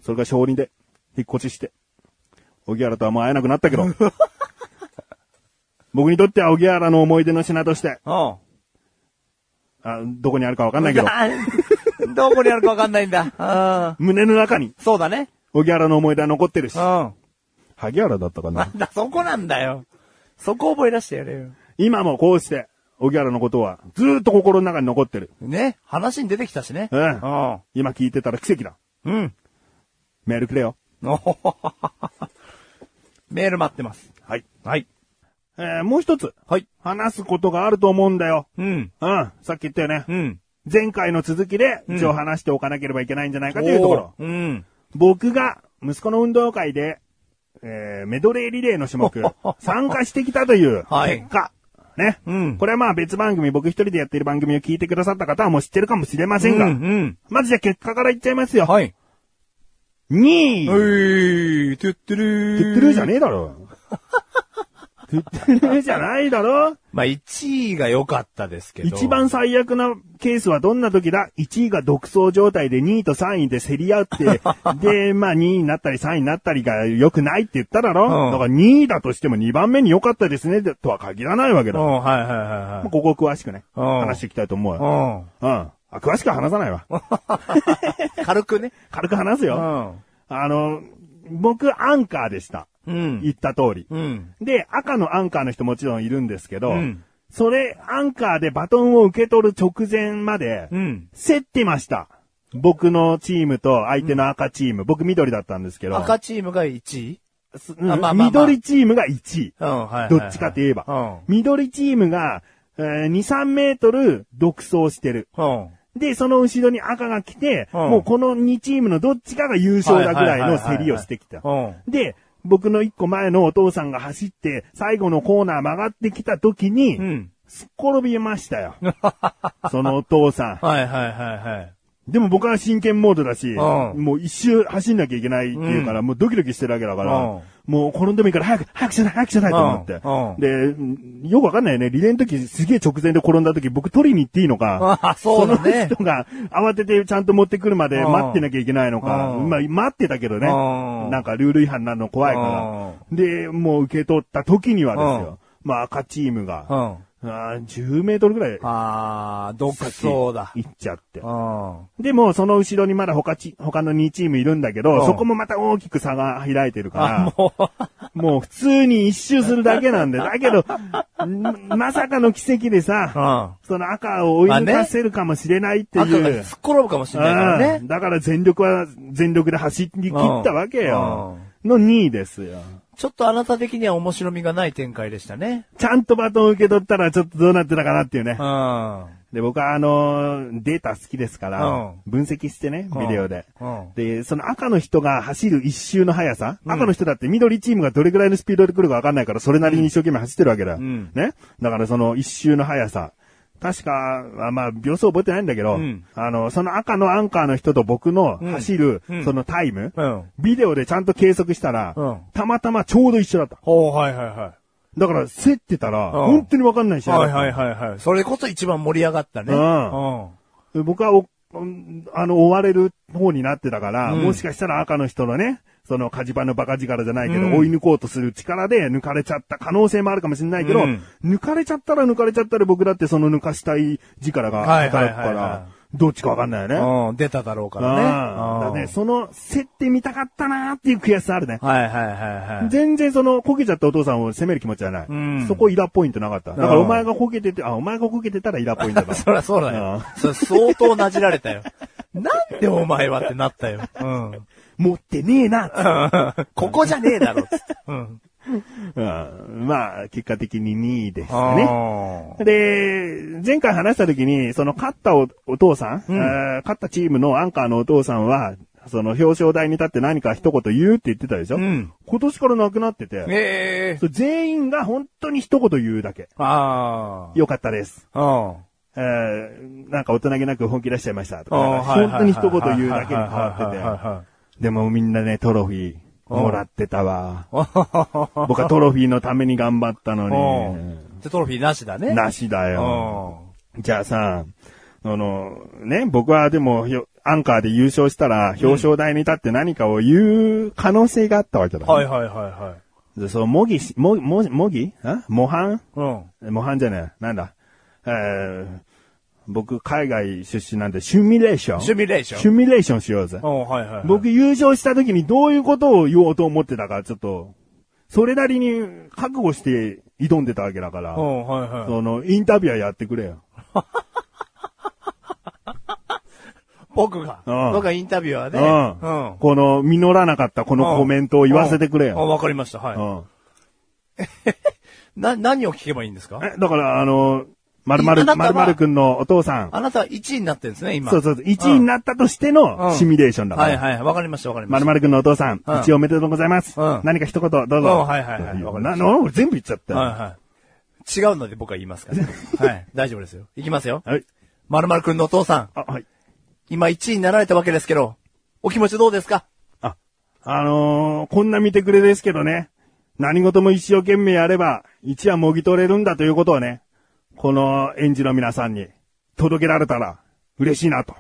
それが小輪で、引っ越しして。小木原とはもう会えなくなったけど。僕にとっては小木原の思い出の品として、
うん。
あどこにあるかわかんない けど、
ど。 どこにあるかわかんないんだ。う
胸の中に
ん。そうだね。
小木原の思い出は残ってるし
うん。。な
萩原だったかな。
んだ、そこなんだよ。そこ覚え出してやれよ。
今もこうして、小木原のことはずーっと心の中に残ってる。
ね。話に出てきたしね。
うん今聞いてたら奇跡だ。
うん。うん。
メールくれよ。
おほほほほ メール待ってます。
はい。
はい。
えー、もう一つ。
はい。
話すことがあると思うんだよ。
うん。
うん。さっき言ったよね。
ん。
前回の続きで、
うん
一応話しておかなければいけないんじゃないかというところ。
おーうん。
僕が息子の運動会で、えー、メドレーリレーの種 目、参加してきたという
はい
結果、ね。
うん
これはまあ別番組、僕一人でやっている番組を聞いてくださった方はもう知ってるかもしれませんが、
うん。
まずじゃあ結果から言っちゃいますよ。
はい。
2位、
うい、トゥットゥルー。
言ってるじゃねえだろ。振ってねじゃないだろ
まあ、1位が良かったですけど。
一番最悪なケースはどんな時だ ?1 位が独走状態で2位と3位で競り合って、 で、まあ2位になったり3位になったりが良くないって言っただろ、
うん
だから2位だとしても2番目に良かったですねでとは限らないわけ
う
だ。
ん、はいはい
まあここ詳しくね、
うん
話していきたいと思うわ。
はい。
うん。あ詳しくは話さないわ。
うん。軽くね。
軽く話す
う
よ。
ん。
あの、僕アンカーでした。
うん。
言った通り。
うん。
で、赤のアンカーの人もちろんいるんですけど、
うん
それ、アンカーでバトンを受け取る直前まで、
うん。
競ってました。僕のチームと相手の赤チーム、僕緑だったんですけど、
赤チームが1位
すうん
あまあまあまあ
緑チームが1位。
うん、はいはいはい
どっちかといえば。緑チームが、えー2、3メートル独走してる。
うん。うん。
で、その後ろに赤が来て、
うん
もうこの2チームのどっちかが優勝だぐらいの競りをしてきた。
うん。
で、僕の一個前のお父さんが走って、最後のコーナー曲がってきた時に、
うん。
すっ転びましたよ。そのお父さ
はいはいはいはい。
ん。でも僕は真剣モードだし、
うん
もう一周走んなきゃいけないっていうから、もうドキドキしてるわけだから、
うん
もう転んでもいいから早く、早くしない、早くしないと思って。で、よくわかんないよね。リレーの時すげえ直前で転んだ時、僕取りに行っていいのか、
あそうだね
の人が慌ててちゃんと持ってくるまで
うん
待ってなきゃいけないのか、
うん
まあ待ってたけどね、
うん
なんかルール違反になるの怖いから、で、もう受け取った時にはですよ、まあ赤チーム
う
が、
ん。
あー10メートルぐらい
あー、どっか
先
そうだ。
行っちゃって
う。ん。
でも、その後ろにまだ他チ、他の2チームいるんだけど、
うん
そこもまた大きく差が開いてるか
あ
ら、、
もう、
もう普通に一周するだけ なんで、だけど、んまさかの奇跡で
う
さ、
ん。
その赤を追い抜かせるかもしれないって
赤が
いう。
突っ転ぶかもしれないから
う
ね
ん。だから全力は、全力で走り切ったわけよ。の2位ですよ。
ちょっとあなた的には面白みがない展開でしたね。
ちゃんとバトンを受け取ったらちょっとどうなってたかなっていうね
う。ん。うん。
で、僕はあのーデータ好きですから、
うん
分析してね、ビデオで。
うん
で、その赤の人が走る一周の速さ、赤の人だって緑チームがどれぐらいのスピードで来るかわかんないから、それなりに一生懸命走ってるわけだ。
ん
ね。だからその一周の速さ。確か、あまあ、秒数覚えてないんだけど、
うん
あの、その赤のアンカーの人と僕の走る、
うん
そのタイム、
うん。
ビデオでちゃんと計測したら、
うん
たまたまちょうど一緒だった。
ほう、はいはいは
だから、競ってたら、
ん
本当にわかんないし、
い。はいはいはいはい。それこそ一番盛り上がったね。
うん
うん。
僕はお、うんあの、追われる方になってたから、
うん
もしかしたら赤の人のね、その、火事場のバカ力じゃないけど、
うん
追い抜こうとする力で抜かれちゃった可能性もあるかもしれないけど、
うん
抜かれちゃったら抜かれちゃったら僕だってその抜かしたい力が働くから、
はいはいはいは
どっちかわかんないよね。うん
うん、出ただろうからね。
だね、その、競ってみたかったなーっていう悔しさあるね。
はいはいはいはい。
全然その、こけちゃったお父さんを責める気持ちはない。
うん
そこイラポイントなかった。だからお前がこけてて、あ、お前がこけてたらイラポイ ントだ。
そりゃそうだよ。それ相当なじられたよ。 なんでお前はってなったよ。うん。
持ってねえなっつって
ここじゃねえだろっつって。うん。
うんまあ、結果的に2位でしたね。
あ
で、前回話した時に、その勝ったおお父さん、
ん
えー勝ったチームのアンカーのお父さんは、その表彰台に立って何か一言言うって言ってたでしょ、
うん
今年からなくなって
ー
て、
ええ。
そう全員が本当に一言言うだけ。
あ
よかったです。
あ。うん。
えーなんか大人げなく本気出しちゃいましたとか、
あーはい
本当に一言
はいはいはい
言うだけに変
はいはいはい
わ
はい
ってて、でもみんなね、トロフィーもらってたわ。
う
僕はトロフィーのために頑張ったのに。
ん。じゃ、トロフィーなしだね。
なしだ
う
よ。
ん。
じゃあさ、あの、ね、僕はでも、ひょアンカーで優勝したら、表彰台に立って何かを言う可能性があったわけだ。
はいはいはいはい。
でそう、模擬し、も、も、模擬あ模範
うん。
模範じゃない。なんだ。えー、僕、海外出身なんで、シュミュレーション。
シュミュレーション
シュミュレーションしようぜ
う。ん、はいはいはい。
僕、優勝した時にどういうことを言おうと思ってたか、ちょっと、それなりに覚悟して挑んでたわけだから。
うん、はいはい。
その、インタビュアーやってくれよ。
僕が。
うん
僕がインタビュアーで。
うん。
うん
この、実らなかったこのコメントを言わせてくれ
うんあ、
よ。
わかりました。はい。
うん。
な、何を聞けばいいんですか
え、だから、あの、まるま
あな
る、
た
ま
は
るまるくんのお父さん。
あなたは1位になってるんですね、今。
そうそうそう、1位になったとしてのシミュレーションだか
はい
ら。
はい。わかりました、わかりま
ま
し
る
た。
まるくんのお父さん、
うん
1位おめでとうございます。
うん
何か一言、どうぞ。
うんはいはいはいわかりま
な、
し
な、俺全部言っちゃったよ。
はいはい。違うので僕は言いますから、ね。はい。大丈夫ですよ。いきますよ。
はい。
まるまるくんのお父さん、
あ、はい。
今1位になられたわけですけど、お気持ちどうですか
あ、あのー、こんな見てくれですけどね。何事も一生懸命やれば、一夜もぎ取れるんだということをね、この園児の皆さんに届けられたら嬉しいなと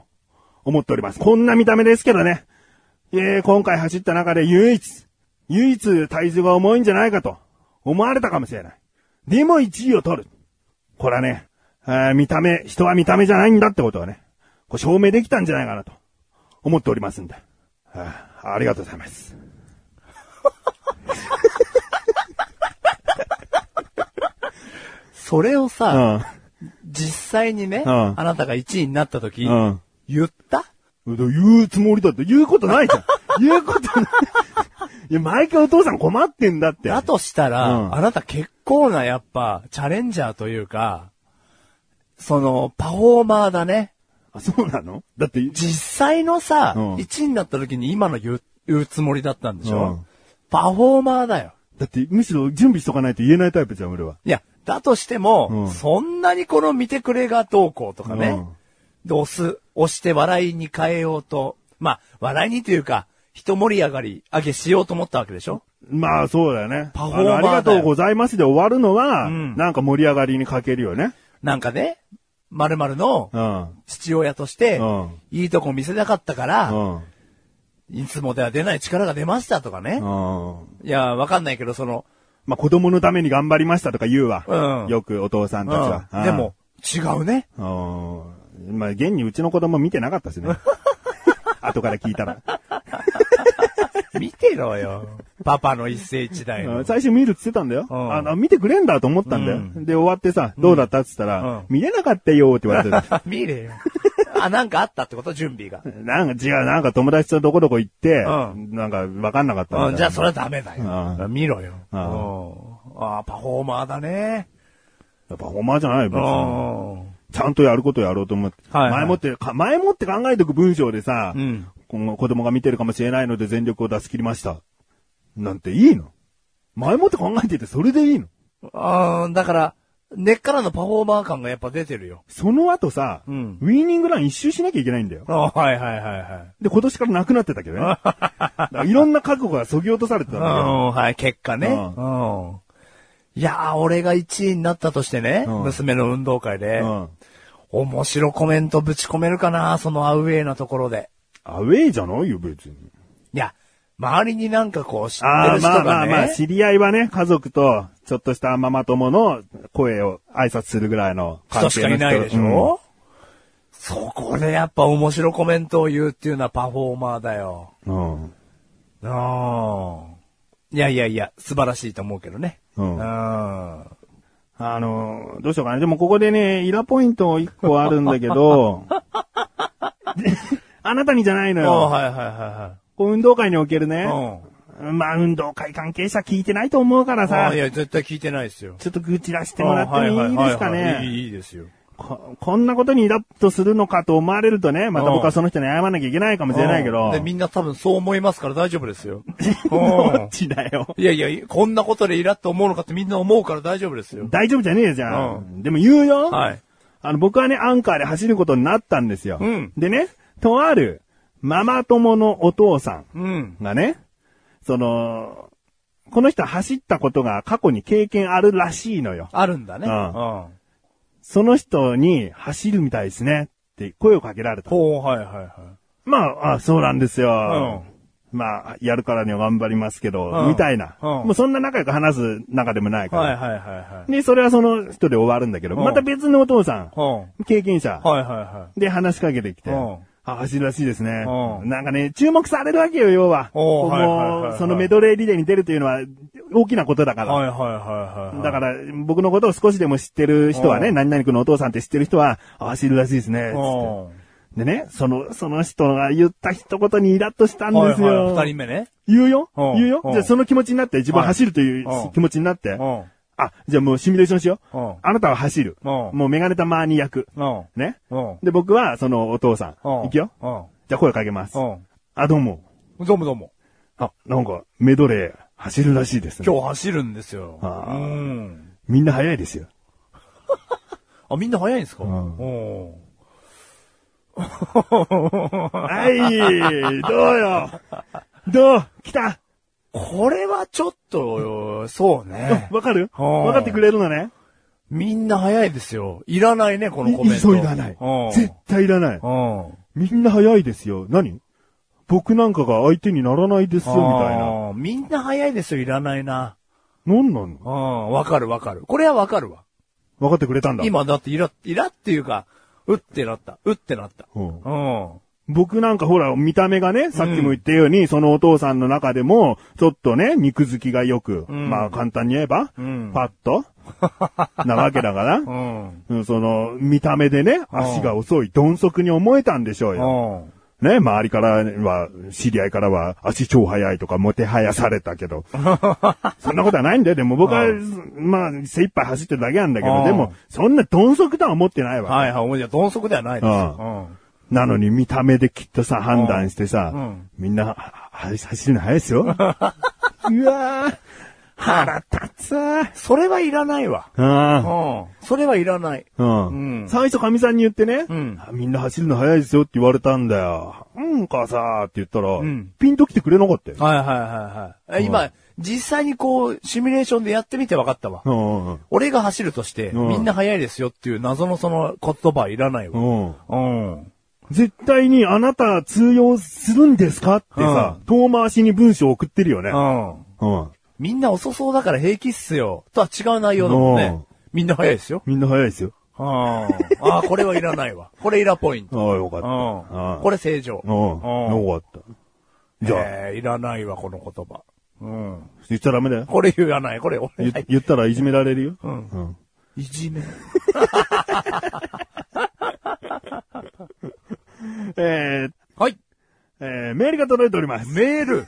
思っております。こんな見た目ですけどね、えー、今回走った中で唯一、唯一体重が重いんじゃないかと思われたかもしれない。でも1位を取る。これはね、えー見た目、人は見た目じゃないんだってことはね、こう証明できたんじゃないかなと思っておりますんで。あーありがとうございます。
それを
う
さ、
ん。
実際にね、
うん
あなたが1位になった時、
うん。
言った
言うつもりだって言うことないじゃん。 言うことない。いや、毎回お父さん困ってんだって。
だとしたら、
うん
あなた結構なやっぱ、チャレンジャーというか、その、パフォーマーだね。
あ、そうなのだって、
実際のさ、
うん
1位になった時に今の言う言うつもりだったんでしょ、
うん
パフォーマーだよ。
だって、むしろ準備しとかないと言えないタイプじゃん、俺は。
いや、だとしても、
うん
そんなにこの見てくれがどうこうとかね、
うん
で、押す、押して笑いに変えようと、まあ、笑いにというか、一盛り上がり、上げしようと思ったわけでしょ
まあ、そうだよね。
パフォーマーだよ
あのありがとうございますで終わるのは、
ん
なんか盛り上がりに欠けるよね。
なんかね、〇〇の
うん。
父親として
うん、
いいとこ見せなかったから、
うん。
いつもでは出ない力が出ましたとかね。
うん。
いや、わかんないけど、その、
まあ、子供のために頑張りましたとか言うわ。
うん
よくお父さんたちは。
う
うん
ん、でも、違うね。
うん。まあ、現にうちの子供見てなかったし ね。後から聞いたら。
見てろよ。 パパの一世一代
う
の
ん。最初見るって言ってたんだよ。
うん
あの、見てくれんだと思ったんだよ。で、終わってさ、どうだったって言ったら、
うん
見れなかったよって言われ てた。
見れよ。あ、なんかあったってこと準備が。
なんか違う、なんか友達とどこどこ行って、
う
なんかわかんなかったみたいな
うん、じゃあそれはダメだ
う
よ。見ろよ。
う
うんんあーパフォーマーだね。
やっぱほんまじゃないよ、
う
別に。
ん。
ちゃんとやることやろうと思って。
はいはい
前もってか、前もって考えとく文章でさ、
うん
今後子供が見てるかもしれないので全力を出し切りました。なんていいの前もって考えててそれでいいの
あーだから、根っからのパフォーマー感がやっぱ出てるよ。
その後さ、
うん
ウィーニングラン一周しなきゃいけないんだよ。
あーはいはいはいはい。
で、今年からなくなってたけどね。 だからいろんな覚悟がそぎ落とされてたんだけど。
うん、はい、結果ね。
う
うん。いやー、俺が1位になったとしてね、
うん
娘の運動会で、
うん
面白コメントぶち込めるかな、そのアウェーなところで。
アウェイじゃないよ、別に。
いや、周りになんかこう知って
ああ
る
ー、
人
まあま
が
あ
ね、
まあ、知り合いはね、家族と、ちょっとしたママ友の声を挨拶するぐらいの
人
関
し
係
か
の
いないでし
うん
ょ、そこでやっぱ面白コメントを言うっていうのはパフォーマーだよ。
うん。
うん。いやいやいや、素晴らしいと思うけどね。
うん
うん
あのー、どうしようかな。でもここでね、イラポイント1個あるんだけど、 あなたにじゃないの
あ
よ。
はいはいは
こう運動会における
い
ね。
はい。うん。
まあ、運動会関係者聞いてないと思うから
あ
さ
ーい、や、絶対聞いてないですよ。
ちょっと愚痴らしてもらってもいいですか
あはいはいはいはいい
ね。
いいいですよ。
ここんなことにイラッとするのかと思われるとね、また僕はその人に謝らなきゃいけないかもしれないけ
う
ど
ん。で、みんな多分そう思いますから大丈夫です よ。
ど
う
っちだよ。
んいやいや、こんなことでイラッと思うのかってみんな思うから大丈夫ですよ。
大丈夫じゃねえじゃん。
う
でも言うよ。
はい。
あの、僕はね、アンカーで走ることになったんですよ。
うん
でね、とある、ママ友のお父さ
うん。
んがね、その、この人は走ったことが過去に経験あるらしいのよ。
あるんだね。
う
うんん。ほ
その人に走るみたいですねって声をかけられた。
う、はいはいは
まあ、あ、そうなんですよ。まあ、やるからには頑張りますけど、
うん
みたいな。
うん
もうそんな仲良く話す中でもない
い。
から。
はいはいはいはい。
で、それはその人で終わるんだけど、
うん
また別のお父さ
うん。はい
ん、経験者、
はいはい。
で話しかけてきて、
うん
あ、走るらしいですね。
うん
なんかね、注目されるわけよ、要は。
お
こ
ーはいはいはいは
の
い
そのメドレーリレーに出るというのは大きなことだから。
はいはいはいはい。
だから、僕のことを少しでも知ってる人はね、
うん
何々君のお父さんって知ってる人は、あ、走るらしいですね。つっ
う
て
ん。
でね、その、その人が言った一言にイラッとしたん
はい
ですよ。
はい。二人目ね。
言うよ
うん
言うよ
うん
じゃあその気持ちになって、自分
はい
走るという
うん
気持ちになって。
うん。
あ、じゃあもうシミュレーションしよう。
うん
あなたは走る。
うん
もうメガネたまに焼く。
うん。
ね。
うん。
で、僕は、その、お父さん。
うん。
行くよ。
う
じゃあ声かけます。
ん。
あ、どうも。
うん。どうもどうも。
あ、なんか、メドレー走るらしいですね。
今日走るんですよ。う
あー
ん。
みんな早いです よ。
あ、みんな早いんですか
ん
うん。
はい、どうよ。どう来た
これはちょっと、そうね。
わかる
はあ
わかってくれるのね
みんな早いですよ。いらないね、このコメント。
急いだない
うん。。
絶対いらない。
うん。
みんな早いですよ。何僕なんかが相手にならないですよ、みたいな。
あーみんな早いですよ、いらないな。
何なの
うん、わかるわかる。これはわかるわ。
分かってくれたんだ。
今だってイラ、イラっていうか、うってなった。うってなった。
うん
うん。
僕なんかほら、見た目がね、さっきも言ったように、そのお父さんの中でも、ちょっとね、肉付きが良く、
ん
まあ簡単に言えば、
うん
パッと、なわけだから、
うん。
うんその、見た目でね、足が遅い、鈍足に思えたんでしょう
う
よ。
ん。
ね、周りからは、知り合いからは、足超速いとか、もてはやされた けど。そんなことはないんだよ。でも僕は、まあ、精一杯走ってるだけなんだけ
うん
ど、でも、そんな鈍足とは思ってないわ。
はいはい、おもじゃ、鈍足ではないですよ。
なのに見た目できっとさ、判断してさ、
うん
みんな、はは走るの早いで すよ。うわぁ、腹立つわ
それはいらないわ。う
あ
ん。それはいらない。
あ、う。
うんん
最初かみさんに言ってね、
うん
みんな走るの早いですよって言われたんだよ。うんかさーって言ったら、
ん
ピンと来てくれなかったよ。
はいはいはいはい。え今、実際にこう、シミュレーションでやってみて分かったわ。
うんうん
俺が走るとして、
うん
みんな速いですよっていう謎のその言葉はいらないわ。
うん。
うん。
絶対にあなた通用するんですかってさ、遠回しに文章送ってるよね。
うん。
うん。
みんな遅そうだから平気っすよ。とは違う内容だもん
う
ね
ん。
みんな早いですよ。
みんな早いですよ。
うん。ああ、これはいらないわ。これいらポイン
あ
ト。
あ、よか
う
った。あ
ん。
あ
これ正常。
うん。
うん。
よかった。じゃあ、
えーいらないわ、この言葉。うん。
言っちゃダメだよ。
これ言わない。これ俺
言
ない。
言ったらいじめられるよ。うんん。
いじめ。
えー、
はい。
えー、メールが届いております。
メール。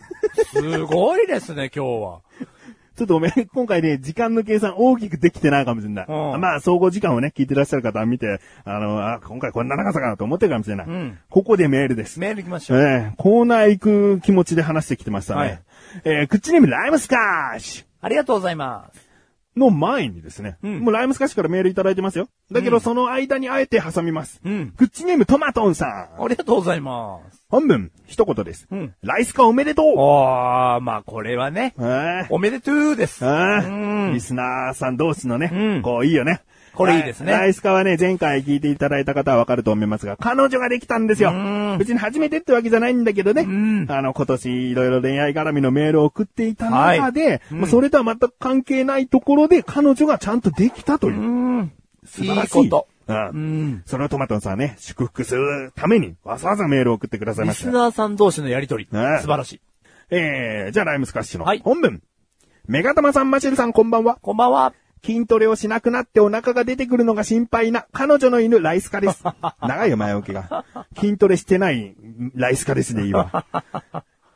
すごいですね、今日は。
ちょっとおめん、今回ね、時間の計算大きくできてないかもしれない。
うん
まあ、総合時間をね、聞いてらっしゃる方は見て、あの、あ、今回こんな長さかなと思ってるかもしれない。
ん
ここでメールです。
メール行きまし
え
ょう。
ー、コーナー行く気持ちで話してきてましたね。
はい
えー、口ネームライムスカッシュ
ありがとうございます。
の前にですね、
うん
もうライムスカッシュからメールいただいてますよ。だけど、その間にあえて挟みます。
うん。
口ネームトマトンさん。
ありがとうございます。
本文、一言です。
うん
ライスカおめでとう
ああ、まあこれはね。
えー
おめでとうです。
あ
う
ー
ん
リスナーさん同士のね、
うん
こういいよね。
これいいですね
ライスカはね、前回聞いていただいた方はわかると思いますが、彼女ができたんですよ
うん。
別に初めてってわけじゃないんだけどね、
ん
あの、今年いろいろ恋愛絡みのメールを送っていた中で、まあそれとは全く関係ないところで彼女がちゃんとできたというう、
ん。
素晴らしい。
いいこ
うん
と。うん。
それをトマトンさんはね、祝福するために、わざわざメールを送ってください
リ
ました
ス。ナーさん同士のやりとり。素
ね
晴らしい。
えー、じゃあライムスカッシュの
はい
本文。メガタマさん、マシェルさん、こんばんは。
こんばんは。
筋トレをしなくなってお腹が出てくるのが心配な彼女の犬、ライス カです。長いよ、前置きが。筋トレしてないライスカですでい いわ。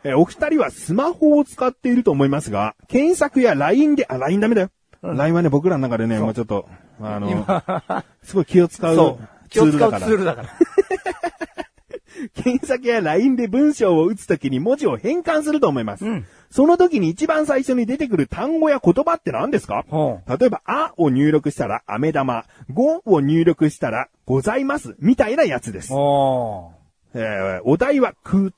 えーお二人はスマホを使っていると思いますが、検索や LINE で、あ、LINE ダメだよ。LINE はね、僕らの中でね、もうちょっと、あの、すごい気を使
そうう。気
ツ
を使
ール
うツ
だから
ー。ルだから。
検索や LINE で文章を打つときに文字を変換すると思います。
うん
その時に一番最初に出てくる単語や言葉って何ですか、
ほ
例えば、あを入力したら、飴玉、ごを入力したら、ございます、みたいなやつです。
お
えーお題は、口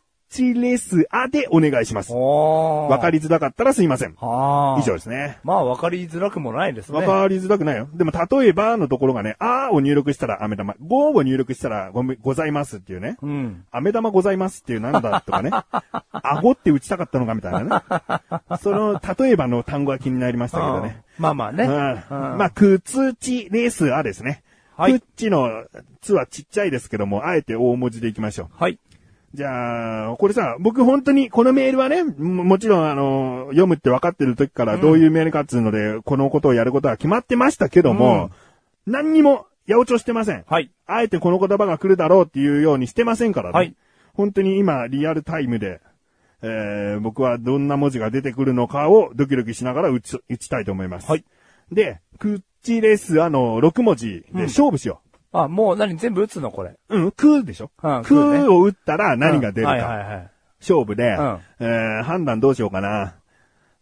レスあでお願いしま
ー。
す。
おー。
わかりづらかったらすいません。
はあ。
以上ですね。
まあわかりづらくもないですね。
わかりづらくないよ。でも、例えばのところがね、あを入力したら、飴玉、ごを入力したらごめ、ございますっていうね。
うん。
飴玉ございますっていうなんだ とかね。顎って打ちたかったのかみたいなね。その、例えばの単語が気になりましたけどね。
うんまあまあね。
うん。まあ、くつちレースあですね。
はい
くっちのつはちっちゃいですけども、あえて大文字でいきましょう。
はい。
じゃあ、これさ、僕本当に、このメールはね、ももちろんあの、読むって分かってる時からどういうメールかっつうので、このことをやることは決まってましたけども、何にも、八百長してません。
はい。
あえてこの言葉が来るだろうっていうようにしてませんからね。
はい
本当に今、リアルタイムで、えー、僕はどんな文字が出てくるのかをドキドキしながら打ち、打ちたいと思います。
はい。
で、クッチレスあの、6文字で勝負しよ
あ、もう何全部打つのこれ。
う。うん、クーでしょ、
うん
ク
クーね
ーを打ったら何が出るか。
うんはいはいはい。
勝負で、
ん
えー、判断どうしようかな。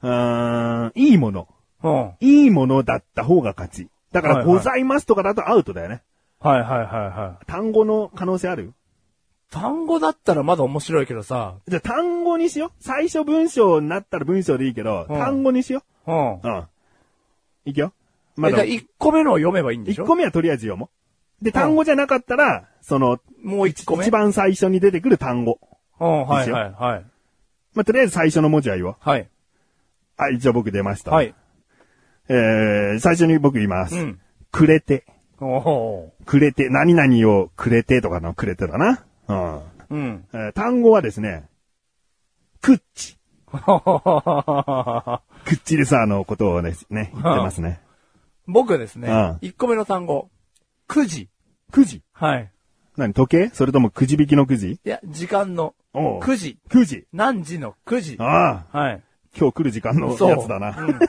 うーん、いいもの。
うん。はい
いいものだった方が勝ち。だか
は
ら、
いはい
ございますとかだとアウトだよね。
はいはいは
単語の可能性ある
い。単語だったらまだ面白いけどさ。
じゃあ単語にしよう。最初文章になったら文章でいいけど、
うん
単語にしよ
うん
う。。うん。いくよ。ま
まだ
だ、
1個目のを読めばいいんでし
1
ょ
個目はとりあえず読もう。で、単語じゃなかったら、その、
もう1個目。
一番最初に出てくる単語。
うん、は
で
い
すよ
はいはい。
まあ、とりあえず最初の文字は言おう。
はい。
はい、じゃあ僕出ました。
は。い。
えー、最初に僕言います。
うん
くれて。
おお
くれて。何々をくれてとかのくれてだな。うん。
ー。うん。
えー単語はですね、くっち。くっちでさ、あのことをですね、言ってますね。
僕ですね、
うん
1個目の単語。9時。
くじ。
はい。
何時計それともくじ引きのくじ
いや、時間の
おう
9時。
くじ。
何時の9時。
ああ、
はい。
今日来る時間の
そう。
やつだな。
うん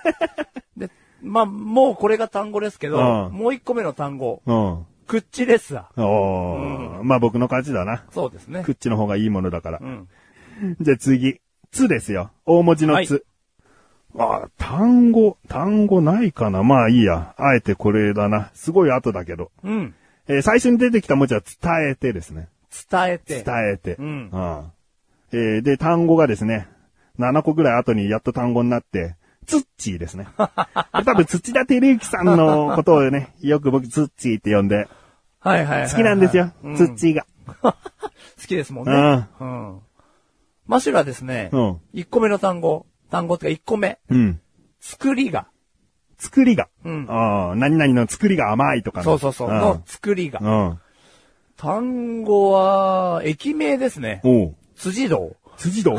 で、まあ、もうこれが単語ですけど、
うん
もう1個目の単語。
うん。
クッチレスラ
おーまあ僕の勝ちだな
ー。。そうですね
く。っちの方がいいものだから
う。ん。
じゃあ次。つですよ。大文字の
は
つ。ああ、単語、単語ないかな。まあいいや。あえてこれだな。すごい後だけど。
うん。
えー最初に出てきた文字は伝えてですね。
伝えて。
伝えて。
うん
ああえーで、単語がですね、7個ぐらい後にやっと単語になって、ツッチーで すね。これ多分土田照之さんのことをね、よく僕ツッチーって呼んで、
はいはいはいはい。
好きなんですよ、
うん
ツッチーが。
好きですもんね。
う
うん。マシュラですね。
うん
1個目の単語。単語っていうか1個目。
うん。
作りが。
作りが。
うん
ああ何々の作りが甘いとかね
そうそうそう。
ん
の作りが。
うん。
単語は、駅名ですね。
おう。
辻堂。
辻堂。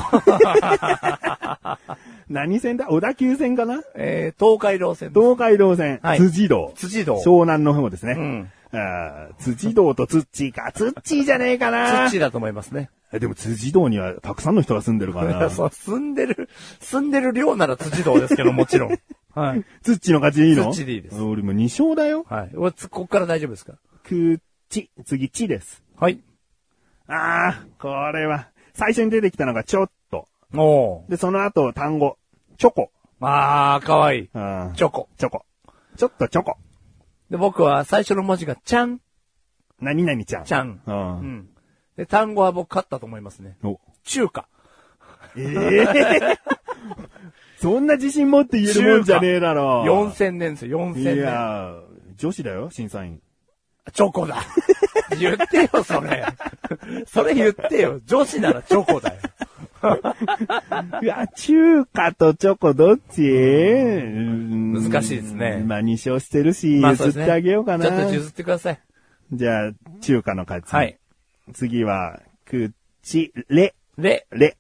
何線だ小田急線かな
えー、東海道線です。
東海道線。
はい
辻堂。
辻堂。
湘南の方ですね。
うん
あー辻堂とツッチーか。ツッチーじゃねえかな。
土だと思いますね。
えでも辻堂にはたくさんの人が住んでるから な。
そう、住んでる、住んでる量なら辻堂ですけど、もち ろん。はい。
ツッチーの勝ちでいいの
ツッチーでいいです
俺も2勝だよ。
はい。俺つこっから大丈夫ですか
くっち。次、ちです。
はい。
あー、これは。最初に出てきたのがちょっと。
おー。
で、その後単語。チョコ。
あー、かわいい。
あー
チョコ。
チョコ。ちょっとチョコ。
で、僕は最初の文字が、ちゃん、
何々ちゃん。
ちゃん。
あー
うん。で、単語は僕勝ったと思いますね。
お
中華。
え えそんな自信持って言えるもんじゃねえだろ。
4000年ですよ、
い
4000年。
やー、女子だよ、審査員。
チョコだ。 言ってよ、それ。 それ言ってよ。女子ならチョコ だよ。
いや、中華とチョコどっち難
難しいですね
まあ、2勝してるし、譲ってあげようかな。
ちょっと譲ってください。
じゃあ、中華の勝ち。
はい。。
次は、くち、れ、
で、
れ。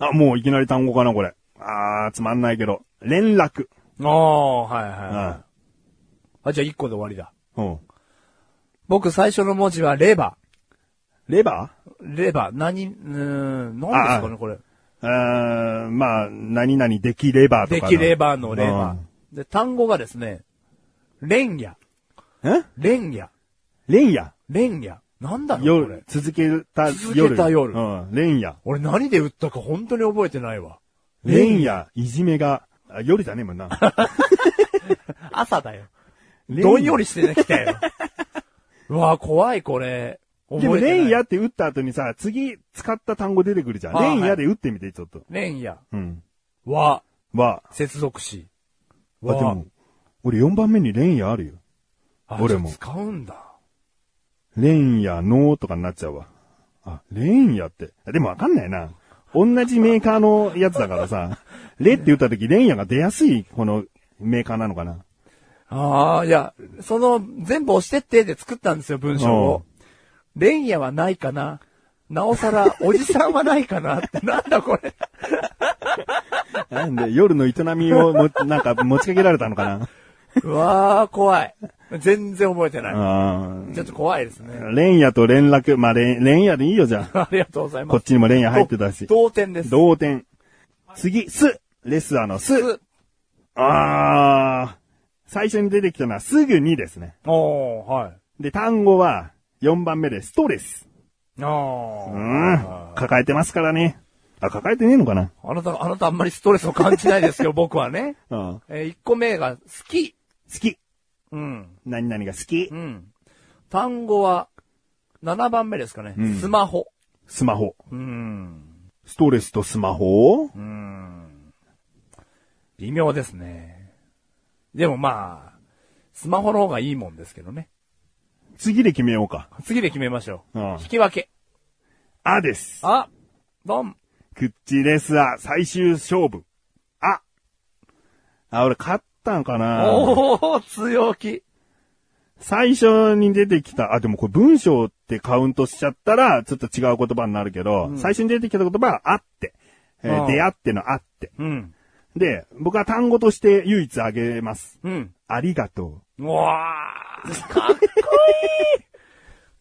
あ、もういきなり単語かな、これ。あー、つまんないけど。連絡。
おー、はいうはい。
ん。
あ、じゃあ1個で終わりだ。
うん。
僕最初の文字はレバ
レバー
ー。レバー。何、うーん、何ですかね、これ。
あーまあ、何々できればと
で
かの。
きレバーのレバ
うん
ー。で、単語がですね、レンヤ。
え
レンヤ。
連夜。
レンヤ。なんだろう、これ
夜。。続けた夜。
続けた夜
うん。連夜。
俺何で打ったか本当に覚えてないわ。
連夜、いじめが、あ夜じゃねえもんな。
朝だよ。
連夜
どんよりしてきた よ。うわぁ、怖い、これ。覚
でも、
えてない
連夜って打った後にさ、次使った単語出てくるじゃん。
あー
連夜で打ってみて、ちょっと。
レンヤ。
うん。
は、
は、
接続詞。
あ、で
わ
も、俺4番目に連夜あるよ。
あ
俺も
じゃあ使うんだ。
連夜のとかになっちゃうわ。あ、連夜って。でもわかんないな。同じメーカーのやつだか らさ、レって打った時、連夜が出やすい、このメーカーなのかな。
ああ、いや、その、全部押してってで作ったんですよ、文章を。レンヤはないかななおさら、おじさんはないかなって、 なんだこれ。
なんで、夜の営みをも、なんか持ちかけられたのかな。
うわあ、怖い。全然覚えてない。
あ
ちょっと怖いですね。
ー連夜と連絡、まあ、連、連夜でいいよ、じゃあ。
ありがとうございます。
こっちにも連夜入ってたし。
同点です。
同点。次、す。レスラーのす。
す
あー。最初に出てきたのはすぐにですね。
おー、はい。
で、単語は4番目でストレス。
あー。
うん。抱えてますからね。あ、抱えてねえのかな
あなた、あなたあんまりストレスを感じないですよ、 僕はね。
うん。好
え1個目が好き。
き。
うん。
何々が好き
う。ん。単語は、 7番目ですかね。
うん
スマホ。
スマホ。
うん。
ストレスとスマホ
うん。微妙ですね。でもまあ、スマホの方がいいもんですけどね。
次で決めようか。
次で決めましょう。
うん
引き分け。
あです。
あ、ドン。
クッチレスア最終勝負。あ。あ、俺勝ったのかな
おー、強気。
最初に出てきた、あ、でもこれ文章ってカウントしちゃったら、ちょっと違う言葉になるけど、最初に出てきた言葉は、あっ
う
て。えー
ん
出会ってのあって。
うん。
で、僕は単語として唯一あげます。
うん。
ありがと。
うわー、かっこいい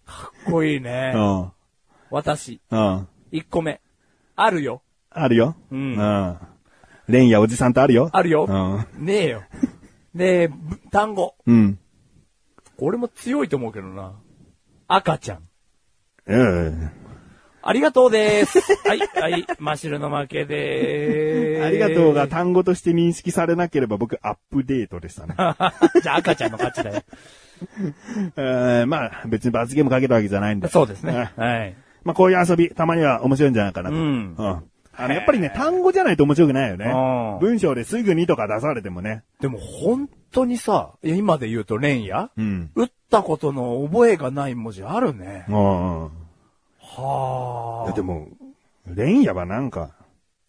かっこいいうね。
うん。
私、
うん。
1個目。あるよ。
あるよ。
うん
うん。レンやおじさんとあるよ。
あるよ。
う
ねえよ。で、ぶ単語。
ん。うん。
これも強いと思うけどな。赤ちゃん。
うん。
ありがとうです。はい、はい、マシルの負けでーす。
ありがとうが。単語として認識されなければ僕アップデートでした ね。
じゃあ赤ちゃんの勝ちだよ。
えーまあ別に罰ゲームかけたわけじゃないんで。
そうですね
ね。
はい。
まあこういう遊び、たまには面白いんじゃないかなと。
うん
あの、やっぱりね、単語じゃないと面白くないよ
うん
ね。文章ですぐにとか出されてもね。
でも本当にさ、いや今で言うとレンや、
うん。
打ったことの覚えがない文字あるね。
うん。
は
でもう、レンヤはなんか、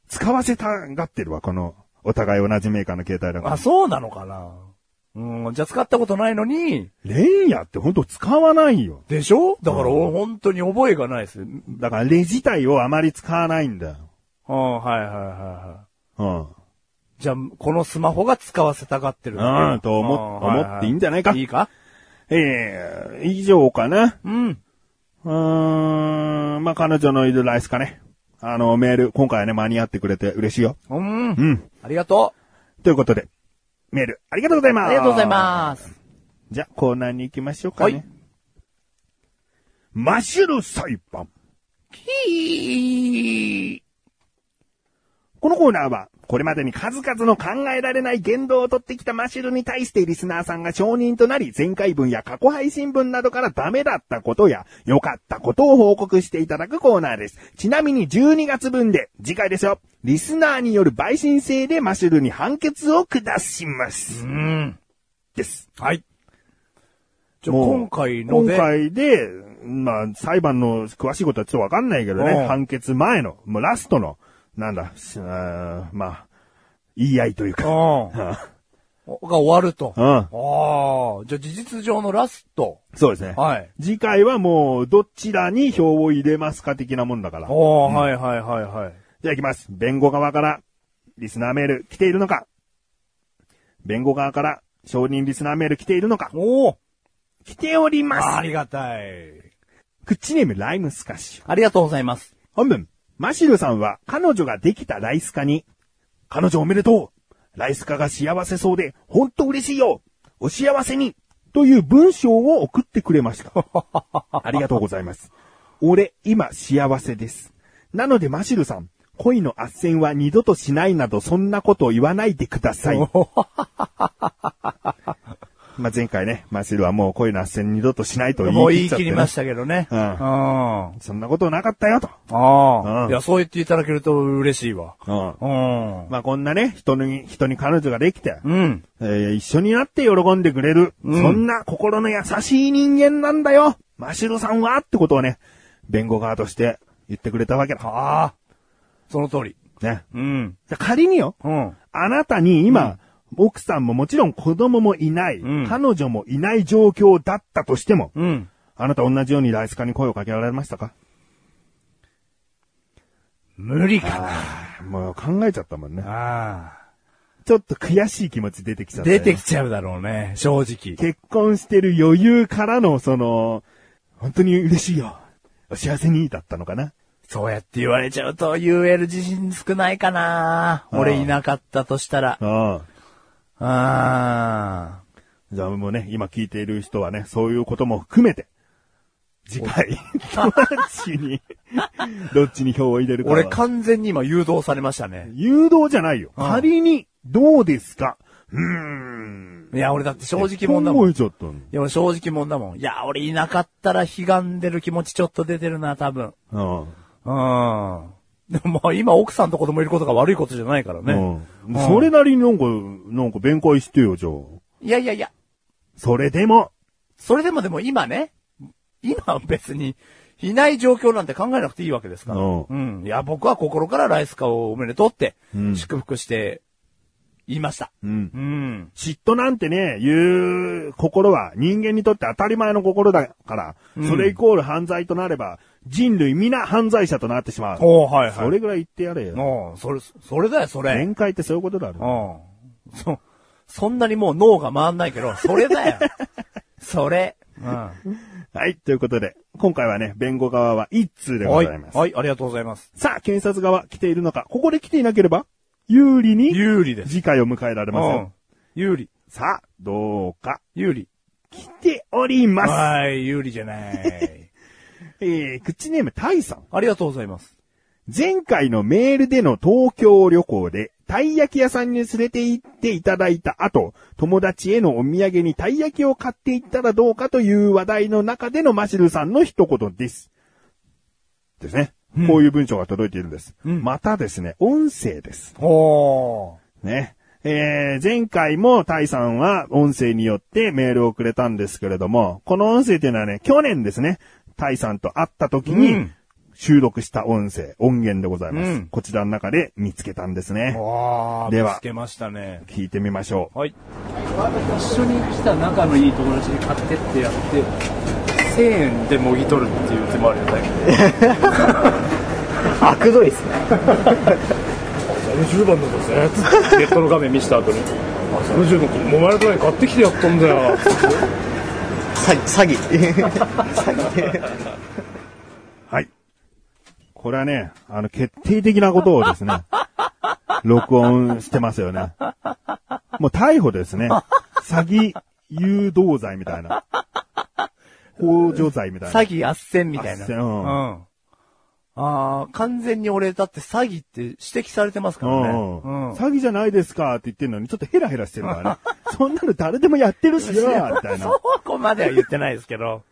使わせたがってるわ、この、お互い同じメーカーの携帯だ
あ。
か
あ、そうなのかな。うん、じゃあ使ったことないのに、
ら。レンヤってほんと使わないよ。
でしょだから、お本当に覚えがないです。うん、
だから、レ自体をあまり使わないんだよ。
はいはいはいは
うん。
い。じゃあ、このスマホが使わせたがってる。
うんと思っ
あー
思っていいんじゃないか
いいか
ええ以上かな。
うん。
うーん、まあ、彼女のいるライスかね。あの、メール、今回はね、間に合ってくれて嬉しいよ。
うん
う。ん。
ありがとう。
ということで、メール、ありがとうございます。
ありがとうございます。
す。じゃあ、コーナーに行きましょうかね。
はい
マッシュル裁判。
キー。
このコーナーは、これまでに数々の考えられない言動をとってきたマシュルに対してリスナーさんが承認となり、前回分や過去配信分などからダメだったことや、良かったことを報告していただくコーナーです。ちなみに12月分で、次回ですよ、リスナーによる陪審制でマシュルに判決を下しま
う
す。
ん。
です。
はい。じゃあ、
もう
今回ので。
今回で、まあ、裁判の詳しいことはちょっとわかんないけど
う
ね、
ん
判決前の、もうラストの、なんだ、しあーまあ、言い合いというか。
うん。が終わると。
う
あ
ん。
あ。じゃあ、事実上のラスト。
そうですね。
はい。
次回はもう、どちらに票を入れますか的なもんだから。じ
おー、はいはいはいはい。
ゃあ行きます。弁護側から、リスナーメール来ているのか弁護側から、承認リスナーメール来ているのか
おー。
来ておりま
あ
す。
りがたい。
クッチネームライムスカッシュ。
ありがとうございます。
本文、マシルさんは彼女ができたライスカに、彼女おめでとうライスカが幸せそうで、ほんと嬉しいよお幸せにという文章を送ってくれま した。ありがとうございます。俺、今、幸せです。なので、マシルさん、恋の斡旋は二度としないなど、そんなことを言わないでく ださい。まあ前回ね、マシルはもう恋の斡旋二度としないと言
もう言
い切
い
っちゃって、
切
ね。
りましたけどね。
うん
あ
そんなことなかったよ、と。
あ
う
ー。
ん
いや、そう言っていただけると嬉しいわ。
う
う
ん
ん。
まあこんなね、人に、人に彼女ができて、
うん。
えー一緒になって喜んでくれる、
うん
そんな心の優しい人間なんだよマシルさんはってことをね、弁護側として言ってくれたわけだ。
ああ。その通り。
ね。
うん。
じゃあ仮によ、
うん。
あなたに今、奥さんももちろん子供もいない、
うん
彼女もいない状況だったとしても、
うん。
あなた同じようにライスカに声をかけられましたか
無理か
もう考えちゃったもんね
な。。あ
ちょっと悔しい気持ち出てきちゃ
あ。
ったよ
出
ね、
てきちゃうだろうね、正直。
結婚してる余裕からの、その、本当に嬉しいよ。お幸せにだったのかな。
そうやって言われちゃうと言える自信少ないかな。
うん
俺いなかったとしたら。
ああ。
ああ。
じゃあもうね、今聞いている人はね、そういうことも含めて、次回、どっち に、どっちに票を入れるかは。
俺完全に今誘導されましたね。
誘導じゃないよ。
うん
仮に、どうですかうーん。
いや、俺だって正直者だもん。
考
い
えちゃったん
や、俺正直者だもん。いや、俺いなかったら悲願でる気持ちちょっと出てるな、多分。う
あ
ん。でもまあ今奥さんと子供いることが悪いことじゃないから
あ。
ね。
うん
うん
それなりになんか、なんか弁解してよ、じゃあ。
いやいやいや、
それでも、
それでもでも今ね、今は別にいない状況なんて考えなくていいわけですから。
うん
うん。いや、僕は心からライスカをおめでとうって
うん、
祝福して、言いました。
うん。
うん。
嫉妬なんてね、いう心は人間にとって当たり前の心だから、
うん
それイコール犯罪となれば、人類皆犯罪者となってしまう。
おーはいはい。
それぐらい言ってやれよ。
うん、それ、それだよ、それ。
面会ってそういうことだろ。
うん。そ、そんなにもう脳が回んないけど、それ だよ。それ。うん。
はい、ということで、今回はね、弁護側は一通でご
は
ざ
い。
います。
はい、ありがとうございます。
さあ、検察側来ているのか、ここで来ていなければ、有利に
有利です。
次回を迎えられ
う
ますよ。
ん。有利。
さあ、どうか、
有利。
来ておりま
はい、有利じゃ ない。
す。えー、口ネーム、タイさん。
ありがとうございます。
前回のメールでの東京旅行で、たい焼き屋さんに連れて行っていただいた後、友達へのお土産にたい焼きを買っていったらどうかという話題の中でのマシルさんの一言です。ですね。
うん
こういう文章が届いているんです。
うん
またですね、音声です。
おー。
ね。えー、前回もタイさんは音声によってメールをくれたんですけれども、この音声というのはね、去年ですね、タイさんと会った時
う
に
ん
収録した音声、音源でございます。
うん
こちらの中で見つけたんですね。
おー、
では
見つけましたね。
聞いてみましょう。
はい。
一緒に来た仲のいい友達に買ってってやって1000円でもぎ取るっていう手もあるよね
悪どいですね。
10番のですねつってネットの画面見せた後に「あその10番もまれたのに買ってきてやったんだよ
詐欺、詐欺。詐欺。
はい。これはね、あの、決定的なことをです ね、録音してますよね。もう逮捕です ね。詐欺誘導罪みたいな。法助罪みたいな
詐。欺圧戦みたいな。
斡旋
うん。あー、完全に俺だって詐欺って指摘されてますからね。
うん
うん。
詐欺じゃないですかって言ってるのに、ちょっとヘラヘラしてるから ね。そんなの誰でもやってるしな、みたいな。
そこまでは言ってないですけど。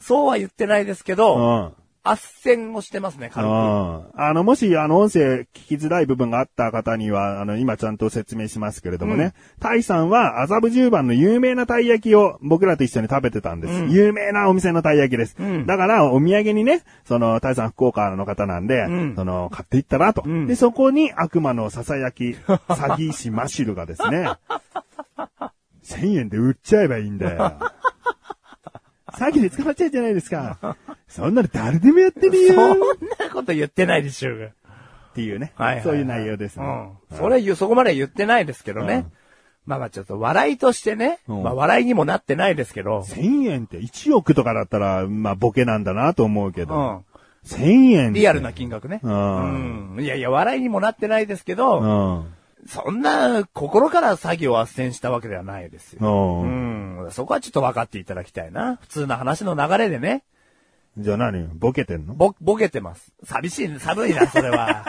そうは言ってないですけ
う
ど、
ん。うん
圧旋をしてますね、軽く。
あの、もし、あの、音声聞きづらい部分があった方には、あの、今ちゃんと説明しますけれどもね、タイさんは、麻布十番の有名なたい焼きを僕らと一緒に食べてたんです。有名なお店のたい焼きです。
ん
だから、お土産にね、その、タイさん福岡の方なんで、
ん
その、買っていったらと、
ん
で、そこに悪魔のささ やき、詐欺師マシルがですね、1000円で売っちゃえばいいんだよ。 詐欺で捕まっちゃうじゃないですか。そんなの誰でもやってるよ。
そんなこと言ってないでしょうが。
っていうね。
はいはは
そういう内容ですね。
うん。それは言う、そこまでは言ってないですけどね。
うん
まあまあちょっと笑いとしてね。
うん
まあ笑いにもなってないですけど。
1000円って1億とかだったら、まあボケなんだなと思うけ
う
ど。
ん。
1000円って
リアルな金額ね。
うん
うんいやいや、笑いにもなってないですけ
う
ど、
ん。
そんな心から詐欺を斡旋したわけではないですよ。
う。
うんん。そこはちょっと分かっていただきたいな。普通の話の流れでね。
じゃあ何ボケてんの
ぼ、ぼけてます。寂しい、寒いな、それ は。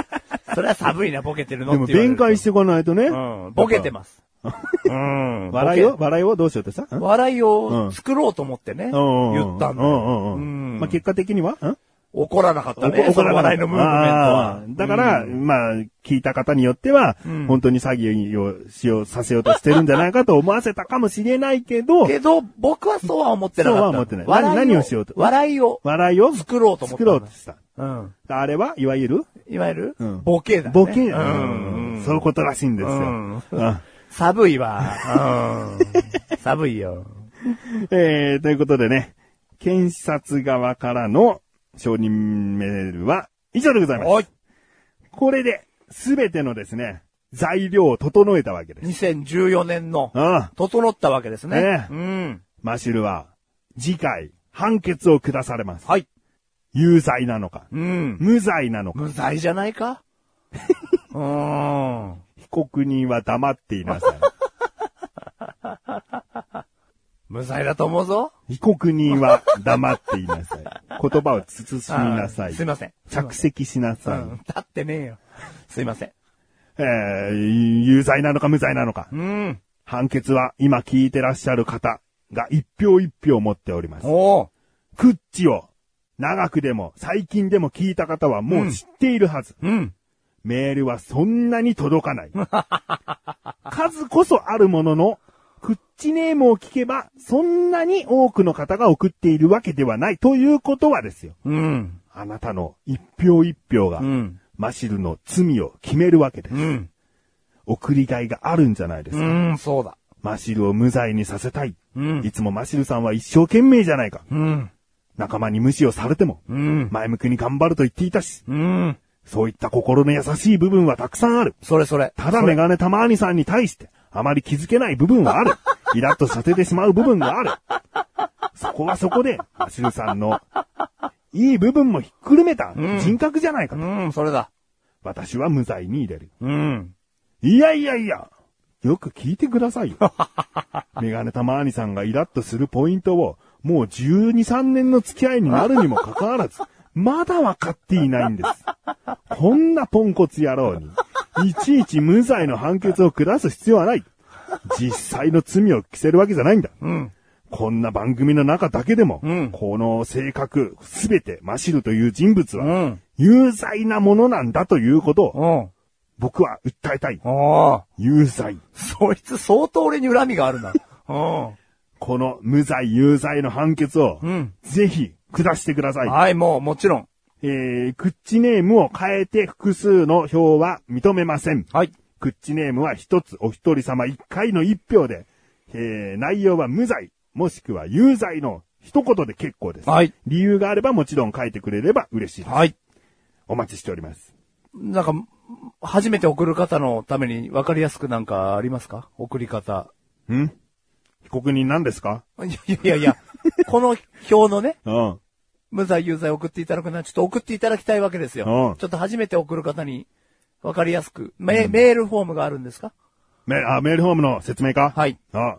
それは寒いな、ぼけてるの
でも
って言われる
弁解してこないとね。
うん、ぼけて ます。うん。
笑いを笑いをどうしようってさん
笑いうを
ん
作ろうと思ってね、
うん
言ったんだ
う
よ。
んうんうん。まあ結果的にはん
怒らなかった
怒
ね、
怒
そ
ら
の
なか
笑
った
いのムーブメントは
あ。ーだから、まあ、聞いた方によっては、
ん
本当に詐欺をしよう、させようとしてるんじゃないかと思わせたかもしれないけど、
けど、僕はそうは思ってなかった。
そうは思ってない
笑
何何をしようと
笑いを
笑いを
作ろうと思った
作
んだ
ろうとした。
うん。
あれはいわゆる、
いわゆる、
うん
ボケだ、ね。
ボケ、
う
うん
ん。
そういうことらしいんですよ。
うん
うん
寒いわ。うん。寒い よ。
えー、ということでね、検察側からの承認メールは以上でございます。
はい。
これで、すべてのですね、材料を整えたわけです。
2014年の、
ああ、
整ったわけですね。
ねえ
うん。
マシュルは、次回、判決を下されます。
はい。
有罪なのか、
うん。
無罪なのか、
無罪じゃない かうーん。
被告人は黙っていな さい。
無罪だと思うぞ。
被告人は黙っていなさい。言葉を慎みなさ
あ
い
ーす。いません。
着席しな
う
さい。
ん。立ってねえよ。すいません。
えー、有罪なのか無罪なのか、
うん。
判決は今聞いてらっしゃる方が一票一票持っております。
おー
クッチを長くでも最近でも聞いた方はもう知っているはず。
うん。
メールはそんなに届 かない。数こそあるものの、クッチネームを聞けば、そんなに多くの方が送っているわけではないということはですよ。
うん。
あなたの一票一票が、
うん。
マシルの罪を決めるわけです。
うん。
送りがいがあるんじゃないですか。
うん、そうだ。
マシルを無罪にさせたい。
うん
いつもマシルさんは一生懸命じゃないか。
うん。
仲間に無視をされても、
うん。
前向きに頑張ると言っていたし、
うん。
そういった心の優しい部分はたくさんある。
それそれ。
ただメガネたまーにさんに対して、あまり気づけない部分は ある。イラッとさせてしまう部分がある。そこはそこで、マシルさんの、いい部分もひっくるめた人格じゃないかと。
うん、それだ。
私は無罪に入れる。
うん。
いやいやいや、よく聞いてくだ さいよ。メガネたまーにさんがイラッとするポイントを、もう12、3年の付き合いになるにもかかわらず、 まだ分かっていないんです。こんなポンコツ野郎に、いちいち無罪の判決を下す必要はない。実際の罪を着せるわけじゃないんだ。
うん。
こんな番組の中だけでも、
うん
この性格、すべてマシルという人物
う
は、
ん。
有罪なものなんだということを、
うん。
僕は訴えたい。
おー
有罪。
そいつ相当俺に恨みがあるな。うん。
この無罪有罪の判決を、
うん
ぜひ下してください。
はい、もう、もちろん。
えー、クッチネームを変えて複数の票は認めません。
はい。
クッチネームは一つお一人様一回の一票で、えー、内容は無罪、もしくは有罪の一言で結構です。
はい
理由があればもちろん書いてくれれば嬉しいです。
はい。
お待ちしております。
なんか、初めて送る方のために分かりやすくなんかありますか送り方。
ん被告人何ですか
いやいやいや、この表のね、
うん。
無罪有罪送っていただくのはちょっと送っていただきたいわけですよ。
うん
ちょっと初めて送る方に分かりやすく。メ,、メールフォームがあるんですか
メあメールフォームの説明か
はい。
あ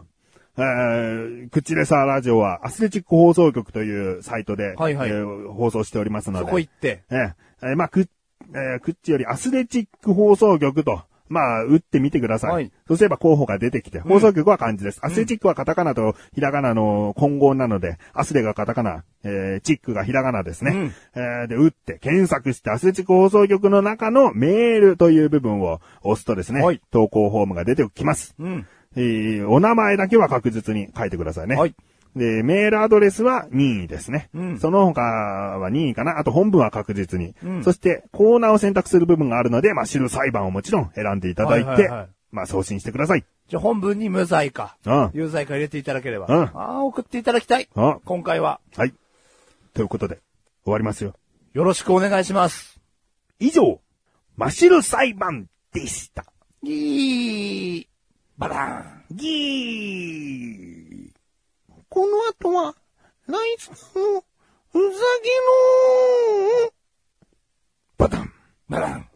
えー、クッチレサーラジオはアスレチック放送局というサイトで、
はいはい
えー放送しておりますので。
そこ行って。
えええーまあ、クッ、えークッチよりアスレチック放送局と、まあ、打ってみてください。
はい
そうすれば候補が出てきて、放送局は漢字です。アスレチックはカタカナとひらがなの混合なので、アスレがカタカナ、えーチックがひらがなですね。えーで、打って検索して、アスレチック放送局の中のメールという部分を押すとですね、
はい
投稿フォームが出てきます。
うん。
えーお名前だけは確実に書いてくださいね。
はい
で、メールアドレスは任意ですね。
うん
その他は任意かな。あと本文は確実に。
ん
そして、コーナーを選択する部分があるので、まあ、知る裁判をもちろん選んでいただいて、
はいはいはい
まあ、送信してください。
じゃあ本文に無罪か、
うん
有罪か入れていただければ。
うん
ああ、送っていただきたい。
うん
今回は、
はい。ということで、終わりますよ。
よろしくお願いします。
以上、マシル裁判でした。
いい。バラン。
ギーこの後は、ライスのうざぎのバタン
バラン。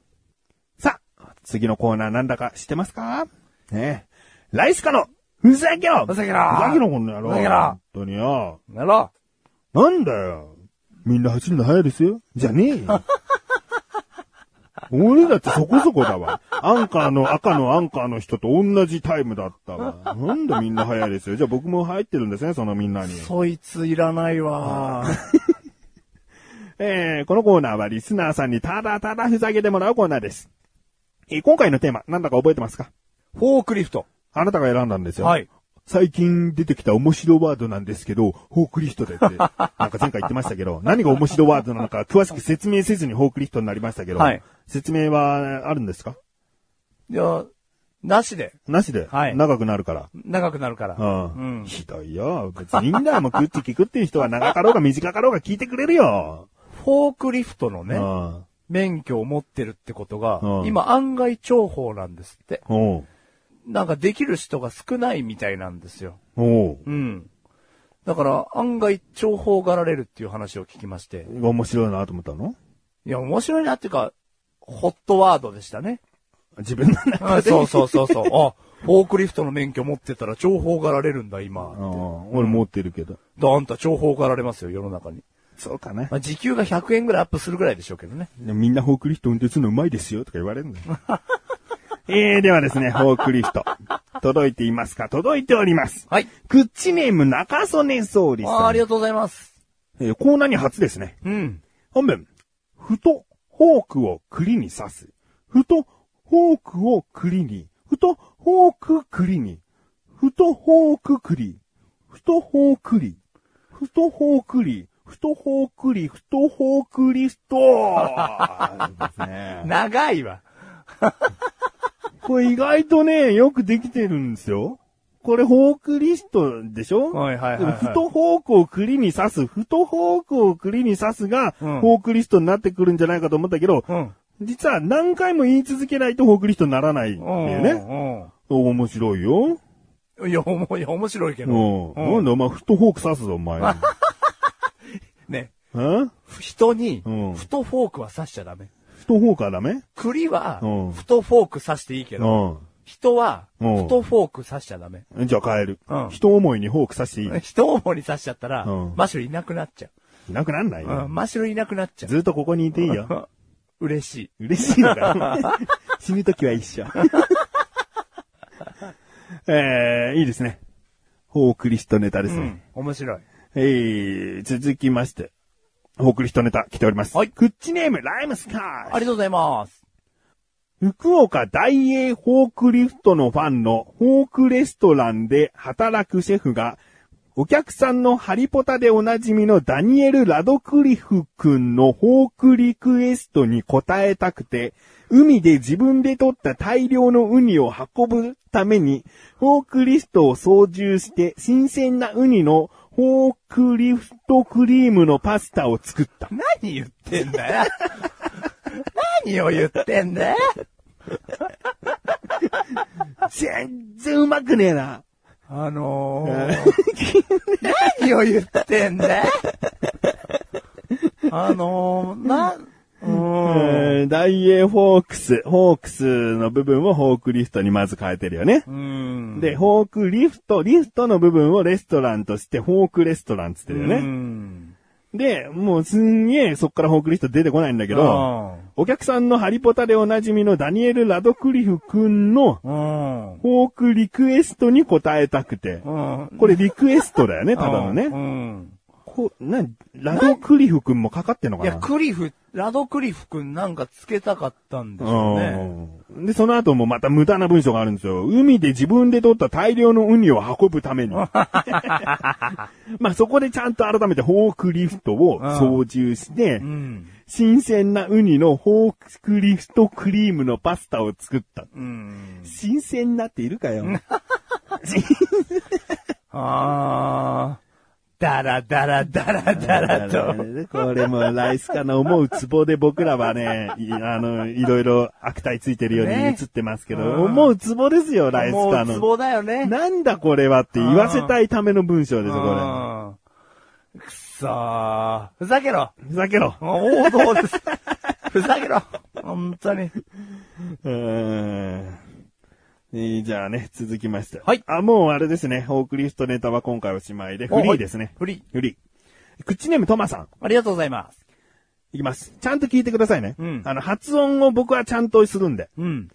さあ、次のコーナーなんだか知ってますかねえ。ライスカのふざけろ
ふざけろ
ふざけろ、この野郎
ふざけろ
本当によ。
やろ
なんだよ。みんな走るの早いですよ。じゃねえよ。俺だってそこそこだわ。アンカーの、赤のアンカーの人と同じタイムだったわ。なんでみんな早いですよ。じゃあ僕も入ってるんですね、そのみんなに。
そいついらないわ。
えー、このコーナーはリスナーさんにただただふざけてもらうコーナーです。えー今回のテーマ、なんだか覚えてますか
フォークリフト。
あなたが選んだんですよ。
はい。
最近出てきた面白ワードなんですけど、フォークリフトでっ て、なんか前回言ってましたけど、何が面白ワードなのか詳しく説明せずにフォークリフトになりましたけど、
はい
説明はあるんですか
いや、なしで。
なしで、
はい
長くなるから。
長くなるから。
うん
うん
ひどいよ。別にいいんだよ。もう食って聞くっていう人は長かろうが短かろうが聞いてくれるよ。
フォークリフトのね、
うん
免許を持ってるってことが、
うん
今案外重宝なんですって。
おう
なんかできる人が少ないみたいなんですよ。
おう
うん。だから案外重宝がられるっていう話を聞きまして。
面白いなと思ったの
いや、面白いなっていうか、ホットワードでしたね。
自分の中
あそうそうそうそう。あ、フォークリフトの免許持ってたら重宝がられるんだ、
う
今。
ん俺持ってるけど。
だあんた重宝がられますよ、世の中に。
そうかね。
まあ、時給が100円ぐらいアップするぐらいでしょうけどね。
みんなフォークリ フト運転するのうまいですよとか言われるんだよ。えー、ではですね、フォークリフト。届いていますか届いております。
はい。
クッチネーム中曽根総理
ああー、
さ
あ
ん
り。がとうございます。
えーコーナーに初ですね。
うん。
本文。ふと、フォークを栗に刺す。ふと、フォークを栗に。ふと、フォーク栗に。ふと、フォーク栗。ふと、フォーク栗。ふと、フォーク栗。ふと、フォーク栗。ふと、フォークリス トですね。
長いわ。
これ意外とね、よくできてるんですよ。これ、フォークリストでしょ
はいはいはい
でも
はい
ふとフォークを栗に刺す、ふとフォークを栗に刺すが、
うん
フォークリストになってくるんじゃないかと思ったけど、
うん。
実は何回も言い続けないとフォークリストにならないっていうね。
ね。
面白いよ。
うん。いや、おもいや面白いけ
う
ど。
ん。なんだお前、ふとフォーク刺すぞ、お前。
ね。
うん
人に、
うん
ふとフォークは刺しちゃダメ。
ふとフォークはダメ
栗は
うん、
ふとフォーク刺していいけ
う
ど、
ん。
人は、
うん
ふとフォーク刺しちゃダメ。
じゃあ変える。
うん
人思いにフォーク刺してい い。
人思いに刺しちゃったら、
うん
マシュルいなくなっちゃ。
いなくなんないう
うん、
よ。
マシュルいなくなっちゃう。
ずっとここにいていいよ。
嬉しい。
嬉しいのか。死ぬときは 一緒。えー、いいですね。フォークリストネタですね。
面白い。
えー、続きまして、フォークリストネタ来ております。
はい
クッチネーム、ライムス
あ
カー
りがとうございます。
福岡大英フォークリフトのファンのフォークレストランで働くシェフが、お客さんのハリポタでおなじみのダニエル・ラドクリフ君のフォークリクエストに応えたくて、海で自分で取った大量のウニを運ぶために、フォークリストを操縦して新鮮なウニのフォークリフトクリームのパスタを 作った。
何言ってんだ よ。何を言ってんだよ。
全然うまくねえな。
あのー、何を言ってんだよ。あのー、な、う
えーダイエーフォークス、フォークスの部分をフォークリフトにまず変えてるよね。
ーん。
で、フォークリフト、リフトの部分をレストランとして、フォークレストランっつって
う
るよね。
ん。
で、もうすんげえそっからフォークリフト出てこないんだけど、
う
お客さんのハリポタでおなじみのダニエル・ラドクリフ君の
ん。うん。
フォークリクエストに応えたくて、
うん。
これリクエストだよね、ただの
う
ね。
ん。
こな、ラドクリフ君もかかってんのか
い
な
や、クリフ、ラドクリフくんなんかつけたかったんでしょうね。
うんで、その後もまた無駄な文章があるんですよ。海で自分で取った大量のウニを運ぶ ために。 まあそこでちゃんと改めてフォークリフトを操縦して
う、ん。
新鮮なウニのフォークリフトクリームのパスタを作った。
うん。
新鮮なっているかよ。
あー。だらだらだらだら と。
これもライスかな思うツボで僕らはね、いあの、いろいろ悪態ついてるように映ってますけど、
ねうん
思うツボですよ、ライス
も
か
う
の。
ツボだよね。
なんだこれはって言わせたいための文章です、こ
うんくっそー。ふざけろ。
れ。ふざけろ。
王道 です。ふざけろ。本当に。
うーん。えーじゃあね、続きまして。
はい
あ、もうあれですね。ホークリストネタは今回おしまいで、フリーですね。
フリー。
フリー。クッチネームトマさん。
ありがとうございます。
いきます。ちゃんと聞いてくださいね。
うん
あの、発音を僕はちゃんとするんで。
うん。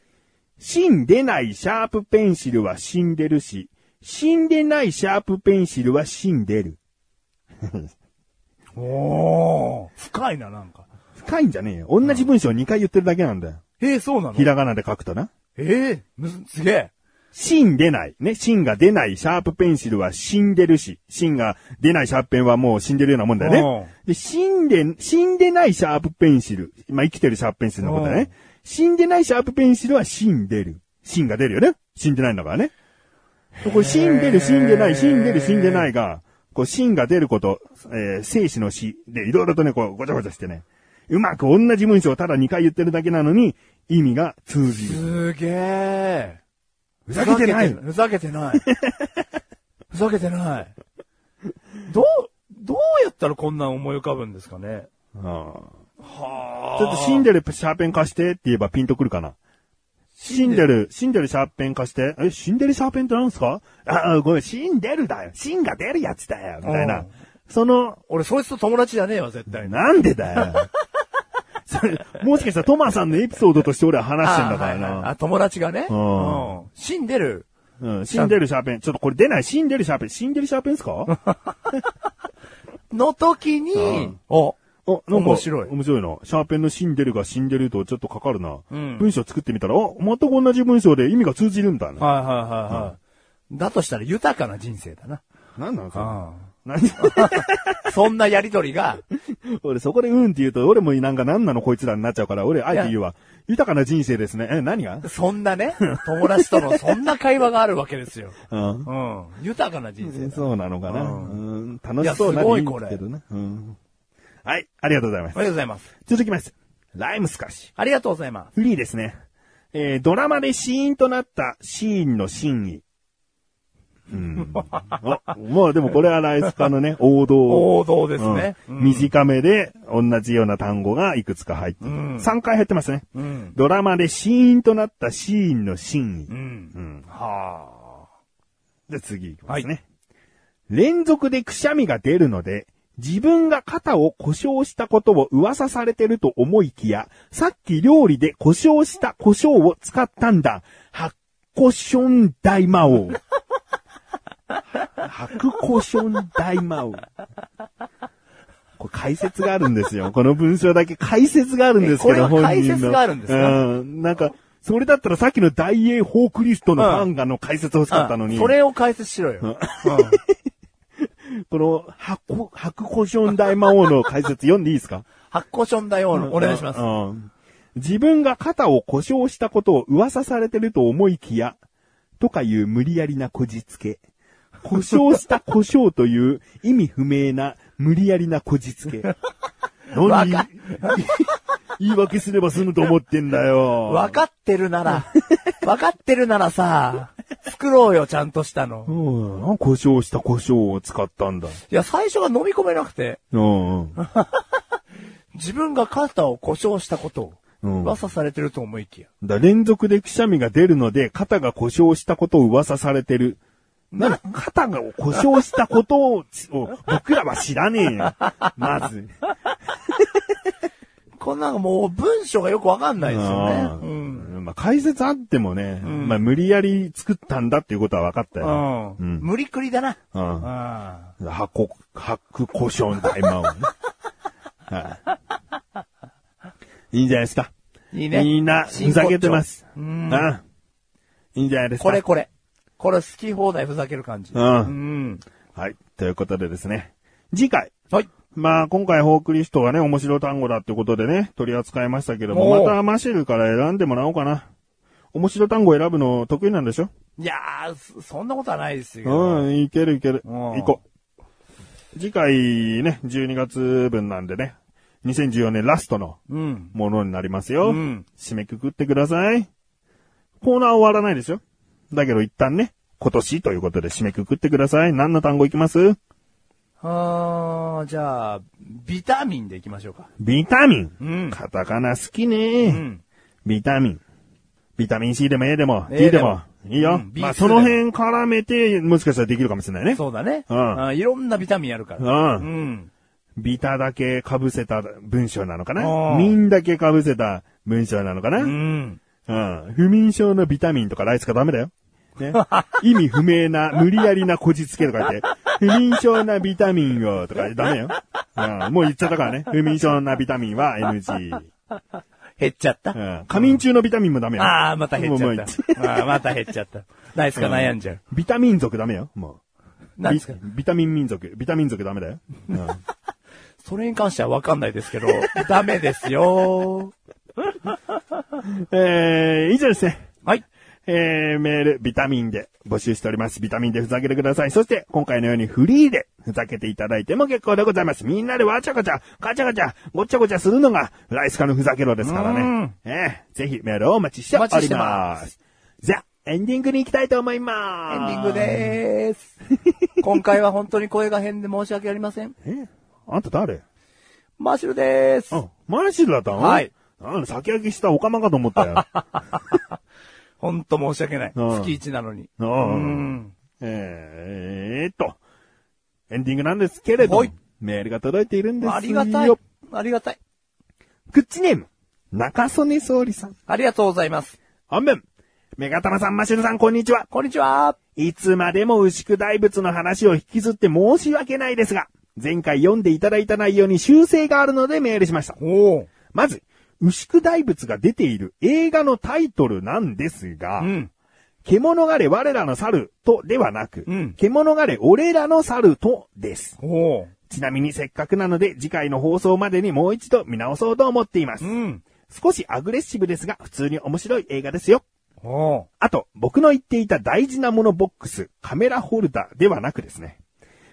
芯出ないシャープペンシルは死んでるし、死んでないシャープペンシルは死んでる。
おー。深いな、なんか。
深いんじゃねえよ。同じ文章を2回言ってるだけなんだよ。
えー、そうなの
ひらがなで書くとな。
えー、むず、すげえ。
芯出ない。ね。芯が出ないシャープペンシルは死んでるし、芯が出ないシャープペンはもう死んでるようなもんだよね。で、死んで、死んでないシャープペンシル。まあ、生きてるシャープペンシルのことだ
う
ね
ん。
死んでないシャープペンシルは死んでる。芯が出るよね。死んでないんだからね。これ死んでる、死んでない、死んでる、死んでないが、こう、芯が出ること、えー生死の死で、いろいろとね、こう、ごちゃごちゃしてね。うまく同じ文章をただ2回言ってるだけなのに、意味が通じる。
すげえ。
ふざけてない
ふざけて ない。ふざけてない。どう、どうやったらこんなん思い浮かぶんですかね。
うん
は。
ちょっと死んでるシャーペン貸してって言えばピンとくるかな。死んでる、死んでるシャーペン貸して。え、死んでるシャーペンって何すかああ、ごめん、死んでるだよ。芯が出るやつだよ。みたいうなんその、
俺、そいつと友達じゃねえわ、絶対に。
なんで だよ。それもしかしたらトマさんのエピソードとして俺は話してんだから
あはいはい
な。
あ、友達がね。
うん
うん死んでる。
うん。死んでるシャーペン。ちょっとこれ出ない。死んでるシャーペン。死んでるシャーペンですか
の時に、
うん
お、
お、なんか、
面白い
面白いな。シャーペンの死んでるが死んでるとちょっとかかるな。
うん
文章作ってみたら、あ、全く同じ文章で意味が通じるんだな。
はいはいはいはい。だとしたら豊かな人生だな。
なんなんすか
う
何
ん。そんなやりとりが、
俺そこでうんって言うと、俺もなんか何なのこいつらになっちゃうから、俺あえて言うわ。豊かな人生ですね。え、何が
そんなね、友達とのそんな会話があるわけですよ。
うん。
うん。豊かな人生だ。
そうなのかな。
う
うん、楽しそうな
や
い
すごい
いいけどね。うん。はい、ありがとうございま
おめで
す。
とうございます。
続きます。ライムスカシ。
ありがとうございます。
フリーですね。えー、ドラマでシーンとなったシーンの真意。 うん。あ、まあでもこれはライスカのね、王道。
王道です
うん
ね。うん。
短めで同じような単語がいくつか入ってる。
うん
3回入ってますね。
うん。
ドラマでシーンとなったシーンの真意。
うん。
うん。
は
じゃあ次いきますね。
は
連続でくしゃみが出るので、自分が肩を故障したことを噂されてると思いきや、さっき料理で故障した胡椒を使ったんだ。発胡ション大魔王。 白胡ション大魔王。これ解説があるんですよ。この文章だけ解説があるんです
えこ
けど、
れは
本人の
解説があるんですか
うん。なんか、それだったらさっきの大英フォークリストのファンがの解説欲し
あ。
かったのに。
うんそれを解説しろよ。うん。
この、白、白胡椒大魔王の解説読んでいいですか
発酵ション大王 のお願いします
う。ん。自分が肩を故障したことを噂されてると思いきや、とかいう無理やりなこじつけ。故障した胡椒という意味不明な無理やりなこじつ け。何
わか
言い訳すれば済むと思ってんだよ。
分かってるなら、分かってるならさ、作ろうよ、ちゃんとしたの。
うん。故障した胡椒を使ったんだ。
いや、最初が飲み込めなくて、
うんうん。
自分が肩を故障したことを、
うん
噂されてると思いきや。
だ連続でくしゃみが出るので、肩が故障したことを噂されてる。な、肩が故障したことを、を僕らは知らねえ よ。まず。
こんなのもう文章がよくわかんないですよね。
あー
うん。
まあ、解説あってもね、
ん
まあ、無理やり作ったんだっていうことは分かった
う
よ。
ん。
うん
無理くりだな。
うん。
う
箱、白故障の大 魔王ね。はい。いいんじゃないですか。
ん。いいね。
みんな、ふざけてます。
う。
うんん。いいんじゃないですか。
これこれ。これ好き放題ふざける感じ。
うん
うん。
はい。ということでですね。次回。
はい。
まあ、今回、フォークリストはね、面白い単語だってことでね、取り扱いましたけども、
おう
またマシルから選んでもらおうかな。面白い単語選ぶの得意なんでしょ
いやー、そそんなことはないです
う
よ。
ん、いけるいける。
うん
行こう。次回ね、12月分なんでね、2014年ラストの
うん。
ものになりますよ。
うん
締めくくってください。コーナー終わらないですよ。だけど一旦ね、今年ということで締めくくってください。何の単語いきます
あーじゃあ、ビタミンでいきましょうか。
ビタミン。
うん
カタカナ好きね、
うん。
ビタミン。ビタミン C でも A でも
A
D でも。いいよ。
うん
まあ
B2
その辺絡めて、もしかしたらできるかもしれないね。
そうだね。
う
うんん。いろんなビタミンあるか
う。
ら。うんん。
ビタだけ被せた文章なのか
あ
な
ー
ミンだけ被せた文章なのかな、う、
うんん。
不眠症のビタミンとかライスかダメだよ。 ね、意味不明な、無理やりなこじつけとか言って、不眠症なビタミンよとかダメよ、うん。もう言っちゃったからね。不眠症なビタミンは NG。
減っちゃった。
うん仮眠中のビタミンもダメよ。
あーまた減っち
も
ゃ
う
っ
も
た
う。
あーまた減っちゃった。ないっすか悩んじゃう。
ビタミン族ダメよ、もう。
なんですか
ビビタミン民族。ビタミン族ダメだよ。うん
それに関してはわかんないですけど、 ダメですよ。
えー、以上ですね。
はい。
えー、メール、ビタミンで募集しております。ビタミンでふざけてください。そして、今回のようにフリーでふざけていただいても結構でございます。みんなでわちゃわちゃ、ガチャガチャ、ごちゃごちゃするのが、ライスカのふざけろですからね。えー、ぜひメールをお待ちしており
お待ちして
ま。
ます
じゃあ、エンディングに行きたいと思いま
エ
す。
ンディングでーす。今回は本当に声が変で申し訳ありません。
えあんた誰
マッシュルでーす。
あ、マルシルだったの
はい。
なんだ先焼きしたオカマかと思っ たよ。
ほんと申し訳ない。
うん
月一なのに。う
う
んん。
えーっと、エンディングなんですけれども
はい、
メールが届いているんですよ。
ありがたい。ありがたい。
クッチネーム、中曽根総理さん。
ありがとうございます。
半面、メガタマさん、マシルさん、こんにちは。
こんにちは。
いつまでも牛久大仏の話を引きずって申し訳ないですが、前回読んでいただいた内容に修正があるのでメールしました。
おお。
まず、牛久大仏が出ている映画のタイトルなんですが、
うん。
獣がれ我らの猿とではなく、
うん
獣がれ俺らの猿とです。
おお。
ちなみにせっかくなので次回の放送までにもう一度見直そうと思っています。
うん。
少しアグレッシブですが、普通に面白い映画ですよ。
おお。
あと、僕の言っていた大事なものボックス、カメラホルダーではなくですね、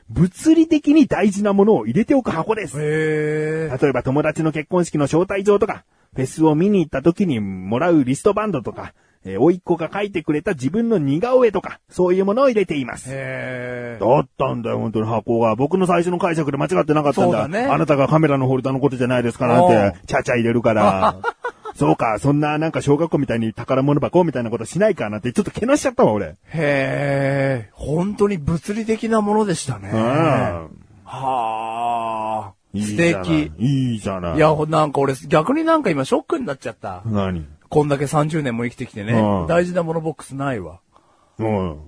物理的に大事なものを入れておく箱です。
へえ。
例えば友達の結婚式の招待状とか、フェスを見に行った時にもらうリストバンドとか、えー、甥っ子が書いてくれた自分の似顔絵とか、そういうものを入れています。
へえ。
だったんだよ、本当に箱が。僕の最初の解釈で間違ってなかった
そ
んだ。
うだね
あなたがカメラのホルダーのことじゃないですかなんて、ちゃちゃ入れる から。そうか、そんななんか小学校みたいに宝物箱みたいなことしないかなって、ちょっとけなしちゃったわ、俺。
へえ。本当に物理的なものでしたね。
うん。
はあ。
いい
素
じゃない
敵。。
いいじゃない。
いや、、ほなんか俺、逆になんか今ショックになっちゃった。
何
こんだけ30年も生きてきてね
うん。
大事なものボックスないわ。
うん。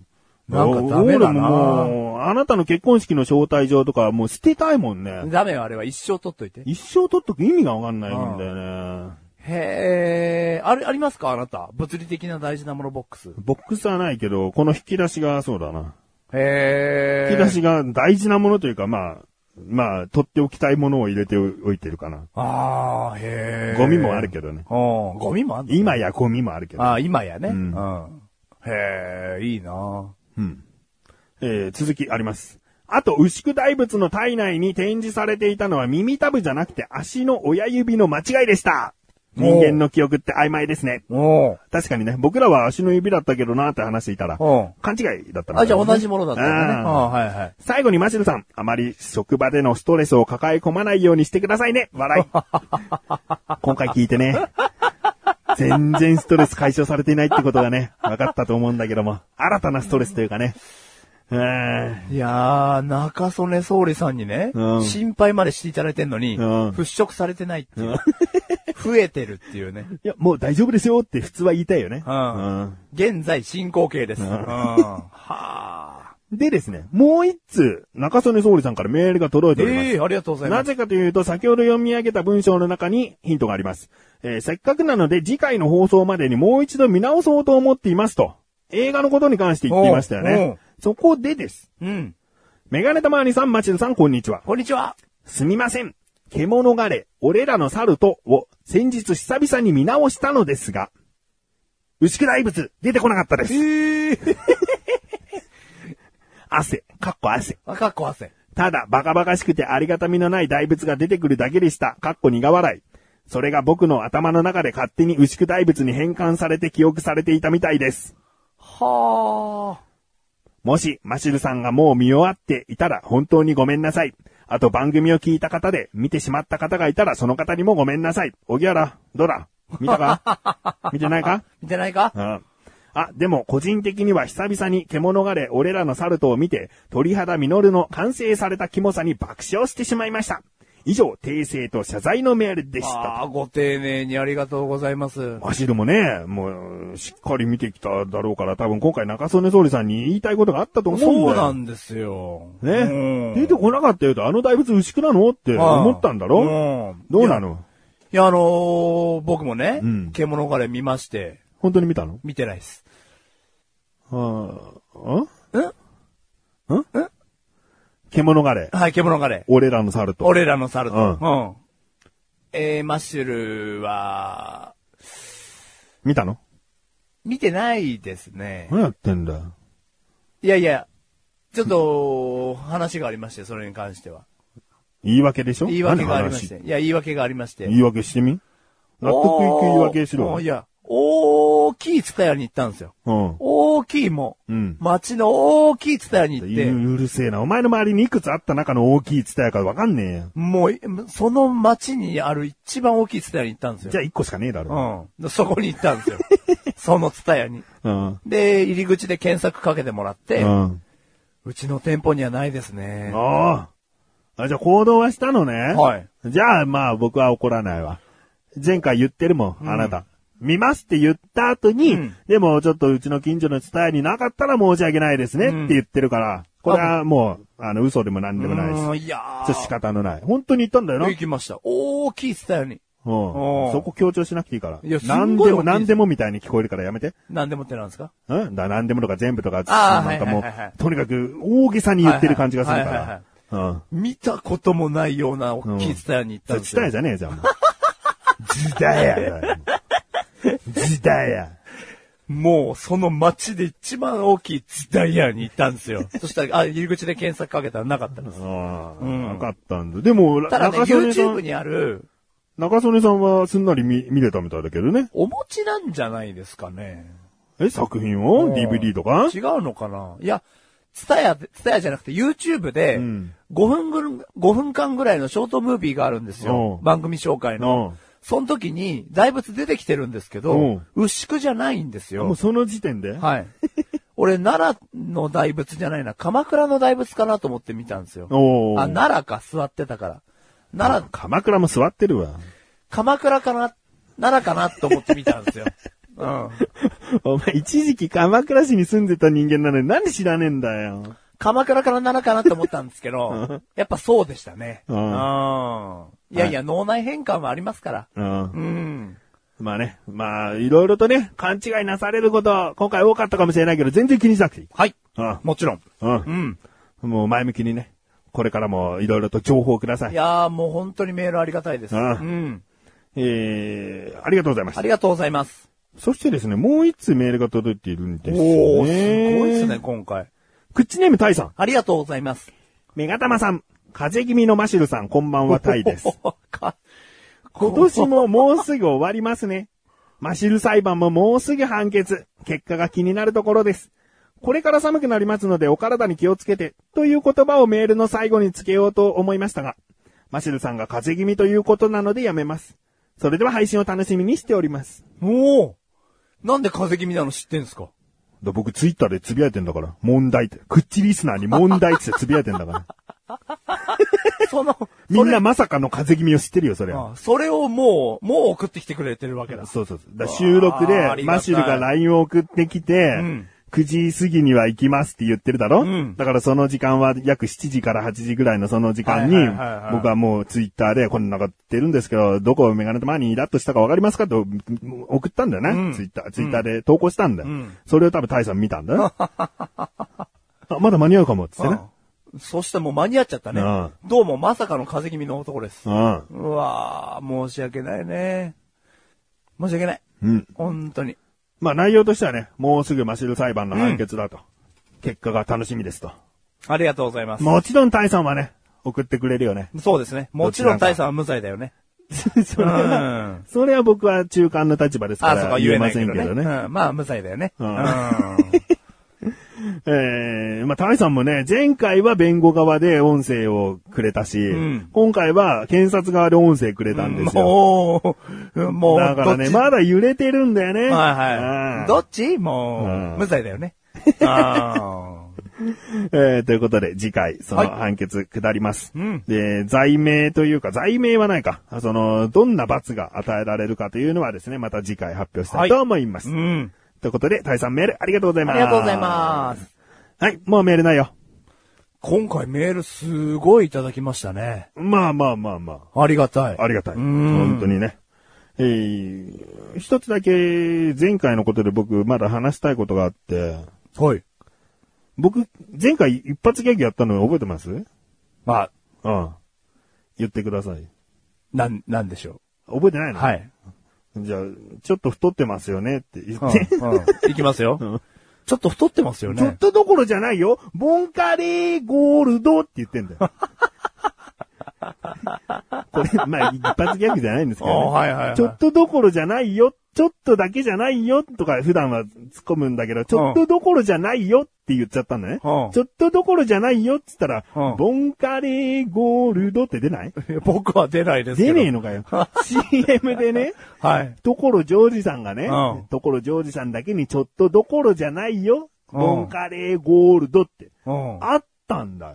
なんかダメだな
俺ももう、あなたの結婚式の招待状とかもう捨てたいもんね。
ダメよ、あれは一生取っといて。へ
一生取っとく意味がわかんないんだよね。
え。あれ、ありますかあなた。物理的な大事なものボックス。
ボックスはないけど、この引き出しがそうだな。
へえ。
引き出しが大事なものというか、まあ、まあ、取っておきたいものを入れておいてるかな。
ああ、へえ。
ゴミもあるけどね。
うん、ゴミもあんの
今やゴミもあるけど。
ああ、今やね。
う
うんん。へえ、いいな
うんえー続きあります。あと、牛久大仏の体内に展示されていたのは耳たぶじゃなくて足の親指の間違いでした。
おう
人間の記憶って曖昧ですね。
おう
確かにね、僕らは足の指だったけどなって話していたら、
おう
勘違いだったのかな
あ、じゃあ同じものだったんだね。
あー
ああー、はいはい。
最後にマシルさん、あまり職場でのストレスを抱え込まないようにしてくださいね。 笑い。今回聞いてね。全然ストレス解消されていないってことがね、分かったと思うんだけども、新たなストレスというかね。うーん。
いやー、中曽根総理さんにね、
うん
心配までしていただいてんのに、
うん
払拭されてない っていう。増えてるっていうね。
いや、もう大丈夫ですよって普通は言いたいよね。
うん
うん
現在進行形です。うん。はあ。
でですね、もう一通、中曽根総理さんからメールが届いております。
ええありがとうござい
な
ます。
ぜかというと、先ほど読み上げた文章の中にヒントがあります。えーせっかくなので次回の放送までにもう一度見直そうと思っていますと。映画のことに関して言っていましたよ
おうお
ね
う。
そこでです。
うん。
メガネたまわりさん、町田さん、こんにちは。
こんにちは。
すみません。獣がれ、俺らの猿とを先日久々に見直したのですが、牛久大仏、出てこなかったです。汗、かっこ汗。
あ、かっこ汗。
ただ、バカバカしくてありがたみのない大仏が出てくるだけでした。かっこ苦笑い。それが僕の頭の中で勝手に牛久大仏に変換されて記憶されていたみたいです。
はあ。
もし、マシルさんがもう見終わっていたら本当にごめんなさい。あと番組を聞いた方で見てしまった方がいたらその方にもごめんなさい。おぎゃら、どら、見たか 見てないか
見てないか
うんあ、でも個人的には久々に獣がれ俺らのサルトを見て、鳥肌実るの完成されたキモさに爆笑してしまいました。以上、訂正と謝罪のメールでした。
ああ、ご丁寧にありがとうございます。
マシルもね、もう、しっかり見てきただろうから、多分今回中曽根総理さんに言いたいことがあったと思うんだよ。
そうなんですよ。
ね。
うん
出てこなかったよと、あの大仏牛久なのって思ったんだろ
うん
どうなの
いや、あのー僕もね、
うん
獣がれ見まして、
本当に見たの
見てないです。
あ
ん
ーんん獣がれ、
はい、獣がれ。
俺らの猿と。
俺らの猿と。
う
うんん。えー、マッシュルは、
見たの
見てないですね。
何やってんだよ。
いやいや、ちょっと、話がありまして、それに関しては。
言い訳でしょ
言い訳がありまし
何
て。いや、言い訳がありまして
話言。い訳してみ納得いく言い訳し
お
ろ
ーい。や、大きいツタヤに行ったんですよ。
うん。
大きいもん。
うん
町の大きいツタヤに行って、
うるせえな。お前の周りにいくつあった中の大きいツタヤかわかんねえよ。
もうい、その町にある一番大きいツタヤに行ったんですよ。
じゃあ一個しかねえだろ。
うん。そこに行ったんで すよ。そのツタヤに。
うん。
で、入り口で検索かけてもらって、
う。
うんちの店舗にはないですね。
ああ。あじゃあ行動はしたのね。。
はい
じゃあまあ僕は怒らないわ。前回言ってるもん、あなた。見ますって言った後に、
うん
でもちょっとうちの近所の伝えになかったら申し訳ないですねって
ん
言ってるから、これはもう、あの、嘘でも何でもないです。ちょ
うんいやー
っと仕方のない。本当に言ったんだよな。うん
行。きました。大きい伝えに。うん
そこ強調しなくていいから。
いやすんごい大きい
何で
で
も、
す
何でもみたいに聞こえるからやめて。
何でもってなんですか
うんだ何でもとか全部とか、
あー
なんかもう、
はいはいはいはい
とにかく大げさに言ってる感じがする
はいはいはい
か
は
ら。うん。
見たこともないような大きい伝えに行ったんです
時
よ。
代じゃねえじゃん、もう。 時代や。時代や。
もう、その街で一番大きい伝え屋に行ったんですよ。そしたら、あ、入り口で検索かけたらなかったんです。
あ
う
あ、
ん
なかったんだ。でも、
ただね、
中曽根さ
YouTube
ん、
にある、
中曽根さんはすんなり見、見れたみたいだけどね。
お餅なんじゃないですかね。
え、作品
うん
を ?DVD とか
違うのかないや、ツタヤ、ツタヤじゃなくて YouTube で、
うん
5分ぐる、5分間ぐらいのショートムービーがあるんですよ
う。ん
番組紹介
う
の
ん。
その時に、大仏出てきてるんですけど、牛久じゃないんです
もう
よ。
その時点で、
はい。 俺、奈良の大仏じゃないな、鎌倉の大仏かなと思って見たんですよ。
おー
あ、奈良か、座ってたから。奈良、
鎌倉も座ってるわ。
鎌倉かな、奈良かなと思って見たん ですよ。うん。
お前一時期鎌倉市に住んでた人間なのになんで知らねえんだよ。
鎌倉から奈良かなと思ったんですけど、やっぱそうでしたね。
う
うんん。いやいや、脳内変換はありますから。
うん
う。ん。
まあね、まあ、いろいろとね、勘違いなされること、今回多かったかもしれないけど、全然気にしなくていい。
はい。
うん
もちろん。
う
うん。
ん。もう前向きにね、これからもいろいろと情報をください。
いやーもう本当にメールありがたいです。
う
うんん。
えー、ありがとうございました
あ。りがとうございます。
そしてですね、もう一通メールが届いているんですよ、ね。
おー、すごいですね、。今回。
クッチネームタイさん。
ありがとうございます。
メガタマさん。風邪気味のマシルさん、こんばんはタイです。
お。か
今年ももうすぐ終わりますね。マシル裁判ももうすぐ判決。結果が気になるところです。これから寒くなりますのでお体に気をつけてという言葉をメールの最後につけようと思いましたが、マシルさんが風邪気味ということなのでやめます。それでは配信を楽しみにしております。
おーなんで風邪気味なの知ってんすか
だ僕ツイッターでつぶやいてんだから、問題って。クッチリスナーに問題ってつぶやいてんだ から。
その、
みん
それ
なまさかの風邪気味を知ってるよ、それは。
あそれをもう、もう送ってきてくれてるわけだ。
そうそうそう。だから収録
あーあ
で、
りがたい
マシルが LINE を送ってきて、
ん
9時過ぎには行きますって言ってるだろ、
うん
だからその時間は約7時から8時ぐらいのその時間に
はいはいはいは、い
僕はもうツイッターでこんなこと言ってるんですけど、どこをメガネとマニーだとしたかわかりますかと送ったんだよね、
うん
ツイッター、ツイッターで投稿したんだよ。
うん
それを多分タイさん見たん だよ。あまだ間に合うかもっつってね。
うんそしてもう間に合っちゃったね
うん。
どうもまさかの風邪気味の男です。
うん。
うわー、申し訳ないね。申し訳ない。
うん。
本当に。
まあ内容としてはね、もうすぐマシル裁判の判決だと。結果が楽しみですと。
ありがとうございます。
もちろんタイさんはね、送ってくれるよ ね。
そうですね。もちろん大さんは無罪だよ ね。
それは、
うん
それは僕は中間の立場です
あ、
か
そうから言
言え
えな
ま
いけ
せん
ど
け
ね。
どね。
うんまあ、無罪だよね。
うん
うん
えー、まあタイさんもね、前回は弁護側で音声をくれたし、
ん
今回は検察側で音声くれたんですよ。
もう、もう、
だから
どっ
ね、
ち
まだ揺れてるんだよね。
はい
あ
は
ー
い。どっち
うん
もう、無罪だよ ね。あ
えーということで、次回、その
はい
判決下ります。
うん
で、罪名というか、罪名はないか。その、どんな罰が与えられるかというのはですね、また次回発表したいと思います。
ーうん。
ということで、タイさんメールありがとうございま
あ
す。
りがとうございます。
す。はい、もうメールないよ。
今回メールすごいいただきましたね。
まあまあまあま
ありがたい。
あ。ありがた
ん
い。本当にね。えー、一つだけ、前回のことで僕、まだ話したいことがあって、
はい。
僕、前回一発ギャグやったの覚えてます
まあ、
ああ。言ってください。
なん、なんでしょ。
覚えてないうの
はい。
じゃあ、ちょっと太ってますよねって言
うん
って。
うんいきますよ。ちょっと太ってますよ
ちょっ
ね。
とどころじゃないよ。ボンカレーゴールドって言ってん だよ。これ、まあ、一発ギャグじゃないんですけどね。
あはいはいはい
ちょっとどころじゃないよ。ちょっとだけじゃないよとか普段は突っ込むんだけど、ちょっとどころじゃないよって言っちゃったんだね。ち
う
ょ
ん
っとどころじゃないよって言ったら、
うん
ボンカレーゴールドって出ない
僕は出ないですけ
出
ど。
ねえの かよ。CM でね。
はい。
ところジョージさんがね、
うん
ところジョージさんだけにちょっとどころじゃないよ、
うん
ボンカレーゴールドって、
うん。
あったんだよ。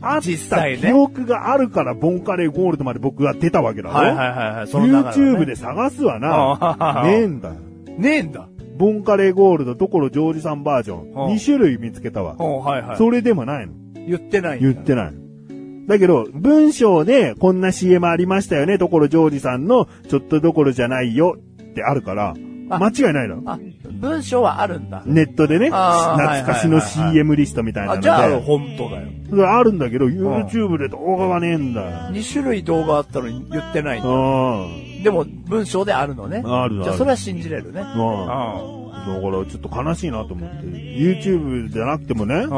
あっ
実
た
際ね
記憶があるから、ボンカレーゴールドまで僕が出たわけだろ、
はいはいはいはい。その中で、
YouTube で探すわな
あ。ー
ねえんだよ。
ねえんだ。
ボンカレーゴールドところジョージさんバージョン。
うん
2種類見つけたわ。
うん、はいはい。
それでもないの。
言ってないんだ
言ってないの。だけど、文章でこんな CM ありましたよね、ところジョージさんのちょっとどころじゃないよってあるから、
あ
間違いないの。
あ、文章はあるんだ。
ネットでね、
あー
懐かしの
はいはいはいはい
CM リストみたいな
あ、
の
じゃあ、
で。
本当だよ。
それあるんだけど、YouTube で動画がねえんだよ。
2種類動画あったのに言ってないんだ。
うん。
でも、文章であるのね。
あるある
じゃあ、それは信じれるね。うん。
うん。だ
う
からちょっと悲しいなと思って。YouTube じゃなくてもね、
ん。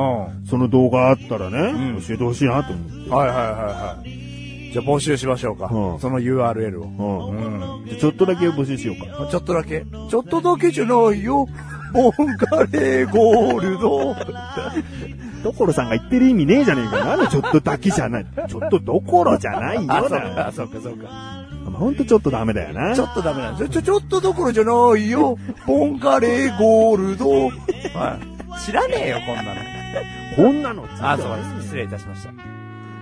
その動画あったらね、
うん
教えてほしいなと思って。
はいはいはいはい。じゃあ、募集しましょうか。
うん
その URL を。う
う
ん。
ん。でちょっとだけ募集しようか。
ちょっとだけ。ちょっとだけじゃないよ。ボンカレーゴールド。
所さんが言ってる意味ねえじゃねえか。なんでちょっとだけじゃない。ちょっとどころじゃないよ
あ、そ
な。
う
ま
か、そうか、そうか。
あほんとちょっとダメだよな。
ちょっとダメなんですよ。ちょ、ちょっとどころじゃないよ。ボンカレーゴールド。はい。知らねえよ、こんなの。
こんなの。
あ、そうです。失礼いたしました。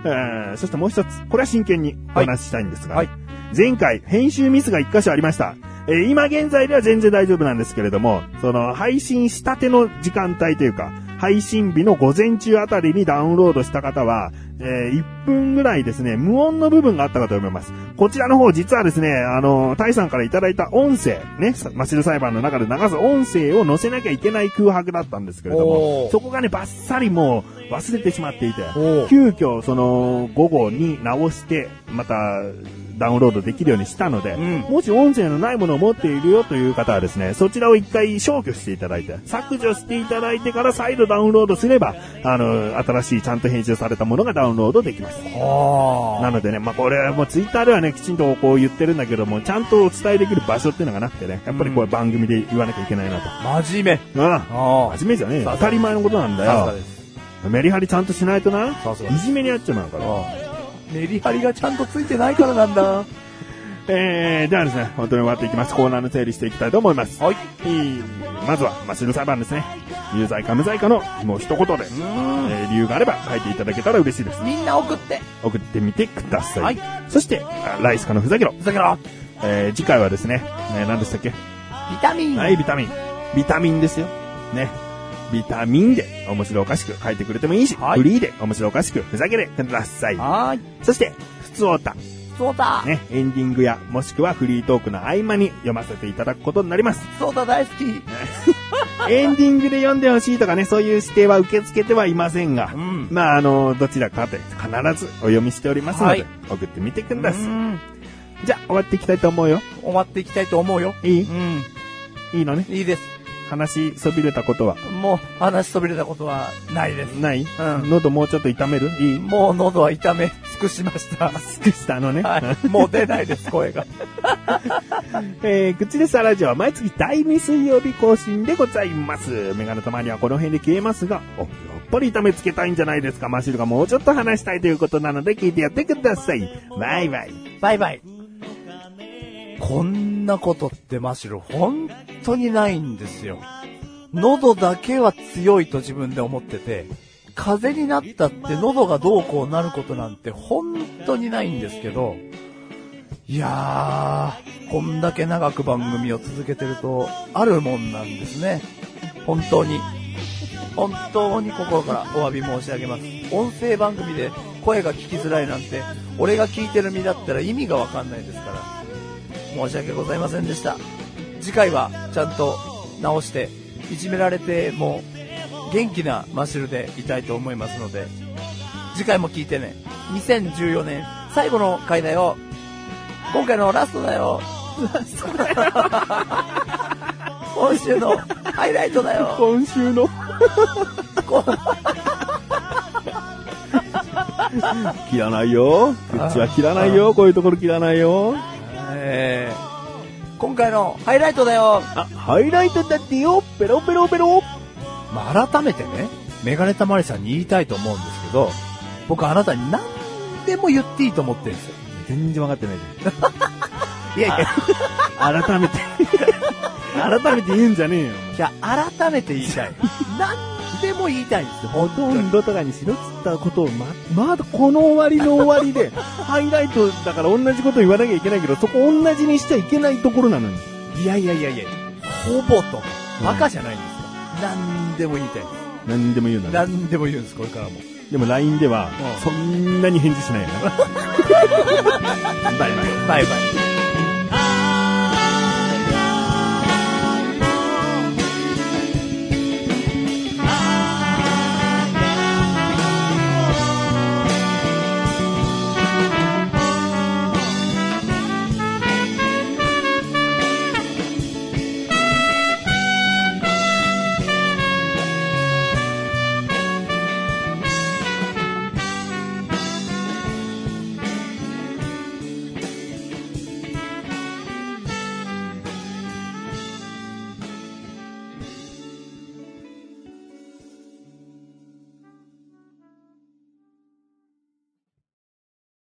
えーそしてもう一つ、これは真剣にお話ししたいんですが、
はい
前回編集ミスが一箇所ありました。えー今現在では全然大丈夫なんですけれども、その配信したての時間帯というか、配信日の午前中あたりにダウンロードした方は、えー1分ぐらいですね、無音の部分があったかと思います。こちらの方、実はですね、あの、タイさんからいただいた音声、ね、さマシル裁判の中で流す音声を載せなきゃいけない空白だったんですけれど
お
も
ー、
そこがね、バッサリもう忘れてしまっていて、
おう
急遽その午後に直してまたダウンロードできるようにしたので、
ん
もし音声のないものを持っているよという方はですねそちらを一回消去していただいて削除していただいてから再度ダウンロードすればあの新しいちゃんと編集されたものがダウンロードできます
あ
なのでね、まあ、これはもうツイッターではね、きちんとこう言ってるんだけども、ちゃんとお伝えできる場所っていうのがなくてね、やっぱりこれ番組で言わなきゃいけないなと。
あ。真面目。
ああ、
あ
真面目じゃねえよ
さすが
当たり前のことなんだよ。
です。
メリハリちゃんとしないとな、い
さすがです
じめにあっちゃうから。
メリハリがちゃんとついてないからなんだ。は
えー、ではですね、本当に終わっていきます。コーナーの整理していきたいと思います。
い。
えーまずは、マシル裁判ですね。有罪か無罪かの、もう一言で、えー理由があれば書いていただけたら嬉しいです。
みんな送って。
送ってみてください。
はい
そして、あライスカのふざけろ。
ふざけろ。
えー次回はですね、えー何でしたっけ
ビタミン。
はい、ビタミン。ビタミンですよ。ね。ビタミンで面白おかしく書いてくれてもいいし、
はい
フリーで面白おかしくふざけてください。
はーい。
そして、ふつおた。
そうだ。
ね、エンディングや、もしくはフリートークの合間に読ませていただくことになります。
そうだ大好き。
エンディングで読んでほしいとかね、そういう指定は受け付けてはいませんが、
ん
まあ、あの、どちらかで必ずお読みしておりますので、
はい
送ってみてく
う
ださ
ん。
い。じゃあ、終わっていきたいと思うよ。
終わっていきたいと思うよ。、
いいう
ん。
いいのね。
いいです。
話しそびれたことは
もう話しそびれたことはないです。
ない、
うん
喉もうちょっと痛めるいい
もう喉は痛め尽くしました。
すくしたのね。
はい。もう出ないです、声が。
えー、口でさラジオは毎月第2水曜日更新でございます。メガネたまにはこの辺で消えますが、お、やっぱり痛めつけたいんじゃないですか。マシルがもうちょっと話したいということなので聞いてやってください。バイバイ。
バイバイ。こんなことってマシロ本当にないんですよ。喉だけは強いと自分で思ってて、風邪になったって喉がどうこうなることなんて本当にないんですけど、いやー、こんだけ長く番組を続けてると、あるもんなんですね。本当に。本当に心からお詫び申し上げます音声番組で声が聞きづらいなんて俺が聞いてる身だったら意味がわかんないですから申し訳ございませんでした次回はちゃんと直していじめられても元気なマシュルでいたいと思いますので次回も聞いてね2014年最後の回だよ今回のラストだよ今週のハイライトだよ
今週の。 切らないよ。口は切らないよ。こういうところ切らないよ。
えー今回のハイライトだよ、
あ、ハイライトだってよ。ペロペロペロ。
まあ、改めてねメガネたまりさんに言いたいと思うんですけど僕あなたに何でも言っていいと思ってるんですよ
全然分かってない
いやいや、
改めて。 改めて言うんじゃねえよ。
じゃあ改めて言い たい。何でも言いたいんですよ、
ほ
本
と
当に。
んどとかにしろっつったことをま、まだこの終わりの終わ りで、ハイライトだから同じこと言わなきゃいけないけど、そこ同じにしちゃいけないところなのに。
いやいやいやいや、ほぼと、バカじゃないんですよ。何でも言いたいんです。
何でも言うな。
何でも言うんです、これからも。
でも LINE では
う、ん
そんなに返事しないよな。バイバイ。
バイバイ。